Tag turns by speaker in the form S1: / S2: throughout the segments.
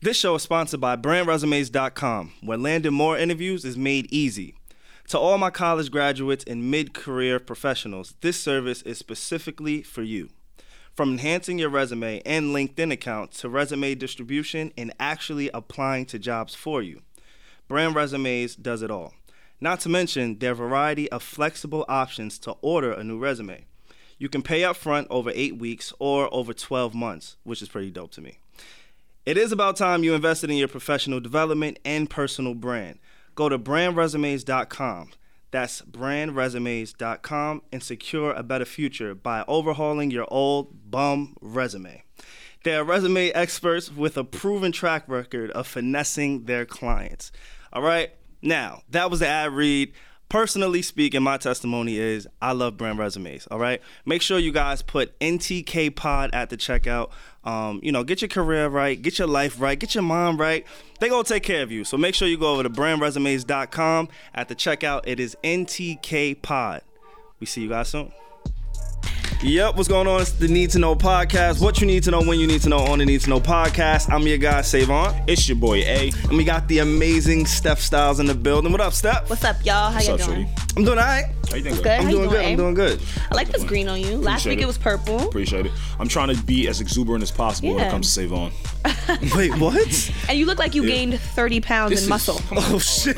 S1: This show is sponsored by BrandResumes.com, where landing more interviews is made easy. To all my college graduates and mid career professionals, this service is specifically for you. From enhancing your resume and LinkedIn account to resume distribution and actually applying to jobs for you, Brand Resumes does it all. Not to mention their variety of flexible options to order a new resume. You can pay up front over eight weeks or over 12 months, which is pretty dope to me. It is about time you invested in your professional development and personal brand. Go to brandresumes.com. That's brandresumes.com and secure a better future by overhauling your old bum resume. They are resume experts with a proven track record of finessing their clients. All right, now that was the ad read. Personally speaking, my testimony is I love brand resumes. All right, make sure you guys put NTK Pod at the checkout. Um, you know, get your career right, get your life right, get your mom right. They gonna take care of you. So make sure you go over to brandresumes.com at the checkout. It is NTK Pod. We see you guys soon. Yep, what's going on? It's the Need to Know podcast. What you need to know when you need to know on the Need to Know podcast. I'm your guy, Savon,
S2: It's your boy A.
S1: and we got the amazing Steph Styles in the building. What up, Steph?
S3: What's up, y'all? How
S2: What's
S3: y'all
S2: up,
S3: doing?
S2: Shorty?
S1: I'm doing all right.
S2: How you think?
S3: Good.
S2: girl?
S3: How
S1: I'm
S3: you
S1: doing good. I'm
S3: Em?
S1: doing good.
S3: I like this green on you. Last
S2: Appreciate
S3: week
S2: it.
S3: it was purple,
S2: Appreciate it. I'm trying to be as exuberant as possible when it
S3: Yeah.
S2: comes to Savon.
S1: Wait, what?
S3: and you look like you gained 30 pounds in muscle.
S2: Is,
S1: oh shit.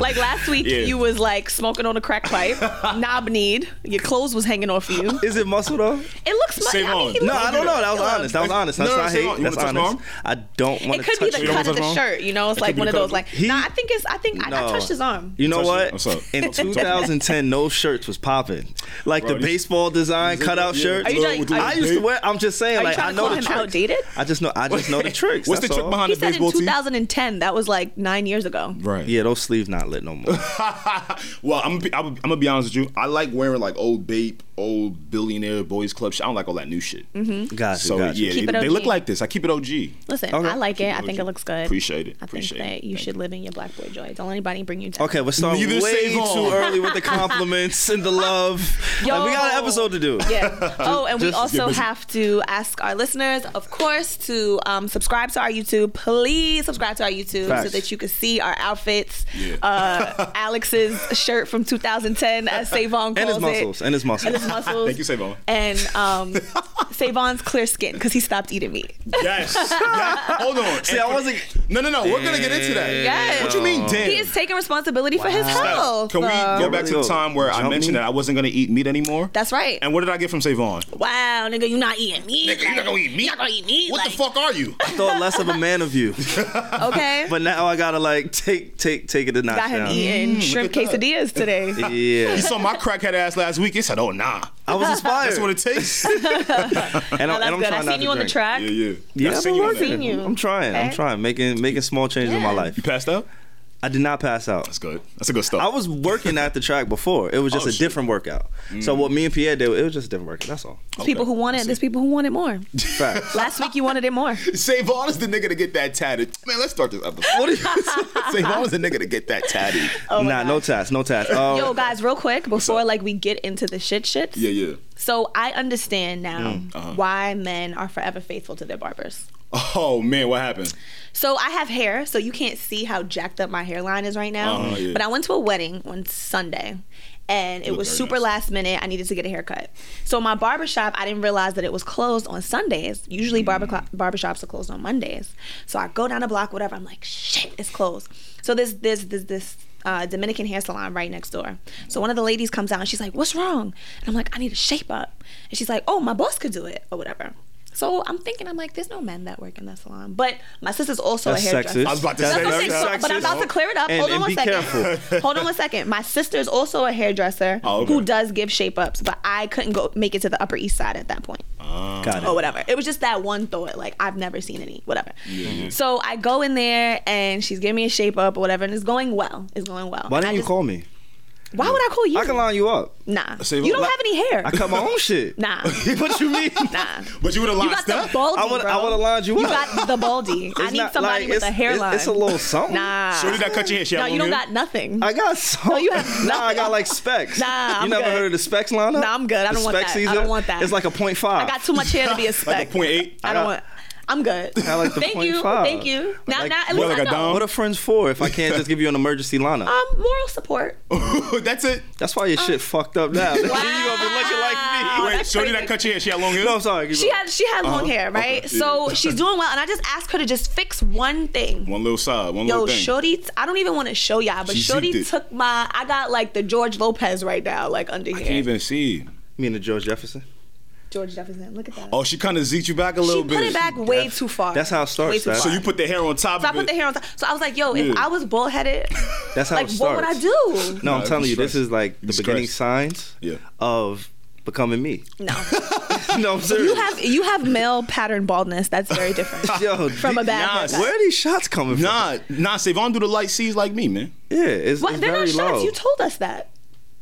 S3: Like last week,
S2: Yeah.
S3: you was like smoking on a crack pipe, knob kneed. Your clothes was hanging off you.
S1: Is it muscle though?
S3: It looks mu-
S2: Save
S3: I mean,
S2: on.
S3: he
S1: No,
S3: looks
S1: I don't know. That was
S3: good.
S1: honest. That was honest.
S2: No,
S1: That's
S2: no,
S1: not
S2: say it on.
S1: hate.
S2: You
S1: That's
S2: wanna touch my
S1: honest.
S2: arm?
S1: I don't want
S3: It
S1: to
S3: could
S1: touch
S3: be
S1: you.
S3: the
S2: don't
S3: cut of
S2: touch
S3: the
S2: my arm?
S3: shirt. You know, it's like
S2: be
S3: one of
S2: the cut
S3: those
S2: of-
S3: like.
S1: He-
S3: nah, I think it's. I think I, I
S1: No.
S3: touched his arm.
S1: You know
S2: Touch it.
S1: what?
S2: What's up?
S1: In 2010, no shirts was popping. Like
S2: Bro,
S1: the
S2: you-
S1: baseball design
S2: Yeah.
S1: cutout shirts.
S3: Are you trying-
S2: Little-
S3: are
S1: I used to wear. I'm just saying,
S3: Are you
S1: like I
S3: trying to
S1: know
S3: call
S1: the
S3: him
S1: tricks.
S3: outdated?
S1: I just know. I just know the tricks.
S2: What's the
S1: that's
S2: trick
S1: all.
S2: behind
S3: He
S2: the
S3: said in
S2: baseball team?
S3: 2010. That was like nine years ago.
S2: Right.
S1: Yeah, those sleeves not lit no more.
S2: well, I'm, gonna be- I'm, gonna- I'm gonna be honest with you. I like wearing like old Bape, old billionaire boys club shit. I don't like all that new shit.
S1: Gotcha.
S2: So
S1: gotcha.
S2: yeah,
S3: Mm-hmm. Keep
S2: they,
S3: it
S2: they look
S3: OG.
S2: like this. I keep it OG.
S3: Listen,
S1: Okay.
S3: I like it. I
S2: Keep it
S3: think it
S2: OG.
S3: looks good.
S2: Appreciate it.
S3: I think
S2: Appreciate
S3: that
S2: it.
S3: you
S2: Thank
S3: should
S2: you.
S3: live in your black boy joy. Don't let anybody bring you down.
S1: Okay, we're starting
S2: Neither
S1: way
S2: save
S1: too
S2: on.
S1: early with the compliments and the love.
S3: Yo.
S1: Like, we got an episode to do.
S3: Yeah. Oh, and we
S1: just
S3: also
S2: get busy.
S3: have to ask our listeners, of course, to um, subscribe to our YouTube. Please subscribe to our YouTube so
S1: Facts.
S3: that you can see our outfits.
S2: Yeah.
S3: Uh, Alex's shirt from 2010, as Savon calls
S1: And his muscles.
S3: it.
S1: And his muscles.
S3: And his muscles.
S2: Thank you, Savon.
S3: And um, Savon's clear skin because he stopped eating meat.
S2: Yes. Yeah. Hold on.
S1: See, I wasn't-
S2: No, no, no. We're gonna get into that.
S3: Yes.
S2: What you mean, damn?
S3: He is taking responsibility for his
S2: Steph,
S3: health.
S2: Can we
S3: Uh,
S2: go back to the
S1: Really?
S2: time where I
S1: Jump
S2: mentioned
S1: me?
S2: that I wasn't gonna eat meat anymore?
S3: That's right.
S2: And what did I get from Savon? Nigga,
S3: wow, nigga, you not eating meat.
S2: you're not
S3: like-
S2: gonna eat meat.
S3: You're not gonna eat meat.
S2: What the
S3: like-
S2: fuck are you?
S1: I thought less of a man of you,
S3: Okay.
S1: but now I gotta like take take take it to notch
S3: Got him
S1: down.
S3: eating shrimp
S2: Mm, look at that.
S3: quesadillas today.
S1: Yeah,
S2: You saw my crackhead ass last week. It said, "Oh nah."
S1: I was inspired.
S2: That's what it takes.
S1: and,
S3: No,
S1: I,
S3: that's
S1: am
S3: good.
S1: trying
S3: I
S1: not
S3: seen
S1: to
S3: you on the
S1: drink.
S3: track.
S2: yeah.
S1: Yeah,
S2: I
S1: I've
S2: seen
S1: been
S2: you on
S1: working.
S2: that.
S3: Seen you.
S1: I'm trying. I'm
S3: Okay.
S1: trying. Making making small changes in my
S3: Yeah.
S1: life.
S2: You passed out.
S1: I did not pass out.
S2: That's good. That's a good stuff.
S1: I was working at the track before. It was just
S2: Oh,
S1: a
S2: shit. Mm.
S1: different workout. So what me and Pierre did, it was just a different workout. That's all.
S3: There's people who want it. There's people who want it more.
S1: Facts.
S3: Last week you wanted it more.
S2: Savon is the nigga to get that tatted. Man, let's start this episode.
S1: what is
S2: Savon is the nigga to get that tatted.
S1: Nah, no task, no task. Um,
S3: Oh Yo, guys, real quick before
S2: Oh, up?
S3: like we get into the shit shits.
S2: Yeah, Mm, uh-huh. yeah.
S3: So I understand now why men are forever faithful to their barbers.
S2: Oh man, what happened?
S3: So I have hair, so you can't see how jacked up my hairline is right now.
S2: Uh-huh, yeah.
S3: But I went to a wedding on Sunday. And it
S2: look
S3: was
S2: very
S3: super
S2: nice.
S3: last minute. I needed to get a haircut. So my barber shop, I didn't realize that it was closed on Sundays. Usually
S1: Mm-hmm.
S3: barber barbershops are closed on Mondays. So I go down the block, whatever. I'm like, shit, it's closed. So this this this this uh, Dominican hair salon right next door. So one of the ladies comes out and she's like, "What's wrong?" And I'm like, "I need a shape up." And she's like, "Oh, my boss could do it or whatever." So I'm thinking, I'm like, "There's no men that work in that salon." But my sister's also
S1: That's
S3: a hairdresser.
S1: sexist.
S2: I was about to
S1: That's
S2: say
S3: That's
S1: very
S3: okay, so- but I'm about to clear it up.
S1: And-
S3: Hold on
S1: and
S3: one
S1: be
S3: second.
S1: careful.
S3: Hold on one second. My sister's also a hairdresser
S2: Oh, okay.
S3: who does give shape ups, but I couldn't go make it to the Upper East Side at that point
S2: Ah.
S1: Got it.
S3: or whatever. It was just that one thought, like I've never seen any, whatever. So I go in there and she's giving me a shape up or whatever, and it's going well. It's going well.
S1: Why
S3: And I
S1: didn't you
S3: just-
S1: call me?
S3: Why would I call you?
S1: I can line you up.
S3: Nah,
S2: Save
S3: you
S2: up.
S3: don't have any hair.
S1: I cut my own shit.
S3: Nah,
S1: what you mean?
S3: nah.
S2: But you would have
S3: You
S2: lost
S3: got
S2: that.
S3: the baldy,
S1: I would
S3: bro.
S1: I would have lined you up.
S3: You got the baldy. I
S1: It's
S3: need
S1: not
S3: somebody
S1: like-
S3: with
S1: it's-
S3: a
S1: it's-
S3: hairline.
S1: It's, a little something.
S3: Nah.
S2: Shorty that cut your hair. She
S3: no,
S2: had
S3: you
S2: long
S3: don't
S2: hair?
S3: got nothing.
S1: I got some.
S3: you have
S1: Nah, I
S3: nothing.
S1: got like specs.
S3: Nah,
S1: you
S3: I'm
S1: never
S3: good.
S1: heard of the specs lineup?
S3: Nah, I'm good. I
S1: The
S3: don't want
S1: spec
S3: that. I don't want that.
S1: It's like a point five.
S3: I got too much hair to be a spec.
S2: like a point eight.
S3: I don't want. I'm good.
S1: I like the
S3: thank
S1: point
S3: you,
S1: five.
S3: thank you. Now,
S1: Like-
S3: now at
S2: Well, like
S3: least I
S2: a
S3: know.
S2: dom?
S1: What are friends for if I can't just give you an emergency lineup?
S3: Um, moral support.
S2: That's it.
S1: That's why your shit fucked up now. you gonna be looking like me.
S3: Wow.
S2: Wait,
S3: that's
S2: Shorty
S3: crazy.
S2: that cut your hair. She had long hair.
S1: No, I'm sorry. keep
S3: She
S1: going.
S3: had she had long hair, right?
S2: Okay,
S3: So
S2: yeah.
S3: she's doing well, and I just asked her to just fix one thing.
S2: One little side. One
S3: Yo,
S2: little thing.
S3: Shorty, t- I don't even want to show y'all, but
S2: She zipped
S3: Shorty
S2: it.
S3: took my. I got like the George Lopez right now, like under here.
S2: I can't even see.
S1: Me and the George Jefferson.
S3: George Jefferson, look at that.
S2: Oh, she kind of zeked you back a
S3: she
S2: little
S3: put
S2: bit.
S3: it back way too far.
S1: That's how it starts,
S3: Way too
S1: that's-
S2: So
S3: far.
S2: you put the hair on top
S3: So I
S2: of
S3: put
S2: it.
S3: the hair on. top. So I was like, yo, if
S2: Yeah.
S3: I was bullheaded,
S1: That's how
S3: like,
S1: it starts.
S3: what would I do?
S1: No,
S2: Nah,
S1: I'm telling
S2: you
S1: you, this
S2: stressed.
S1: is like
S2: You
S1: the beginning
S2: stressed.
S1: signs
S2: Yeah.
S1: of becoming me.
S3: No,
S1: no, I'm serious.
S3: you have you have male pattern baldness. That's very different
S1: Yo,
S3: from a bad.
S2: Nah,
S3: haircut.
S1: Where are these shots coming from?
S2: Nah, nah, Savon do the light C's like me, man.
S1: Yeah, it's,
S3: What?
S1: it's
S3: They're
S1: very
S3: not shots.
S1: low.
S3: You told us that.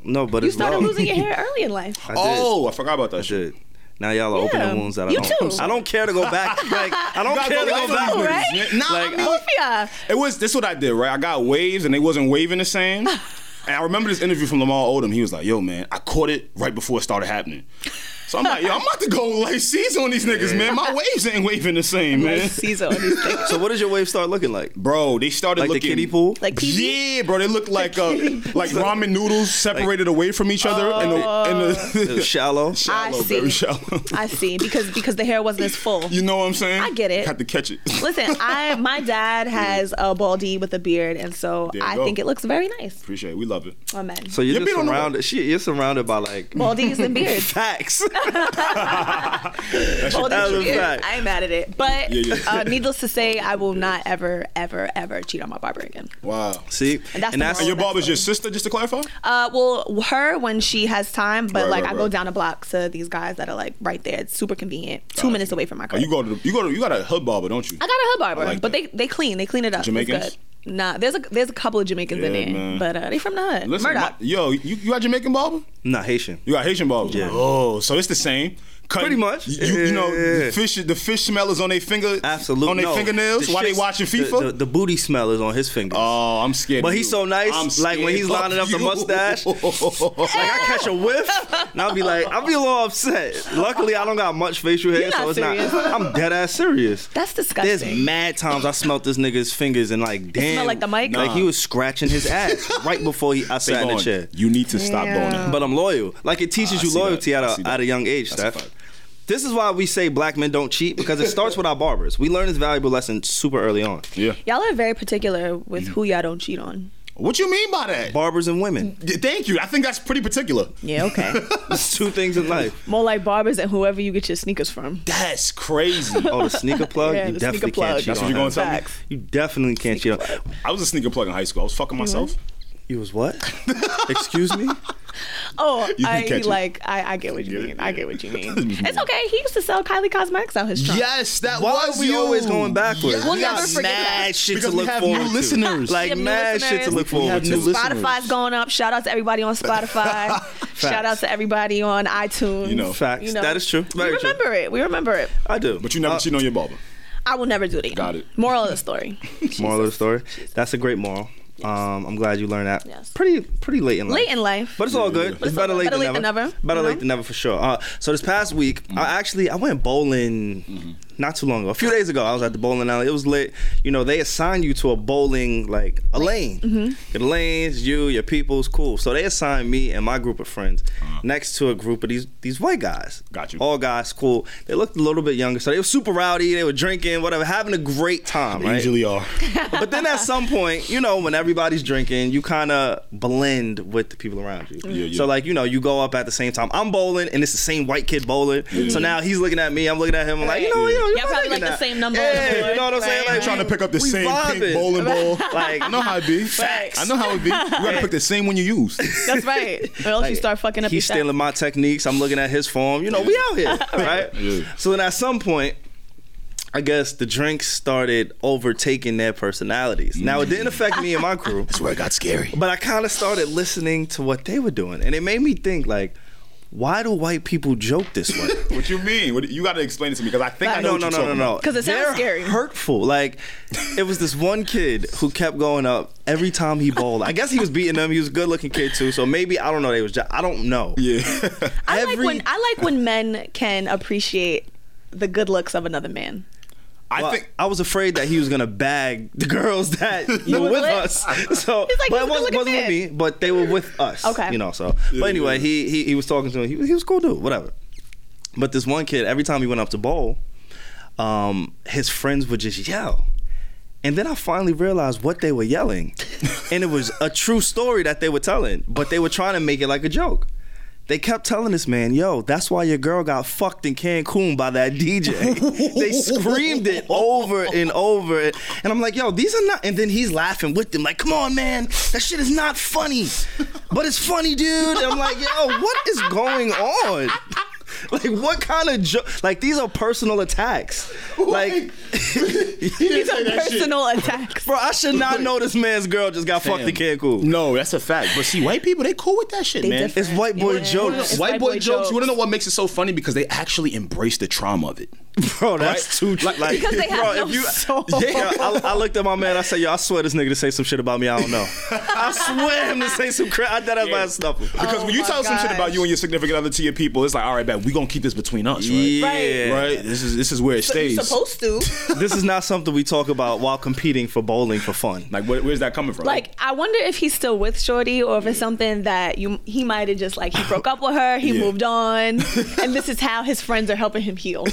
S1: no, but
S3: You
S1: it's
S3: started
S1: low.
S3: losing your hair early in life.
S1: I did.
S2: Oh, I forgot about
S1: I
S2: that shit.
S1: did. Now y'all are
S3: Yeah,
S1: opening wounds that I
S3: you
S1: don't.
S3: too.
S1: I don't care to go back. Like I don't
S2: You gotta
S1: care
S2: go
S1: to go
S2: back to
S1: back.
S2: these
S1: with it.
S3: right?
S2: niggas, man. Nah,
S1: Like,
S2: I
S1: I-
S2: mean,
S3: Sophia.
S2: It was this what I did, right? I got waves and they wasn't waving the same. And I remember this interview from Lamar Odom. He was like, "Yo, man, I caught it right before it started happening." So I'm like, "Yo, I'm about to go light C's on these niggas, man. My waves ain't waving the same, man."
S3: Caesar on these things.
S1: So what does your wave start looking like?
S2: Bro, they started
S1: Like the
S2: looking
S1: kiddie pool?
S3: Like PG?
S2: yeah, bro, they looked like uh, like ramen noodles separated away from each other in the, in
S1: It was
S2: the
S1: shallow.
S3: I
S2: shallow,
S3: uh, see.
S2: very shallow.
S3: I see because because the hair wasn't as full.
S2: You know what I'm saying?
S3: I get it.
S2: Had to catch it.
S3: Listen, I my dad has a baldy with a beard, and so
S2: There you
S3: I
S2: go.
S3: think it looks very nice.
S2: Appreciate it. We love it.
S3: Amen.
S1: So you're
S2: Your
S1: just
S2: beard on the-
S1: surrounded. Shit, you're surrounded by like
S3: Baldies and beards.
S1: facts.
S3: Baldies
S1: That's
S3: and
S1: a
S3: beards.
S1: fact.
S3: I ain't mad at it, but
S2: Yeah, yeah.
S3: Uh, needless to say, I will not ever, ever, ever cheat on my barber again.
S2: Wow.
S1: See,
S3: And that's
S2: And your
S3: the That's
S2: barber's your sister, just to clarify?
S3: Uh, well, her when she has time, but
S2: Right,
S3: like
S2: right,
S3: I go
S2: right.
S3: down a block to these guys that are like right there. It's super convenient, two
S2: Gotcha.
S3: minutes away from my
S2: Oh,
S3: car.
S2: you go to the, you go to you got a hood barber, don't you?
S3: I got a hood barber,
S2: I like
S3: but they
S2: that.
S3: they clean. They clean it up. It's
S2: Jamaicans?
S3: good. Nah, there's a there's a couple of Jamaicans in
S2: Yeah,
S3: there,
S2: man.
S3: but uh, they from the hood.
S2: Listen,
S3: Murdoch.
S2: my- yo, you, you got Jamaican barber?
S1: not Haitian.
S2: You got Haitian barber?
S1: Yeah.
S2: Oh, so it's the same. Cut-
S1: Pretty much.
S2: You, you know,
S1: Yeah.
S2: the fish the fish smell is on their finger,
S1: Absolutely.
S2: on their
S1: no.
S2: fingernails
S1: The
S2: while they
S1: shit's-
S2: watching
S1: the-
S2: FIFA.
S1: The, the booty smell is on his fingers.
S2: oh, I'm scared.
S1: But
S2: of
S1: he's
S2: you.
S1: so nice,
S2: I'm
S1: like when
S2: scared
S1: he's lining
S2: of
S1: up the
S2: you.
S1: mustache. Like I catch a whiff, and I'll be like, I'll be a little upset. Luckily, I don't got much facial hair,
S3: You're not
S1: so it's
S3: serious.
S1: not. I'm dead ass serious.
S3: That's
S1: There's
S3: disgusting.
S1: mad times I smelt this nigga's fingers and like, damn,
S3: smelled like the mic?
S1: Like
S3: Nah.
S1: he was scratching his ass right before he I sat in
S2: Savon,
S1: the chair.
S2: You need to stop doing it.
S1: But I'm loyal. Like it teaches
S2: Ah, I
S1: you
S2: see
S1: loyalty
S2: that. I
S1: at
S2: see
S1: a
S2: that.
S1: at a young age,
S2: That's a
S1: Steph.
S2: fact.
S1: This is why we say black men don't cheat because it starts with our barbers. We learn this valuable lesson super early on.
S2: Yeah.
S3: Y'all are very particular
S2: Mm.
S3: with who y'all don't cheat on.
S2: What you mean by that?
S1: Barbers and women,
S2: Yeah, Thank you. I think that's pretty particular.
S3: Yeah, okay.
S1: it's two things in life.
S3: More like barbers and whoever you get your sneakers from.
S2: That's crazy.
S1: Oh, the sneaker plug,
S3: Yeah,
S1: you
S3: the
S1: definitely
S3: sneaker plug.
S1: can't cheat.
S2: That's what
S1: on
S2: you gonna
S1: that.
S2: tell me?
S3: Facts.
S1: You definitely can't cheat. On.
S2: I was a sneaker plug in high school. I was fucking myself.
S1: You was what? Excuse me?
S3: Oh,
S2: You can
S3: I
S2: catch it.
S3: like I, I get what you
S2: Yeah,
S3: mean. I get what you mean.
S2: yeah.
S3: it's okay. He used to sell Kylie Cosmetics out his trunk.
S2: Yes, that
S1: Why
S2: was
S1: are we
S2: you.
S1: always going backwards?
S2: Yes.
S3: We'll
S1: we
S3: never
S1: got
S3: forget
S1: mad
S3: that.
S1: shit
S2: Because
S1: to
S2: we
S1: look
S2: have
S1: forward
S2: new
S1: to.
S2: listeners.
S1: Like
S3: We have new
S1: mad shit to
S3: listeners.
S1: look
S2: We
S1: forward
S2: have
S1: to.
S2: new
S3: Spotify's going up. Shout out to everybody on Spotify. Shout out to everybody on iTunes.
S2: You know.
S1: Facts. That is true. Very
S3: we
S1: true.
S3: remember it. We remember it.
S1: I do.
S2: But you never
S1: Uh,
S2: cheat on your barber.
S3: I will never do it again.
S2: Got it.
S3: Moral of the story.
S1: Moral of the story. That's a great moral. Um, I'm glad you learned that.
S3: Yes.
S1: Pretty, pretty late in life.
S3: Late in life.
S1: But it's all good. It's,
S3: it's
S1: better
S3: all
S1: late,
S3: better
S1: than, never. Better
S3: you
S1: late
S3: know?
S1: than never for sure. Uh, so this past week,
S2: Mm-hmm.
S1: I actually I went bowling not too long ago. A few days ago, I was at the bowling alley. It was lit. You know, they assign you to a bowling like a lane. Your lanes, you, your people's cool. So they assigned me and my group of friends next to a group of these these white guys.
S2: Uh-huh. Got you.
S1: All guys cool. They looked a little bit younger, so they were super rowdy. They were drinking, whatever, having a great time. Right?
S2: Usually are.
S1: but then at some point, you know, when everybody's drinking, you kind of blend with the people around you.
S2: Yeah, yeah.
S1: So like, you know, you go up at the same time. I'm bowling, and it's the same white kid bowling. So now he's looking at me. I'm looking at him. I'm like, you know,
S3: Right.
S1: you know,
S3: Y'all
S1: my
S3: probably
S1: nigga
S3: like the
S1: now.
S3: same number on the
S1: Yeah, you
S3: board.
S1: know what I'm saying?
S3: Right,
S1: Like,
S3: right.
S2: Trying to pick up the
S1: we
S2: same
S1: vibing.
S2: pink bowling ball.
S1: Like-
S2: I know how it be.
S3: Facts.
S2: I know how it be. You gotta pick the same one you use.
S3: That's right. Or else you start fucking up
S1: He's
S3: your
S1: stealing my techniques. I'm looking at his form. You know, we out here, right?
S2: Yeah.
S1: So then at some point, I guess the drinks started overtaking their personalities. Now it didn't affect me and my crew.
S2: That's where it got scary.
S1: But I kind of started listening to what they were doing, and it made me think like, why do white people joke this way?
S2: What you mean? What, you gotta explain it to me because I think I know
S1: no,
S2: what
S1: no, no,
S2: you're
S1: no,
S2: talking
S1: no.
S2: about.
S3: 'Cause it sounds
S1: They're
S3: scary.
S1: Hurtful. Like, it was this one kid who kept going up every time he bowled. I guess he was beating them. He was a good-looking kid too, so maybe I don't know. They was jo- I don't know.
S2: Yeah.
S3: I
S1: every-
S3: like when I like when men can appreciate the good looks of another man.
S2: I
S1: Well,
S2: think
S1: I was afraid that he was gonna bag the girls that were
S3: was
S1: with
S3: lit?
S1: us. So,
S3: He's like,
S1: but it
S3: "Who's a
S1: wasn't,
S3: good-looking
S1: wasn't with me.
S3: man?"
S1: But they were with us.
S3: Okay.
S1: you know. So, but anyway, he, he he was talking to him. He, he was cool dude, whatever. But this one kid, every time he went up to bowl, um, his friends would just yell. And then I finally realized what they were yelling. and it was a true story that they were telling, but they were trying to make it like a joke. They kept telling this man, yo, that's why your girl got fucked in Cancun by that DJ. they screamed it over and over. And I'm like, yo, these are not. And then he's laughing with them, like, come on, man, that shit is not funny. But it's funny, dude. And I'm like, yo, what is going on? Like, what kind of joke? Like, these are personal attacks. Like,
S2: he didn't
S3: These are
S2: say that shit.
S3: personal attacks.
S1: Bro, I should not know this man's girl just got fucked in Cancun.
S2: No, that's a fact. But see, white people they cool with that shit,
S3: They
S2: man.
S3: different.
S1: It's white boy
S3: Yeah.
S1: jokes.
S3: It's
S2: White, boy, jokes. You wanna know what makes it so funny? Because they actually embrace the trauma of it.
S1: Bro, that's too
S2: Like-
S1: like,
S3: Because they have
S1: bro,
S3: no
S1: if you,
S3: soul.
S1: Yeah, I, I looked at my man. I said, "Yo, I swear this nigga to say some shit about me. I don't know. I swear him to say some crap. I thought I was about to snuff him.
S2: Because
S3: Oh
S2: when you
S3: my
S2: tell some shit
S3: gosh.
S2: about you and your significant other to your people, it's like, all right, man, we gonna keep this between us, right?
S1: Yeah,
S2: Right? This is this is where it stays.
S3: You're supposed to.
S1: This is not something we talk about while competing for bowling for fun.
S2: like, where, where's that coming from?
S3: like, I wonder if he's still with Shorty or if it's something that you he might have just like he broke up with her, he
S2: Yeah.
S3: moved on, and this is how his friends are helping him heal.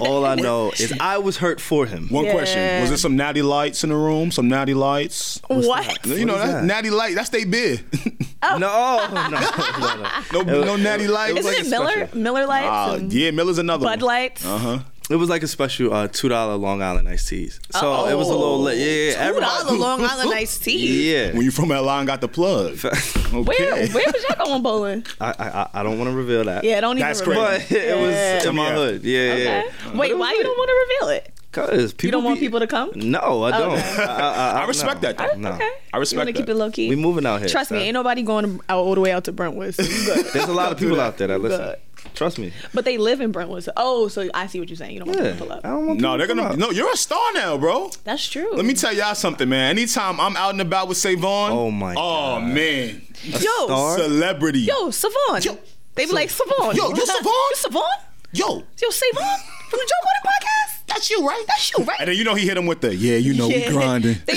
S1: All I know is I was hurt for him.
S2: one
S3: Yeah.
S2: question: Was there some natty lights in the room? Some natty lights?
S3: what?
S2: you know,
S1: What is
S2: that?
S1: that?
S2: natty light. That's they beer.
S1: No, no, no, no.
S2: no, no natty lights.
S3: Isn't it Miller Miller Lights?
S2: Ah,
S3: and
S2: yeah, Miller's another
S3: Bud
S2: one.
S3: Lights.
S2: Uh-huh.
S1: It was like a special uh, two dollar Long Island iced teas. So it was a little lit. Yeah, yeah, yeah.
S3: Two
S1: everybody-
S3: dollar Long Island iced tea.
S1: Yeah.
S2: When you from LA and got the plug. Okay.
S3: Where where was y'all going bowling?
S1: I, I I don't want to reveal that.
S3: Yeah, don't even.
S2: That's
S3: remember.
S1: But it was in my
S2: Yeah.
S1: hood. Yeah,
S3: Okay.
S1: yeah.
S3: Wait, why you don't want to reveal it?
S1: Cause people
S3: You don't want
S1: be-
S3: people to come?
S1: No, I don't.
S3: Okay.
S1: I, I- I-
S2: I respect
S1: no.
S2: that, though.
S1: No.
S3: Okay.
S2: I respect
S3: You wanna
S2: that.
S3: keep it low key.
S1: We moving out here.
S3: Trust me,
S1: son.
S3: ain't nobody going out all the way out to Brentwood. So you good.
S1: There's a lot of people out there that listen.
S3: Good.
S1: Trust me.
S3: but they live in Brentwood. So, oh, so I see what you're saying. You don't want
S1: Yeah.
S3: them to pull
S1: I
S3: up.
S1: don't want people
S2: No,
S1: to
S2: they're
S1: come
S2: gonna.
S1: out.
S2: No, you're a star now, bro.
S3: That's true.
S2: Let me tell y'all something, man. Anytime I'm out and about with Savon,
S1: Oh, my
S2: oh
S1: God.
S2: man,
S3: yo,
S1: star?
S2: celebrity,
S3: yo, Savon.
S2: Yo.
S3: they be like Savon.
S2: Yo, you Savon?
S3: you Savon?
S2: Yo,
S3: Yo, Savon from the Joe Budden podcast.
S2: that's you, right?
S3: That's you, right?
S2: And then you know he hit him with the yeah, you know
S3: Yeah.
S2: we grinding.
S3: They-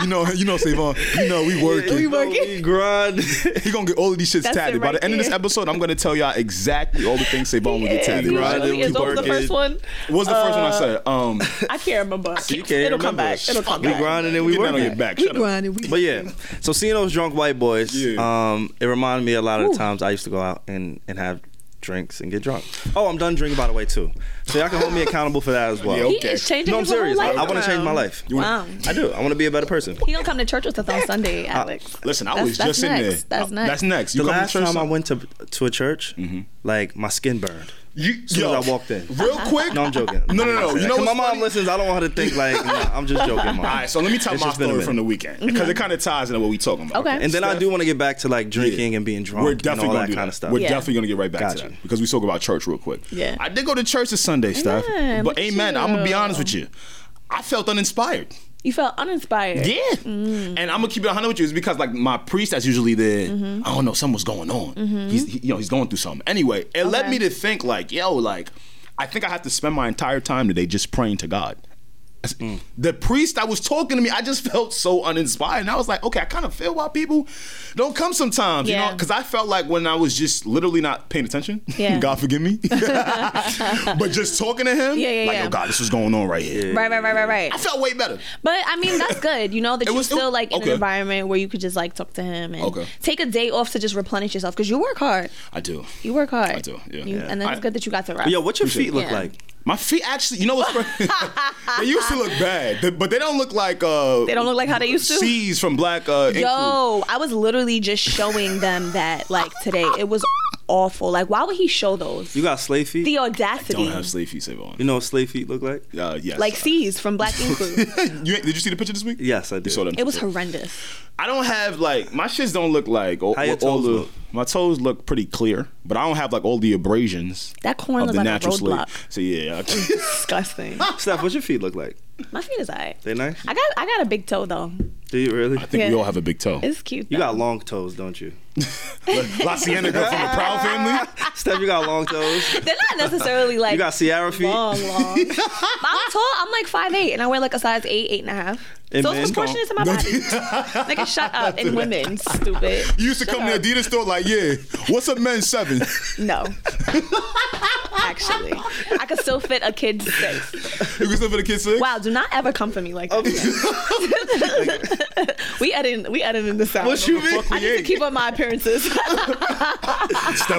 S2: You know, you know Savon, you know we working.
S3: We
S1: No,
S3: working.
S1: we grind.
S2: He gonna get all of these shits
S3: That's
S2: tatted.
S3: it
S2: By
S3: right
S2: the end of this
S3: there.
S2: episode, I'm gonna tell y'all exactly all the things Savon will get
S3: Yeah,
S2: tatted.
S3: you
S1: right?
S2: Right?
S3: really
S1: They
S3: is.
S1: keep
S3: What was the
S1: working.
S3: first one?
S2: What was the first one I said? Um,
S3: I can't remember.
S1: you can't
S3: It'll
S1: remember.
S3: come back. It'll come
S1: we
S3: back.
S1: grinding and
S2: we
S1: we
S2: that on
S1: working.
S2: your back.
S3: We
S2: Shut up.
S3: grinding. We
S1: But yeah, so seeing those drunk white boys,
S2: Yeah.
S1: um, it reminded me a lot of the times I used to go out and, and have drinks and get drunk. Oh, I'm done drinking, by the way, too. So y'all can hold me accountable for that as well.
S2: Yeah,
S3: He
S2: Okay.
S3: is changing
S1: No, I'm
S3: his whole
S1: serious. I,
S3: life
S1: want to change my
S3: around.
S1: life.
S3: Wow.
S1: I do. I want to be a better person.
S3: He gonna come to church with us on Sunday, Alex.
S2: Uh, Listen, I
S3: That's-
S2: was
S3: that's
S2: just in there.
S3: next. That's
S2: Uh,
S3: next.
S2: That's next. You
S1: the
S2: come to
S1: last
S2: church Mm-hmm.
S1: time I
S2: Sunday?
S1: went to to a church, like my skin burned.
S2: You,
S1: soon as I walked in.
S2: Real
S3: Uh-huh.
S2: quick.
S1: No, I'm joking.
S2: No, no, no. You know
S1: Cause my
S2: what's
S1: mom
S2: funny?
S1: listens. I don't want her to think like nah, I'm just joking, mom.
S2: All right, so let me tell
S1: It's
S2: my
S1: just been a
S2: story from the
S1: minute.
S2: weekend because it kind of ties into what we talking about.
S3: Mm-hmm. Okay.
S1: And then I do want to get back to like drinking and being drunk
S2: We're
S1: and
S2: definitely
S1: all
S2: gonna
S1: that
S2: do
S1: kind
S2: that.
S1: of stuff.
S2: We're
S3: Yeah.
S2: definitely gonna get right back to
S1: Gotcha.
S2: that because we spoke about church real quick.
S3: Yeah.
S2: I did go to church this Sunday, Steph.
S3: Amen.
S2: But
S3: Look at
S2: amen. I'm gonna be
S3: you.
S2: honest with you. I felt uninspired.
S3: You felt uninspired.
S2: Yeah.
S3: Mm.
S2: And I'm gonna keep it 100 with you. It's because like my priest that's usually there.
S3: Mm-hmm.
S2: I don't know. Something's going on. He's he, you know he's going through something. Anyway, it led
S3: Okay.
S2: me to think like yo like I think I have to spend my entire time today just praying to God. The priest that was talking to me, I just felt so uninspired. And I was like, okay, I kind of feel why people don't come sometimes, you
S3: Yeah.
S2: know? Because I felt like when I was just literally not paying attention,
S3: Yeah.
S2: God forgive me, but just talking to him,
S3: Yeah, yeah,
S2: like,
S3: yeah.
S2: yo, God, this is going on right here.
S3: Right, right, right, right, right.
S2: I felt way better.
S3: But I mean, that's good. You know that
S2: It
S3: you
S2: was- it
S3: still
S2: was-
S3: like in
S2: okay.
S3: an environment where you could just like talk to him and
S2: Okay.
S3: take a day off to just replenish yourself because you work hard.
S2: I do.
S3: You work hard. I
S2: do, yeah.
S3: You,
S2: Yeah.
S3: And then it's
S2: I-
S3: good that you got to rest.
S1: Yo, what your feet look
S3: Yeah.
S1: like?
S2: My feet actually, you know what's funny? they used to look bad, th- but they don't look like uh
S3: They don't look like how they used to?
S2: C's from Black uh Ink Crew.
S3: Yo, I was literally just showing them that like today. It was awful. Like, why would he show those?
S1: You got slave feet?
S3: The audacity.
S2: Don't have slave feet, Savon.
S1: you know what slave feet look like?
S2: Uh, yes.
S3: Like C's from Black Ink Crew.
S2: you, did you see the picture this week?
S1: Yes, I
S2: You
S1: did.
S2: saw that.
S3: It was horrendous.
S2: I don't have like my shits don't look like all,
S1: How your
S2: all
S1: toes
S2: the
S1: look?
S2: my toes look pretty clear, but I don't have like all the abrasions
S3: That corn
S2: of the
S3: looked like a
S2: natural slave.
S3: roadblock.
S2: So yeah, I-
S3: Disgusting.
S1: Steph, what your feet look like?
S3: My feet is alright.
S1: They nice?
S3: I got I got a big toe though.
S1: Do you really?
S2: I think we
S3: Yeah.
S2: all have a big toe.
S3: It's cute. Though.
S1: You got long toes, don't you?
S2: La Sienna girl from the Proud Family.
S1: Steph, you got long toes.
S3: They're not necessarily like
S1: You got Sierra feet.
S3: long, long. But I'm tall. I'm like five eight, and I wear like a size eight, eight and a half.
S1: And
S3: so
S1: men?
S3: it's proportionate to my body. Nigga, shut up. And women, stupid.
S2: You used to
S3: Shut
S2: come to
S3: up.
S2: Adidas store like, yeah, what's up, men seven?
S3: No. Actually, I could still fit a kid's six.
S2: You can still for the kids six?
S3: Wow, do not ever come for me like that. we editing, we editing this out.
S1: What you mean?
S3: I need to keep up my appearances.
S2: Steph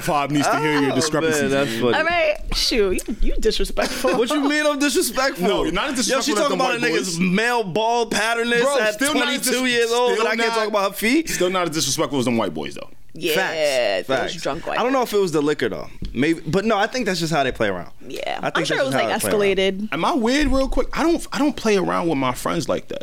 S2: Hobb needs to hear your
S1: Oh, Man,
S2: discrepancies.
S1: that's funny.
S3: All right, shoot, you, you disrespectful.
S1: What you mean I'm disrespectful?
S2: No, you're not
S1: Yo, she
S2: disrespectful
S1: talking
S2: to
S1: about a
S2: them white
S1: nigga's male ball patternist
S2: Bro,
S1: at
S2: still not
S1: 22
S2: dis-
S1: years old,
S2: still
S1: and I can't
S2: not-
S1: talk about her feet.
S2: Still not as disrespectful as them white boys though.
S3: Yeah,
S1: Facts.
S3: those
S1: Facts.
S3: drunk white
S1: I don't
S3: men.
S1: know if it was the liquor though. Maybe, but no, I think that's just how they play around.
S3: Yeah,
S1: I think
S3: I'm sure
S1: that's
S3: it
S1: just
S3: was like
S1: how they play around.
S3: escalated.
S2: Am I weird? Real quick, I don't I don't play around with my friends like that.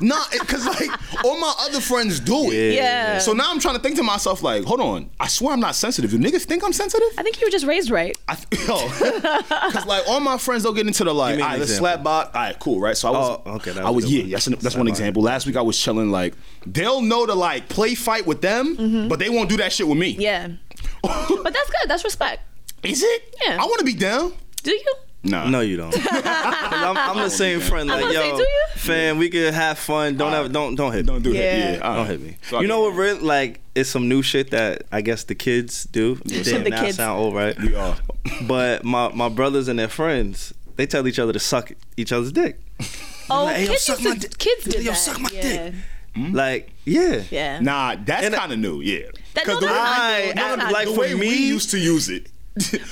S2: nah, because like all my other friends do it.
S3: Yeah.
S2: So now I'm trying to think to myself like, hold on, I swear I'm not sensitive. Do niggas think I'm sensitive?
S3: I think you were just raised right.
S2: I th- yo, because like all my friends, they'll get into the like,
S1: Give me
S2: all
S1: an
S2: right, let's
S1: example.
S2: slap box. All right, cool, right? So I was,
S1: Oh, okay, that
S2: I
S1: was
S2: was,
S1: a good
S2: yeah,
S1: one.
S2: that's, an, that's
S1: Slap
S2: one
S1: box.
S2: example. Last week I was chilling, like they'll know to like play fight with them, but they won't do that shit with me.
S3: Mm-hmm. Yeah, but that's good. That's respect.
S2: Is it?
S3: Yeah.
S2: I want to be down.
S3: Do you?
S2: Nah.
S1: No, you don't. 'Cause I'm, I'm the same friend.
S3: I'm
S1: Like,
S3: gonna say,
S1: yo,
S3: do you?
S1: fam, we could have fun. Don't ever, don't, don't hit. me.
S2: Don't do
S3: Yeah.
S2: that. Yeah. all right.
S1: Don't hit me.
S2: So I
S1: you know
S2: get-
S1: what? Really, like, it's some new shit that I guess the kids do. Damn,
S3: The
S1: now
S3: kids.
S1: I sound old, right?
S2: We are.
S1: But my my brothers and their friends, they tell each other to suck each other's dick.
S3: Oh,
S1: like, "Hey, yo,
S3: kids,
S1: suck
S3: used to,
S1: my dick.
S3: kids did
S1: Yo,
S3: that.
S1: suck my
S3: yeah.
S1: dick.
S2: Hmm?
S1: Like, yeah,
S3: Yeah.
S2: Nah, that's
S1: And I-
S2: kind of new. Yeah.
S3: That-
S2: 'Cause
S3: no,
S2: the, way-
S3: that's not
S1: I-
S3: new. That's
S1: I'm
S3: not
S1: like,
S3: new.
S2: the
S1: for
S2: way we
S1: me-
S2: used to use it.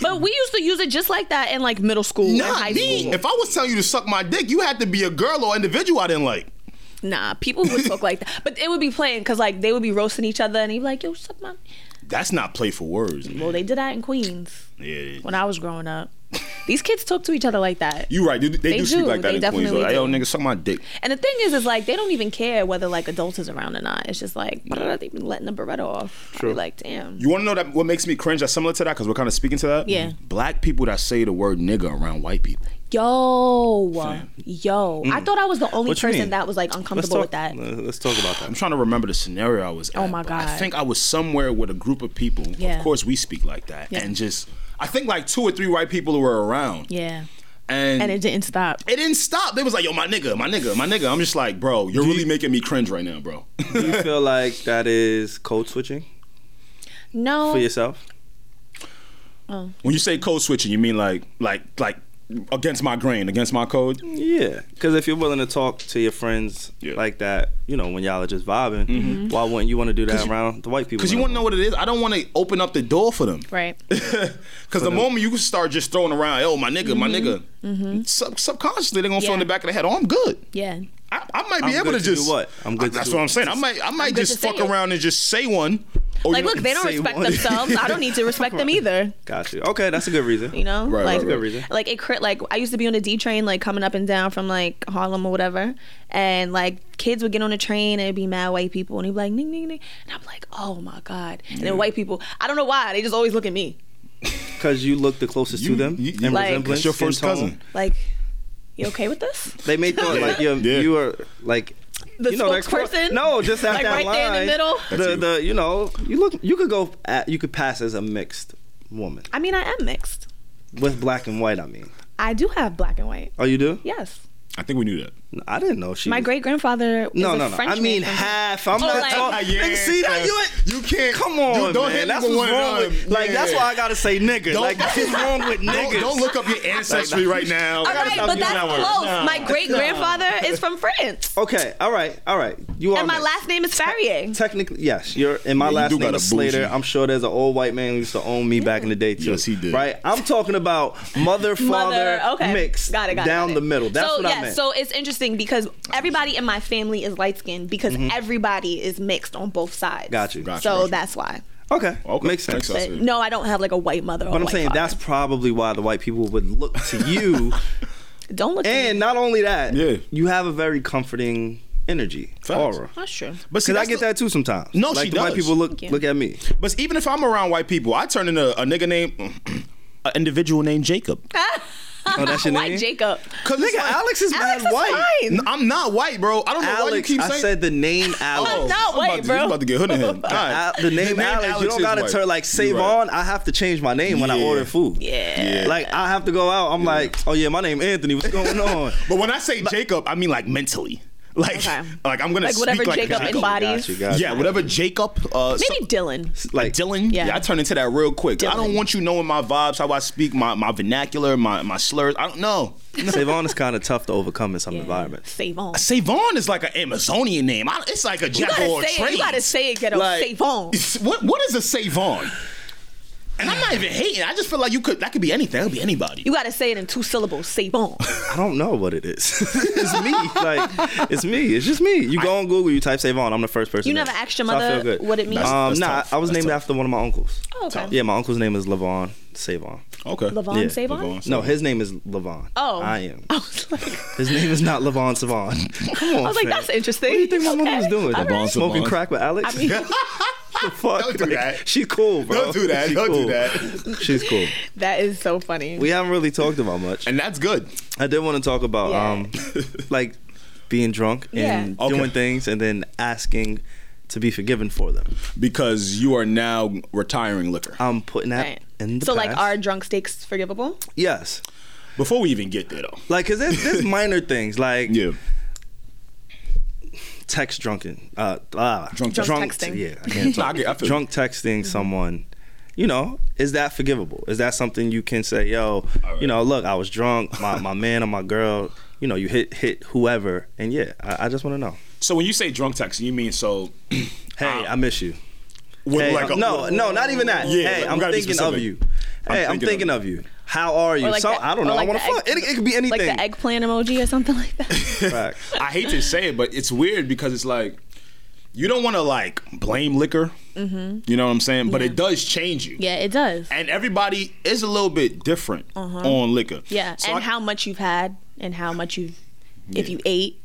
S3: But we used to use it just like that in like middle school and
S2: Nah,
S3: high
S2: me.
S3: school.
S2: If I was telling you to suck my dick, you had to be a girl or individual I didn't like.
S3: Nah, people would talk like that, but it would be playing because like they would be roasting each other and he'd be like, "Yo, suck my."
S2: That's not playful words. Man.
S3: Well, they did that in Queens
S2: Yeah.
S3: when I was growing up. These kids talk to each other like that.
S2: You right. They, they,
S3: They
S2: do speak
S3: do,
S2: like that
S3: they
S2: in Queens.
S3: definitely
S2: Like, yo,
S3: do.
S2: nigga, suck my dick.
S3: And the thing is, is like they don't even care whether like adults is around or not. It's just like brr, they be letting the beretta off. I be like, damn.
S2: You want to know that what makes me cringe? That's similar to that because we're kind of speaking to that.
S3: Yeah.
S2: Black people that say the word nigga around white people.
S3: Yo, yo. I thought I was the only
S1: Mm. What you mean?
S3: person that was like
S1: Let's
S3: uncomfortable
S1: talk.
S3: with that.
S1: Let's talk about
S2: I'm
S1: that.
S2: trying to remember the scenario I was.
S3: Oh
S2: at,
S3: my
S2: but I
S3: God.
S2: think I was somewhere with a group of people.
S3: Yeah.
S2: Of course, we speak like that,
S3: Yeah.
S2: and just I think like two or three white people were around.
S3: Yeah.
S2: And,
S3: And it didn't stop.
S2: it didn't stop. They was like, yo, my nigga, my nigga, my nigga. I'm just like, bro, you're really making me cringe right now, bro.
S1: Do you feel like that is code switching
S3: No. Oh.
S1: for yourself?
S2: when you say code switching, you mean like, like, like against my grain, against my code?
S1: Yeah, because if you're willing to talk to your friends
S2: Yeah.
S1: like that, you know, when y'all are just vibing, why wouldn't you want to do that around the white people?
S2: Because you want to know what it is. I don't want to open up the door for them.
S3: Right.
S2: Because the moment you start just throwing around, yo, my nigga, my nigga, sub- subconsciously they're gonna feel in the
S3: Mm-hmm. Yeah.
S2: back of the head, oh, I'm good.
S3: Yeah.
S2: I, I might
S1: I'm
S2: be able
S1: good
S2: to
S1: to
S2: just
S1: do what? I'm good to
S2: that's
S1: do
S2: what
S1: what?
S2: I'm saying. I might I might
S3: good
S2: just
S3: to say
S2: fuck
S3: it.
S2: around and just say one. Or
S3: Like,
S2: you-
S3: look, they don't
S1: say
S3: respect
S1: one.
S3: themselves. I don't need to respect them either.
S1: Got you. Okay, that's a good reason.
S3: You know,
S2: Right,
S3: like,
S2: right, right.
S1: reason.
S3: like it crit. Like I used to be on the D train, like coming up and down from like Harlem or whatever, and like kids would get on the train and it'd be mad white people, and he'd be like, "Ning, ning, ning," and I'm like, "Oh my god!" And then white people, I don't know why they just always look at me,
S1: Because you look the closest to
S2: You-
S1: them
S2: you-
S1: in
S3: Like-
S1: resemblance.
S2: That's your
S1: skin
S2: first
S1: tone.
S2: cousin.
S3: like, "You okay with this?"
S1: They may thought like
S2: Yeah.
S1: you
S2: Yeah.
S1: you are like
S3: The
S1: you know that cro-
S3: spokesperson?
S1: no, just at
S3: Like,
S1: that
S3: right
S1: line,
S3: there in the middle?
S2: That's
S1: The
S2: you.
S1: the you know you look you could go at, you could pass as a mixed woman
S3: I mean, I am mixed.
S1: with black and white. I mean,
S3: I do have black and white.
S1: oh you do?
S3: Yes,
S2: I think we knew that.
S1: I didn't know she.
S3: my
S1: was-
S3: great grandfather.
S1: No no
S3: a
S1: no.
S3: Frenchman
S1: I mean
S3: from-
S1: half. I'm
S3: Oh,
S1: not
S3: like-
S1: talking.
S2: Yeah,
S1: Nigga, see that
S2: Steph.
S1: you.
S2: You can't-
S1: Come on,
S2: Dude, don't
S1: man.
S2: hit me
S1: That's
S2: with
S1: what's
S2: one of
S1: wrong
S2: them.
S1: with. Like that's
S2: Yeah.
S1: why I gotta say nigga.
S2: Don't-
S1: like that's what's wrong with niggas.
S2: Don't, don't look up your ancestry right now.
S3: All right,
S1: stop
S3: but
S1: using
S3: that's
S1: that word.
S3: close. My great grandfather is from France,
S1: Okay. All right. All right. You are.
S3: and my
S1: mixed.
S3: last name is Farrier.
S1: Technically, yes. You're in my
S2: Yeah, you
S1: last
S2: do
S1: name
S2: got
S1: is
S2: a
S1: Slater.
S2: bougie.
S1: I'm sure there's an old white man who used to own me back in the day too.
S2: Yes, he did.
S1: Right. I'm talking about mother, father, mix
S3: Got it, got it,
S1: down
S3: got it.
S1: the middle. That's
S3: so,
S1: what
S3: yeah,
S1: I meant.
S3: So it's interesting because everybody in my family is light skinned because everybody is mixed on both sides.
S1: Got you. Mm-hmm. Gotcha,
S3: so
S2: gotcha.
S3: that's why.
S1: okay.
S2: Okay.
S1: Makes sense.
S2: Makes sense.
S3: But no, I don't have like a white mother. Or
S1: But I'm saying that's probably why the white people would look to you.
S3: don't look. at
S1: and
S3: me.
S1: not only that,
S2: Yeah.
S1: you have a very comforting energy
S2: Facts.
S1: aura.
S3: that's true.
S2: But
S1: Because
S2: see,
S1: I
S2: that's
S1: get
S2: the-
S1: that too sometimes.
S2: No,
S1: like
S2: she
S1: the white
S2: does.
S1: people look
S3: Thank you.
S1: look at me.
S2: But even if I'm around white people, I turn into a nigga named an individual named Jacob.
S4: Oh, that's your
S3: White
S4: name?
S3: Jacob.
S2: Cause
S1: Nigga, Alex is mad
S3: Alex is
S1: white.
S3: fine.
S2: N- I'm not white, bro. I don't know why you
S1: Alex,
S2: keep
S1: I
S2: saying. Oh,
S1: said the name Alex.
S3: I'm not
S2: I'm about
S3: white,
S2: to,
S3: bro.
S2: you about to get hooded. All
S1: Al-
S2: right.
S1: the name, Alex, you
S2: is
S1: don't gotta
S2: white.
S1: turn like
S2: You're
S1: save
S2: right.
S1: on. I have to change my name when I
S2: Yeah.
S1: order food.
S3: Yeah.
S2: Yeah.
S1: Like I have to go out. I'm like, oh yeah, my name Anthony. What's going on?
S2: But when I say Jacob, I mean like mentally. Like,
S3: Okay.
S2: like I'm gonna
S3: Like whatever
S2: speak like
S3: Jacob
S2: Jacob.
S3: embodies.
S1: Got you, got you.
S2: Yeah, whatever Jacob. Uh, so-
S3: Maybe Dylan.
S1: Like
S2: Dylan,
S3: Yeah.
S2: yeah. I turn into that real quick. I
S3: Dylan.
S2: don't want you knowing my vibes, how I speak, my, my vernacular, my, my slurs. I don't know.
S1: save on is kind of tough to overcome in some environments.
S3: Save on.
S2: Savon is like an Amazonian name. I, it's like a
S3: You
S2: jack of all
S3: gotta, say it,
S2: trades.
S3: you gotta say it, ghetto.
S2: Like,
S3: Save on.
S2: it's- What what is a Savon? And I'm not even hating. I just feel like you could that could be anything. That could be anybody.
S3: You gotta say it in two syllables. Save on.
S1: I don't know what it is. it's me. Like it's me. It's just me. You go on Google, you type save on. I'm the first person.
S3: You
S1: there.
S3: never asked your
S1: So I
S3: mother
S1: feel good.
S3: what it means? That's-
S1: um,
S2: that's
S1: nah,
S2: tough.
S1: I was
S2: That's
S1: named
S2: tough.
S1: after one of my uncles.
S3: Oh, okay.
S1: Yeah, my uncle's name is Levon Savon.
S2: okay.
S3: Levon,
S1: Yeah,
S3: save on.
S2: Savon.
S1: No, his name is Levon.
S3: Oh.
S1: I am.
S3: I was like,
S1: His name is not Levon Savon. Come on.
S3: I was like,
S1: fam.
S3: that's interesting.
S1: What do you think my mother was doing?
S2: All right.
S1: Smoking
S2: Savon.
S1: crack with Alex?
S3: I mean,
S1: the fuck?
S2: Don't do that.
S1: She cool, bro.
S2: Don't do that.
S1: She
S2: Don't do
S1: cool.
S2: that.
S1: She's cool.
S3: that is so funny.
S1: We haven't really talked about much.
S2: And that's good.
S1: I did want to talk about
S3: Yeah.
S1: um, like being drunk and
S2: Yeah. Okay.
S1: doing things and then asking to be forgiven for them.
S2: Because you are now retiring liquor.
S1: I'm putting that
S3: Right.
S1: in the
S3: So, like,
S1: past.
S3: are drunk steaks forgivable?
S1: yes,
S2: Before we even get there though.
S1: like because there's, there's minor things like
S2: Yeah.
S1: text drunken, uh, ah,
S2: Drunk
S3: Drunk texting.
S1: yeah, I
S2: No,
S1: can't
S2: I get- I feel you. Mm-hmm.
S1: drunk texting someone, you know, is that forgivable? Is that something you can say, yo, you know, look, I was drunk, my, my man or my girl, you know, you hit hit whoever, and yeah, I, I just want to know.
S2: So when you say drunk text, you mean so
S1: Hey, I miss you.
S2: Ah. with
S1: Hey,
S2: like a,
S1: I'm- no, no, not even that.
S2: Yeah,
S1: hey,
S2: like, we
S1: I'm
S2: gotta be
S1: thinking of
S2: specific.
S1: you.
S2: I'm
S1: Hey, I'm thinking
S2: thinking
S1: of you. How are you?
S3: Or like
S1: so
S3: that-
S1: I don't
S3: or
S1: know.
S3: like
S1: I want
S3: the
S1: to fuck.
S3: egg-
S1: It, it could be anything.
S3: Like the eggplant emoji or something like that.
S1: Fact.
S2: I hate to say it, but it's weird because it's like you don't want to like blame liquor. You know what I'm saying? But it does change you.
S3: Mm-hmm. yeah, it does.
S2: And everybody is a little bit different on liquor.
S3: Uh-huh. Yeah,
S2: So
S3: and
S2: I-
S3: how much you've had, and how much you've, if you ate,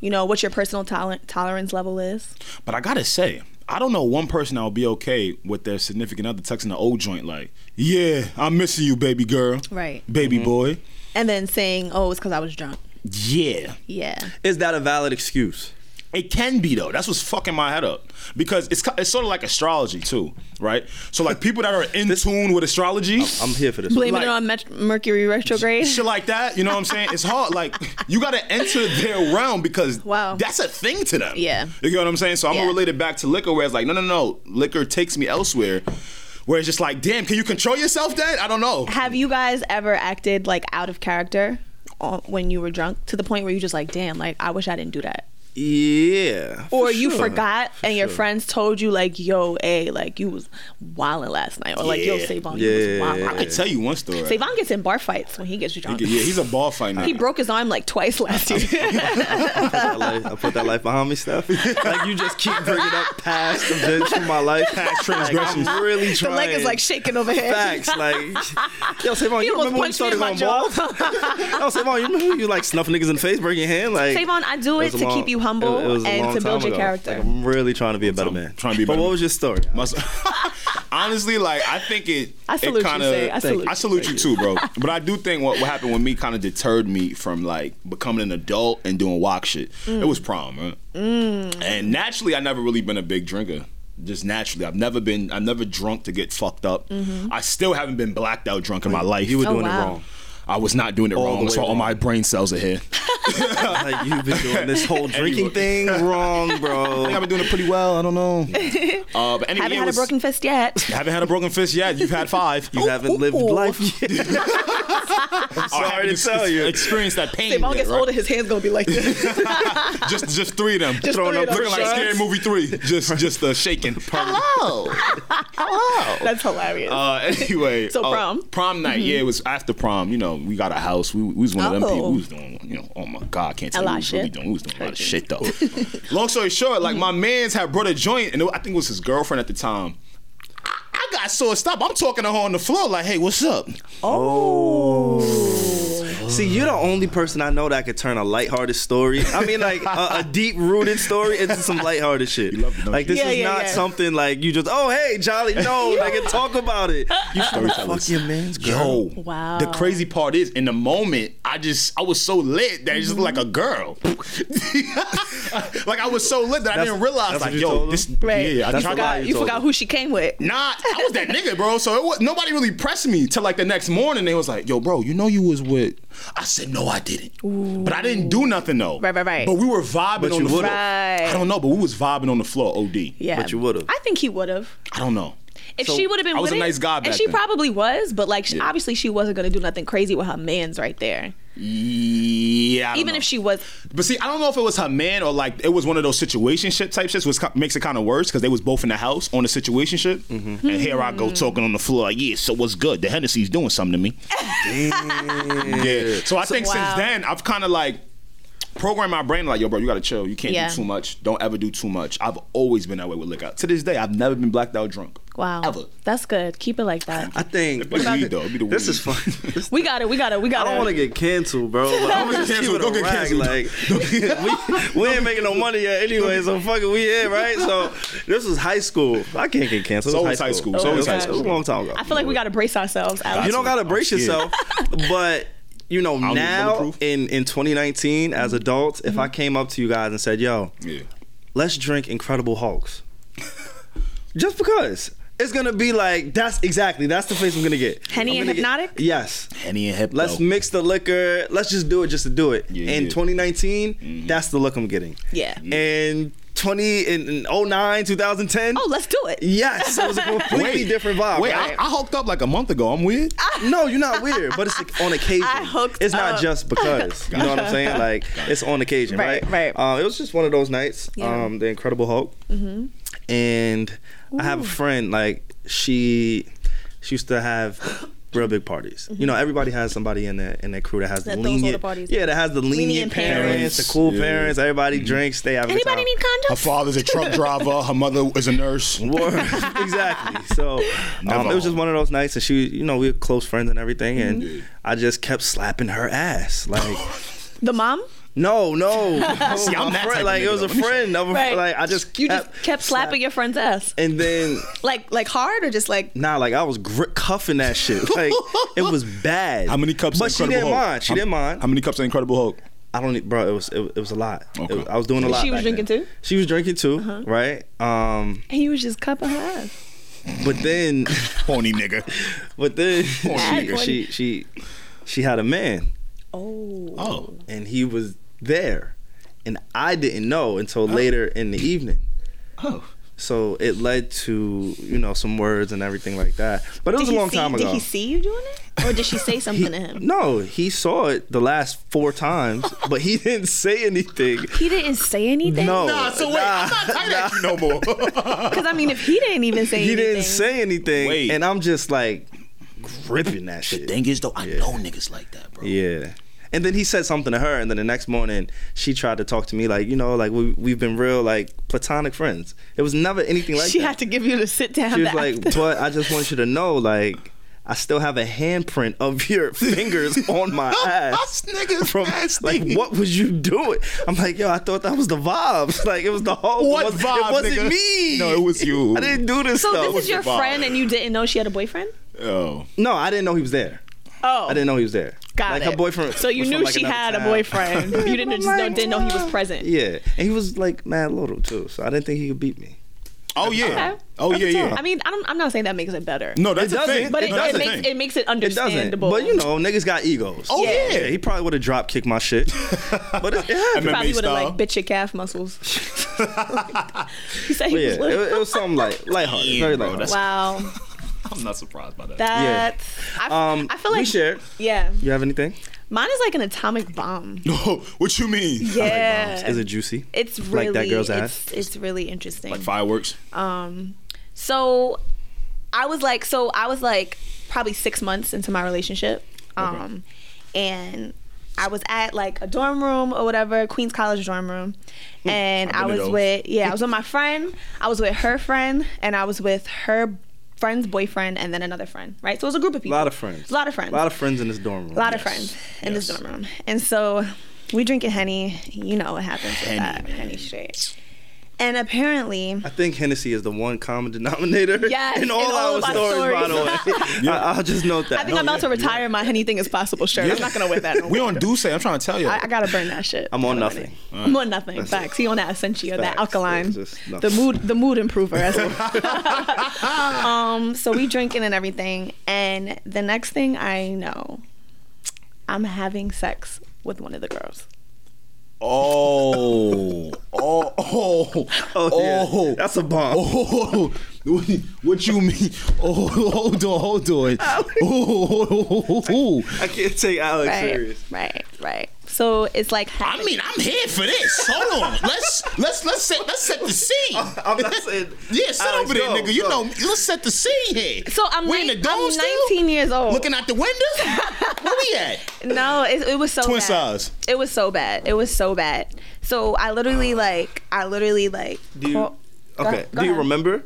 S3: you know what your personal toler- tolerance level is.
S2: But I gotta say, I don't know one person that would be okay with their significant other texting the old joint like, "Yeah, I'm missing you, baby girl,
S3: Right.
S2: baby
S1: Mm-hmm.
S2: boy."
S3: And then saying, "Oh, it's because I was drunk."
S2: Yeah,
S3: Yeah.
S1: Is that a valid excuse?
S2: It can be though. That's what's fucking my head up because it's ki- it's sort of like astrology too, right? So like people that are in tune with astrology,
S1: I'm here for this.
S3: Blaming
S2: Like-
S3: it on Met- Mercury retrograde.
S2: shit like that. You know what I'm saying? It's hard. Like you got to enter their realm because
S3: Wow.
S2: that's a thing to them.
S3: Yeah.
S2: you get what I'm saying. So I'm
S3: Yeah.
S2: gonna relate it back to liquor, where it's like, no, no, no, liquor takes me elsewhere. Where it's just like, damn, can you control yourself, Dad? I don't know.
S3: Have you guys ever acted like out of character on- when you were drunk to the point where you just like, "Damn, like I wish I didn't do that."
S1: Yeah.
S3: Or
S1: for
S3: you
S1: sure.
S3: forgot, and your
S1: sure.
S3: friends told you like, "Yo, a like you was wilding last night," or like, "Yo,
S2: Yeah.
S3: Savon,
S1: Yeah.
S3: you was wilding."
S2: I could tell you one story.
S3: Savon gets in bar fights when he gets drunk.
S2: Yeah, he's a ball fight now.
S3: He broke his arm like twice last year.
S1: I put that life- I put that life behind me stuff. Like you just keep bringing up past events from my life, past
S2: transgressions.
S1: I'm really
S3: the
S1: trying.
S3: leg is like shaking over here.
S1: Facts, like yo, Savon,
S3: He
S1: you remember
S3: almost
S1: when you
S3: punched me in
S1: started
S3: my
S1: going balls? yo, Savon, you remember when you like snuffing niggas in the face, breaking your hand, like
S3: Savon, I do
S1: It
S3: it
S1: was a
S3: to
S1: long-
S3: keep you humble
S1: it- it was a
S3: and
S1: long
S3: to
S1: time
S3: build your
S1: ago.
S3: character.
S1: Like, I'm really trying to be a better man.
S2: trying to be a
S1: But
S2: better
S1: what
S2: man.
S1: was your story?
S2: Must- Honestly, like I think it.
S3: I salute you,
S2: it kinda,
S3: Shay. I salute
S2: I
S3: you.
S2: salute you too, bro. But I do think what, what happened with me kind of deterred me from like becoming an adult and doing walk shit.
S3: Mm.
S2: It was prom, right? And naturally, I never really been a big drinker. Just naturally, I've never been. I've never drunk to get fucked up.
S3: Mm-hmm.
S2: I still haven't been blacked out drunk in my life.
S1: You were
S3: Oh,
S1: doing it
S3: wow.
S1: wrong.
S2: I was not doing it
S1: All the
S2: wrong. That's
S1: way
S2: why all
S1: wrong.
S2: my brain cells are here.
S1: like you've been doing this whole drinking thing wrong,
S2: I think I've
S1: bro.
S2: been doing it pretty well. I don't know. Uh, but anyway, it
S3: Haven't had
S2: was-
S3: a broken fist yet.
S2: haven't had a broken fist yet. You've had five.
S1: You haven't lived
S3: Oh, ooh.
S1: life yet.
S2: I
S1: Sorry to tell you.
S2: Experience that pain.
S3: Savon
S2: yet,
S3: gets
S2: right?
S3: older, his hands gonna be like this.
S2: Just, just three of them.
S3: Just
S1: Throwing
S3: three
S1: up
S3: of them.
S2: Looking like Scary Movie Three. Just, just uh, shaking. Hello.
S1: Oh.
S2: Hello.
S3: That's hilarious.
S2: Uh, anyway,
S3: So
S2: uh,
S3: prom. Mm-hmm.
S2: prom night, yeah, it was after prom. You know, we got a house. We, we was one of them
S3: Oh.
S2: people. We was doing, you know, oh my god, I can't tell
S3: A
S2: you
S3: lot
S2: what
S3: of
S2: we was really
S3: shit. Mm-hmm.
S2: doing. We was doing a lot of
S3: Heard you.
S2: shit though. Long story short, like my man's had brought a joint, and it- I think it was his girlfriend at the time. I- I got so stop. I'm talking to her on the floor, like, "Hey, what's up?"
S1: Oh, See, you're the only person I know that could turn a lighthearted story. I mean, like a, a deep rooted story into some lighthearted shit.
S2: love it, don't
S1: like this
S3: you? Yeah,
S1: is
S3: yeah,
S1: not
S3: yeah.
S1: something like you just oh hey jolly no nigga talk about it. You fuck your man's girl.
S2: Yo,
S3: Wow.
S2: The crazy part is, in the moment, I just I was so lit that it just looked like a
S3: Mm-hmm.
S2: girl. like I was so lit that I
S1: That's-
S2: didn't realize,
S1: that's
S2: like,
S1: what you
S2: yo,
S1: told
S2: this,
S1: him?
S3: Right.
S2: yeah, I
S1: That's
S2: tried
S1: the lie
S3: God,
S2: to.
S1: you
S3: you
S1: told
S3: forgot
S1: me.
S3: who she came with.
S2: Nah, I was that nigga, bro. So it was, nobody really pressed me till like the next morning. They was like, "Yo, bro, you know you was with." I said, "No, I didn't." But I didn't do nothing though.
S3: Right, right, right.
S2: But we were vibing
S1: But
S2: on
S1: you
S2: the floor.
S1: would've.
S3: Right.
S2: I don't know, but we was vibing on the floor. Od.
S3: Yeah.
S1: But you would've.
S3: I think he would have.
S2: I don't know.
S3: If
S1: So,
S3: she would have been
S2: I was
S3: with
S2: a
S3: it-
S2: nice guy
S3: and
S2: back
S3: she
S2: then.
S3: probably was, but like she, obviously she wasn't gonna do nothing crazy with her man's right there.
S2: Yeah. I don't
S3: Even
S2: know.
S3: if she was,
S2: But see, I don't know if it was her man or like it was one of those situationship type shits, which ki- makes it kind of worse because they was both in the house on a situationship, and here I
S3: Mm.
S2: go talking on the floor. like, Yeah, so what's good? The Hennessy's doing something to me. yeah. So I think
S3: wow.
S2: since then I've kind of like programmed my brain like, yo, bro, you gotta chill. You can't
S3: Yeah.
S2: do too much. Don't ever do too much. I've always been that way with liquor. To this day, I've never been blacked out drunk.
S3: wow,
S2: Ever.
S3: that's good. Keep it like that.
S1: I think
S2: But weed, though. It'd be the
S1: this
S2: weed.
S1: is fun. This-
S3: We got it. We got it. We got
S1: I
S3: it.
S1: don't want to get canceled, bro. Like, I'm
S2: get
S1: just
S2: canceled.
S1: keeping
S2: Don't get
S1: it a rack,
S2: canceled.
S1: Like, we, we ain't making no money yet anyway, so fucking we here, right? So this was high school. I can't get canceled. It
S2: It's
S1: was
S2: always high school. It's
S1: Yeah, it was
S2: always high
S1: It was a
S2: school.
S1: long time ago.
S3: I feel like we got to brace ourselves. Alex.
S1: You don't gotta brace
S2: I'm scared.
S1: yourself, but you know
S2: be
S1: now
S2: bulletproof.
S1: in in 2019 as
S2: Mm-hmm.
S1: adults, if I came up to you guys and said, "Yo,
S2: Yeah.
S1: let's drink Incredible Hulks," just because. It's gonna be like that's exactly that's the face I'm gonna get.
S3: Henny
S1: I'm
S3: and
S1: gonna get-
S3: Hypnotic?
S1: yes,
S2: Henny and hip.
S1: Let's mix the liquor. Let's just do it just to do it.
S2: Yeah, Mm-hmm.
S1: in
S2: yeah.
S1: 2019, that's the look I'm getting.
S3: Yeah.
S1: And 20 in, in 09, 2010.
S3: Oh, let's do it.
S1: Yes, it was a completely different vibe.
S2: Wait,
S1: right?
S2: I, I hooked up like a month ago. I'm weird.
S1: no, you're not weird, but it's like on occasion.
S3: I hooked
S1: it's not
S3: up.
S1: just because. You know what I'm saying? Like it's on occasion,
S3: Right,
S1: right?
S3: right.
S1: Uh, it was just one of those nights.
S3: Yeah. Mm-hmm.
S1: Um, the Incredible Hulk. And I have a friend like she, she used to have real big parties. You know, everybody has somebody in their in their crew that has
S3: Mm-hmm.
S1: the
S3: That throws all the
S1: lenient,
S3: parties.
S1: yeah, that has the lenient,
S3: Lenient
S1: parents,
S3: parents. Mm-hmm.
S1: the cool
S2: Yeah.
S1: parents. Everybody drinks. They have a good
S3: Anybody
S1: time.
S3: need
S2: Her
S3: condoms?
S2: father's a truck driver. Her mother is a nurse.
S1: Word. exactly. So um, it was just one of those nights, and she, you know, we were close friends and everything, and
S2: Mm-hmm.
S1: I just kept slapping her ass. Like,
S3: The mom?
S1: no, no, no,
S2: See, I'm
S1: my
S2: that
S1: friend-
S2: type of
S1: like it
S2: nigga,
S1: was a
S2: though.
S1: friend of a,
S3: Right.
S1: like I just
S3: You
S1: kept,
S3: just kept slapping your friend's ass,
S1: and then
S3: like like hard or just like
S1: nah, like I was gri cuffing that shit. Like it was bad.
S2: How many cups? of
S1: But she
S2: Incredible
S1: didn't
S2: Hulk?
S1: mind. She
S2: How-
S1: didn't mind.
S2: How many cups of Incredible Hulk?
S1: I don't, need- bro. It was it, it was a lot. It
S2: Okay.
S1: was- I was doing a lot.
S3: she was
S1: back
S3: drinking
S1: then.
S3: too? Uh-huh.
S1: She was drinking too, right? Um,
S3: he was just cupping her ass.
S1: but then.
S2: Horny nigga.
S1: But then
S3: nigga.
S1: she, she she she had a man
S3: Oh,
S2: Oh.
S1: and he was there and I didn't know
S3: Oh.
S1: until later in the evening.
S2: Oh.
S1: So it led to, you know, some words and everything like that. But it was a
S3: Did he
S1: long
S3: see-
S1: time ago.
S3: Did he see you doing it, or did she say something to him?
S1: No, he saw it the last four times, but he didn't say anything.
S3: He didn't say anything.
S1: No.
S2: Nah, so wait, I'm not tight at you no more.
S3: because I mean, if he didn't even say
S1: He
S3: anything,
S1: didn't say anything.
S2: Wait.
S1: And I'm just like gripping that shit.
S2: Thing is, though, I know niggas like that, bro.
S1: Yeah. And then he said something to her, and then the next morning she tried to talk to me like, you know, like we we've been real like platonic friends. It was never anything like
S3: she
S1: that.
S3: had to give you the sit down.
S1: she was
S3: back.
S1: like, but I just want you to know, like, I still have a handprint of your fingers on my ass.
S2: Us niggas
S1: From
S2: nasty.
S1: like, what was you doing? I'm like, yo, I thought that was the vibes. Like, it was the whole.
S2: What
S1: it was,
S2: vibe,
S1: It wasn't
S2: nigga?
S1: me.
S2: No, it was you.
S1: I didn't do this
S3: so
S1: stuff.
S3: this is your
S2: the vibe?
S3: friend, and you didn't know she had a boyfriend.
S2: Oh.
S1: no, I didn't know he was there.
S3: Oh,
S1: I didn't know he was there.
S3: Got
S1: like
S3: it.
S1: her boyfriend.
S3: So you
S1: was from,
S3: knew
S1: like,
S3: she
S1: another
S3: had a
S1: town.
S3: boyfriend. you didn't just know, didn't know he was present.
S1: Yeah, and he was like mad little too, so I didn't think he could beat me.
S2: Oh, yeah.
S3: Okay.
S2: Oh, yeah, yeah.
S3: I mean, I don't, I'm not saying that makes it better.
S2: no, that's
S1: It
S2: the thing.
S1: doesn't,
S3: but it,
S1: it
S3: it
S2: that's the
S3: makes
S2: thing.
S3: it makes it
S1: It doesn't,
S3: understandable.
S1: but you know, niggas got egos.
S2: Oh, yeah.
S1: yeah, he probably would have drop kicked my shit, but it, it happened.
S2: MMA
S3: probably would have
S2: style.
S3: like bit your calf muscles. he said he
S1: But yeah,
S3: was
S1: it,
S3: little.
S1: it was something like lighthearted,
S2: Yeah,
S1: very
S2: bro,
S1: lighthearted.
S2: that's-
S3: wow,
S2: I'm not surprised by that.
S3: that I,
S1: Um,
S3: I feel like
S1: we shared.
S3: Yeah,
S1: You have anything?
S3: mine is like an atomic bomb.
S2: No, what you mean?
S3: Yeah,
S1: Is it juicy?
S3: Uh, it's really
S1: like that girl's
S3: it's, it's really interesting.
S2: Like fireworks.
S3: Um, so I was like, so I was like probably six months into my relationship. Um, and I was at like a dorm room or whatever, Queens College dorm room. And
S2: I've
S3: I
S2: been to
S3: was
S2: those.
S3: with, yeah, I was with my friend, I was with her friend, and I was with her friend's boyfriend, and then another friend, right? So it was a group of people.
S1: A lot of friends.
S3: A lot of friends.
S1: A lot of friends in this dorm room.
S3: a lot of friends in this dorm room. And so we drinking henny. You know what happens with that henny straight. And apparently,
S1: I think Hennessy is the one common denominator
S3: Yes,
S1: in all
S3: in all
S1: our
S3: of our
S1: stories, by the way.
S3: stories.
S1: I, I'll just note that.
S3: I think I'm about to retire my anything is possible shirt. I'm not gonna wear that. No
S2: We
S3: more.
S2: on Douce. I'm trying to tell you.
S3: I, I gotta burn that shit.
S1: I'm on
S3: I gotta burn
S1: nothing.
S3: it. I'm on nothing. Facts. He on that Essentia, that
S1: Facts.
S3: alkaline,
S1: It's just
S3: the
S1: nothing.
S3: mood, the mood improver. as it were. um, so we drinking and everything, and the next thing I know, I'm having sex with one of the girls.
S2: oh, oh, oh,
S1: Oh, yeah. That's a bomb.
S2: Oh, what you mean? Oh, hold on, hold on. Oh,
S1: I can't take Alex
S3: Right,
S1: serious.
S3: right, right. So it's like
S2: I mean, I'm here for this. Hold on. Let's let's let's set let's set the scene.
S1: I'm not saying-
S2: yeah, sit
S1: Alex,
S2: over there,
S1: go,
S2: nigga. You
S1: go.
S2: know, me. let's set the scene here.
S3: So I'm,
S2: we in
S3: nine-
S2: the dome
S3: I'm
S2: still?
S3: 19 years old.
S2: looking out the window. Where we at?
S3: no, it, it was so
S2: Twin
S3: bad.
S2: size.
S3: It was so bad. It was so bad. So I literally like I literally like
S1: Do you,
S3: call- Go
S1: okay.
S3: ahead, go
S1: Do you
S3: ahead.
S1: remember?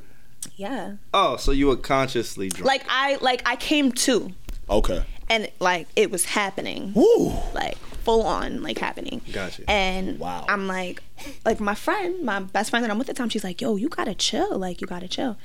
S3: yeah.
S1: Oh, so you were consciously drunk.
S3: Like I like I came to
S2: Okay.
S3: and like it was happening.
S2: Woo.
S3: Like full on like happening.
S1: Gotcha.
S3: And
S2: Wow.
S3: I'm like like my friend, my best friend that I'm with at the time, she's like, yo, you gotta chill. Like you gotta chill.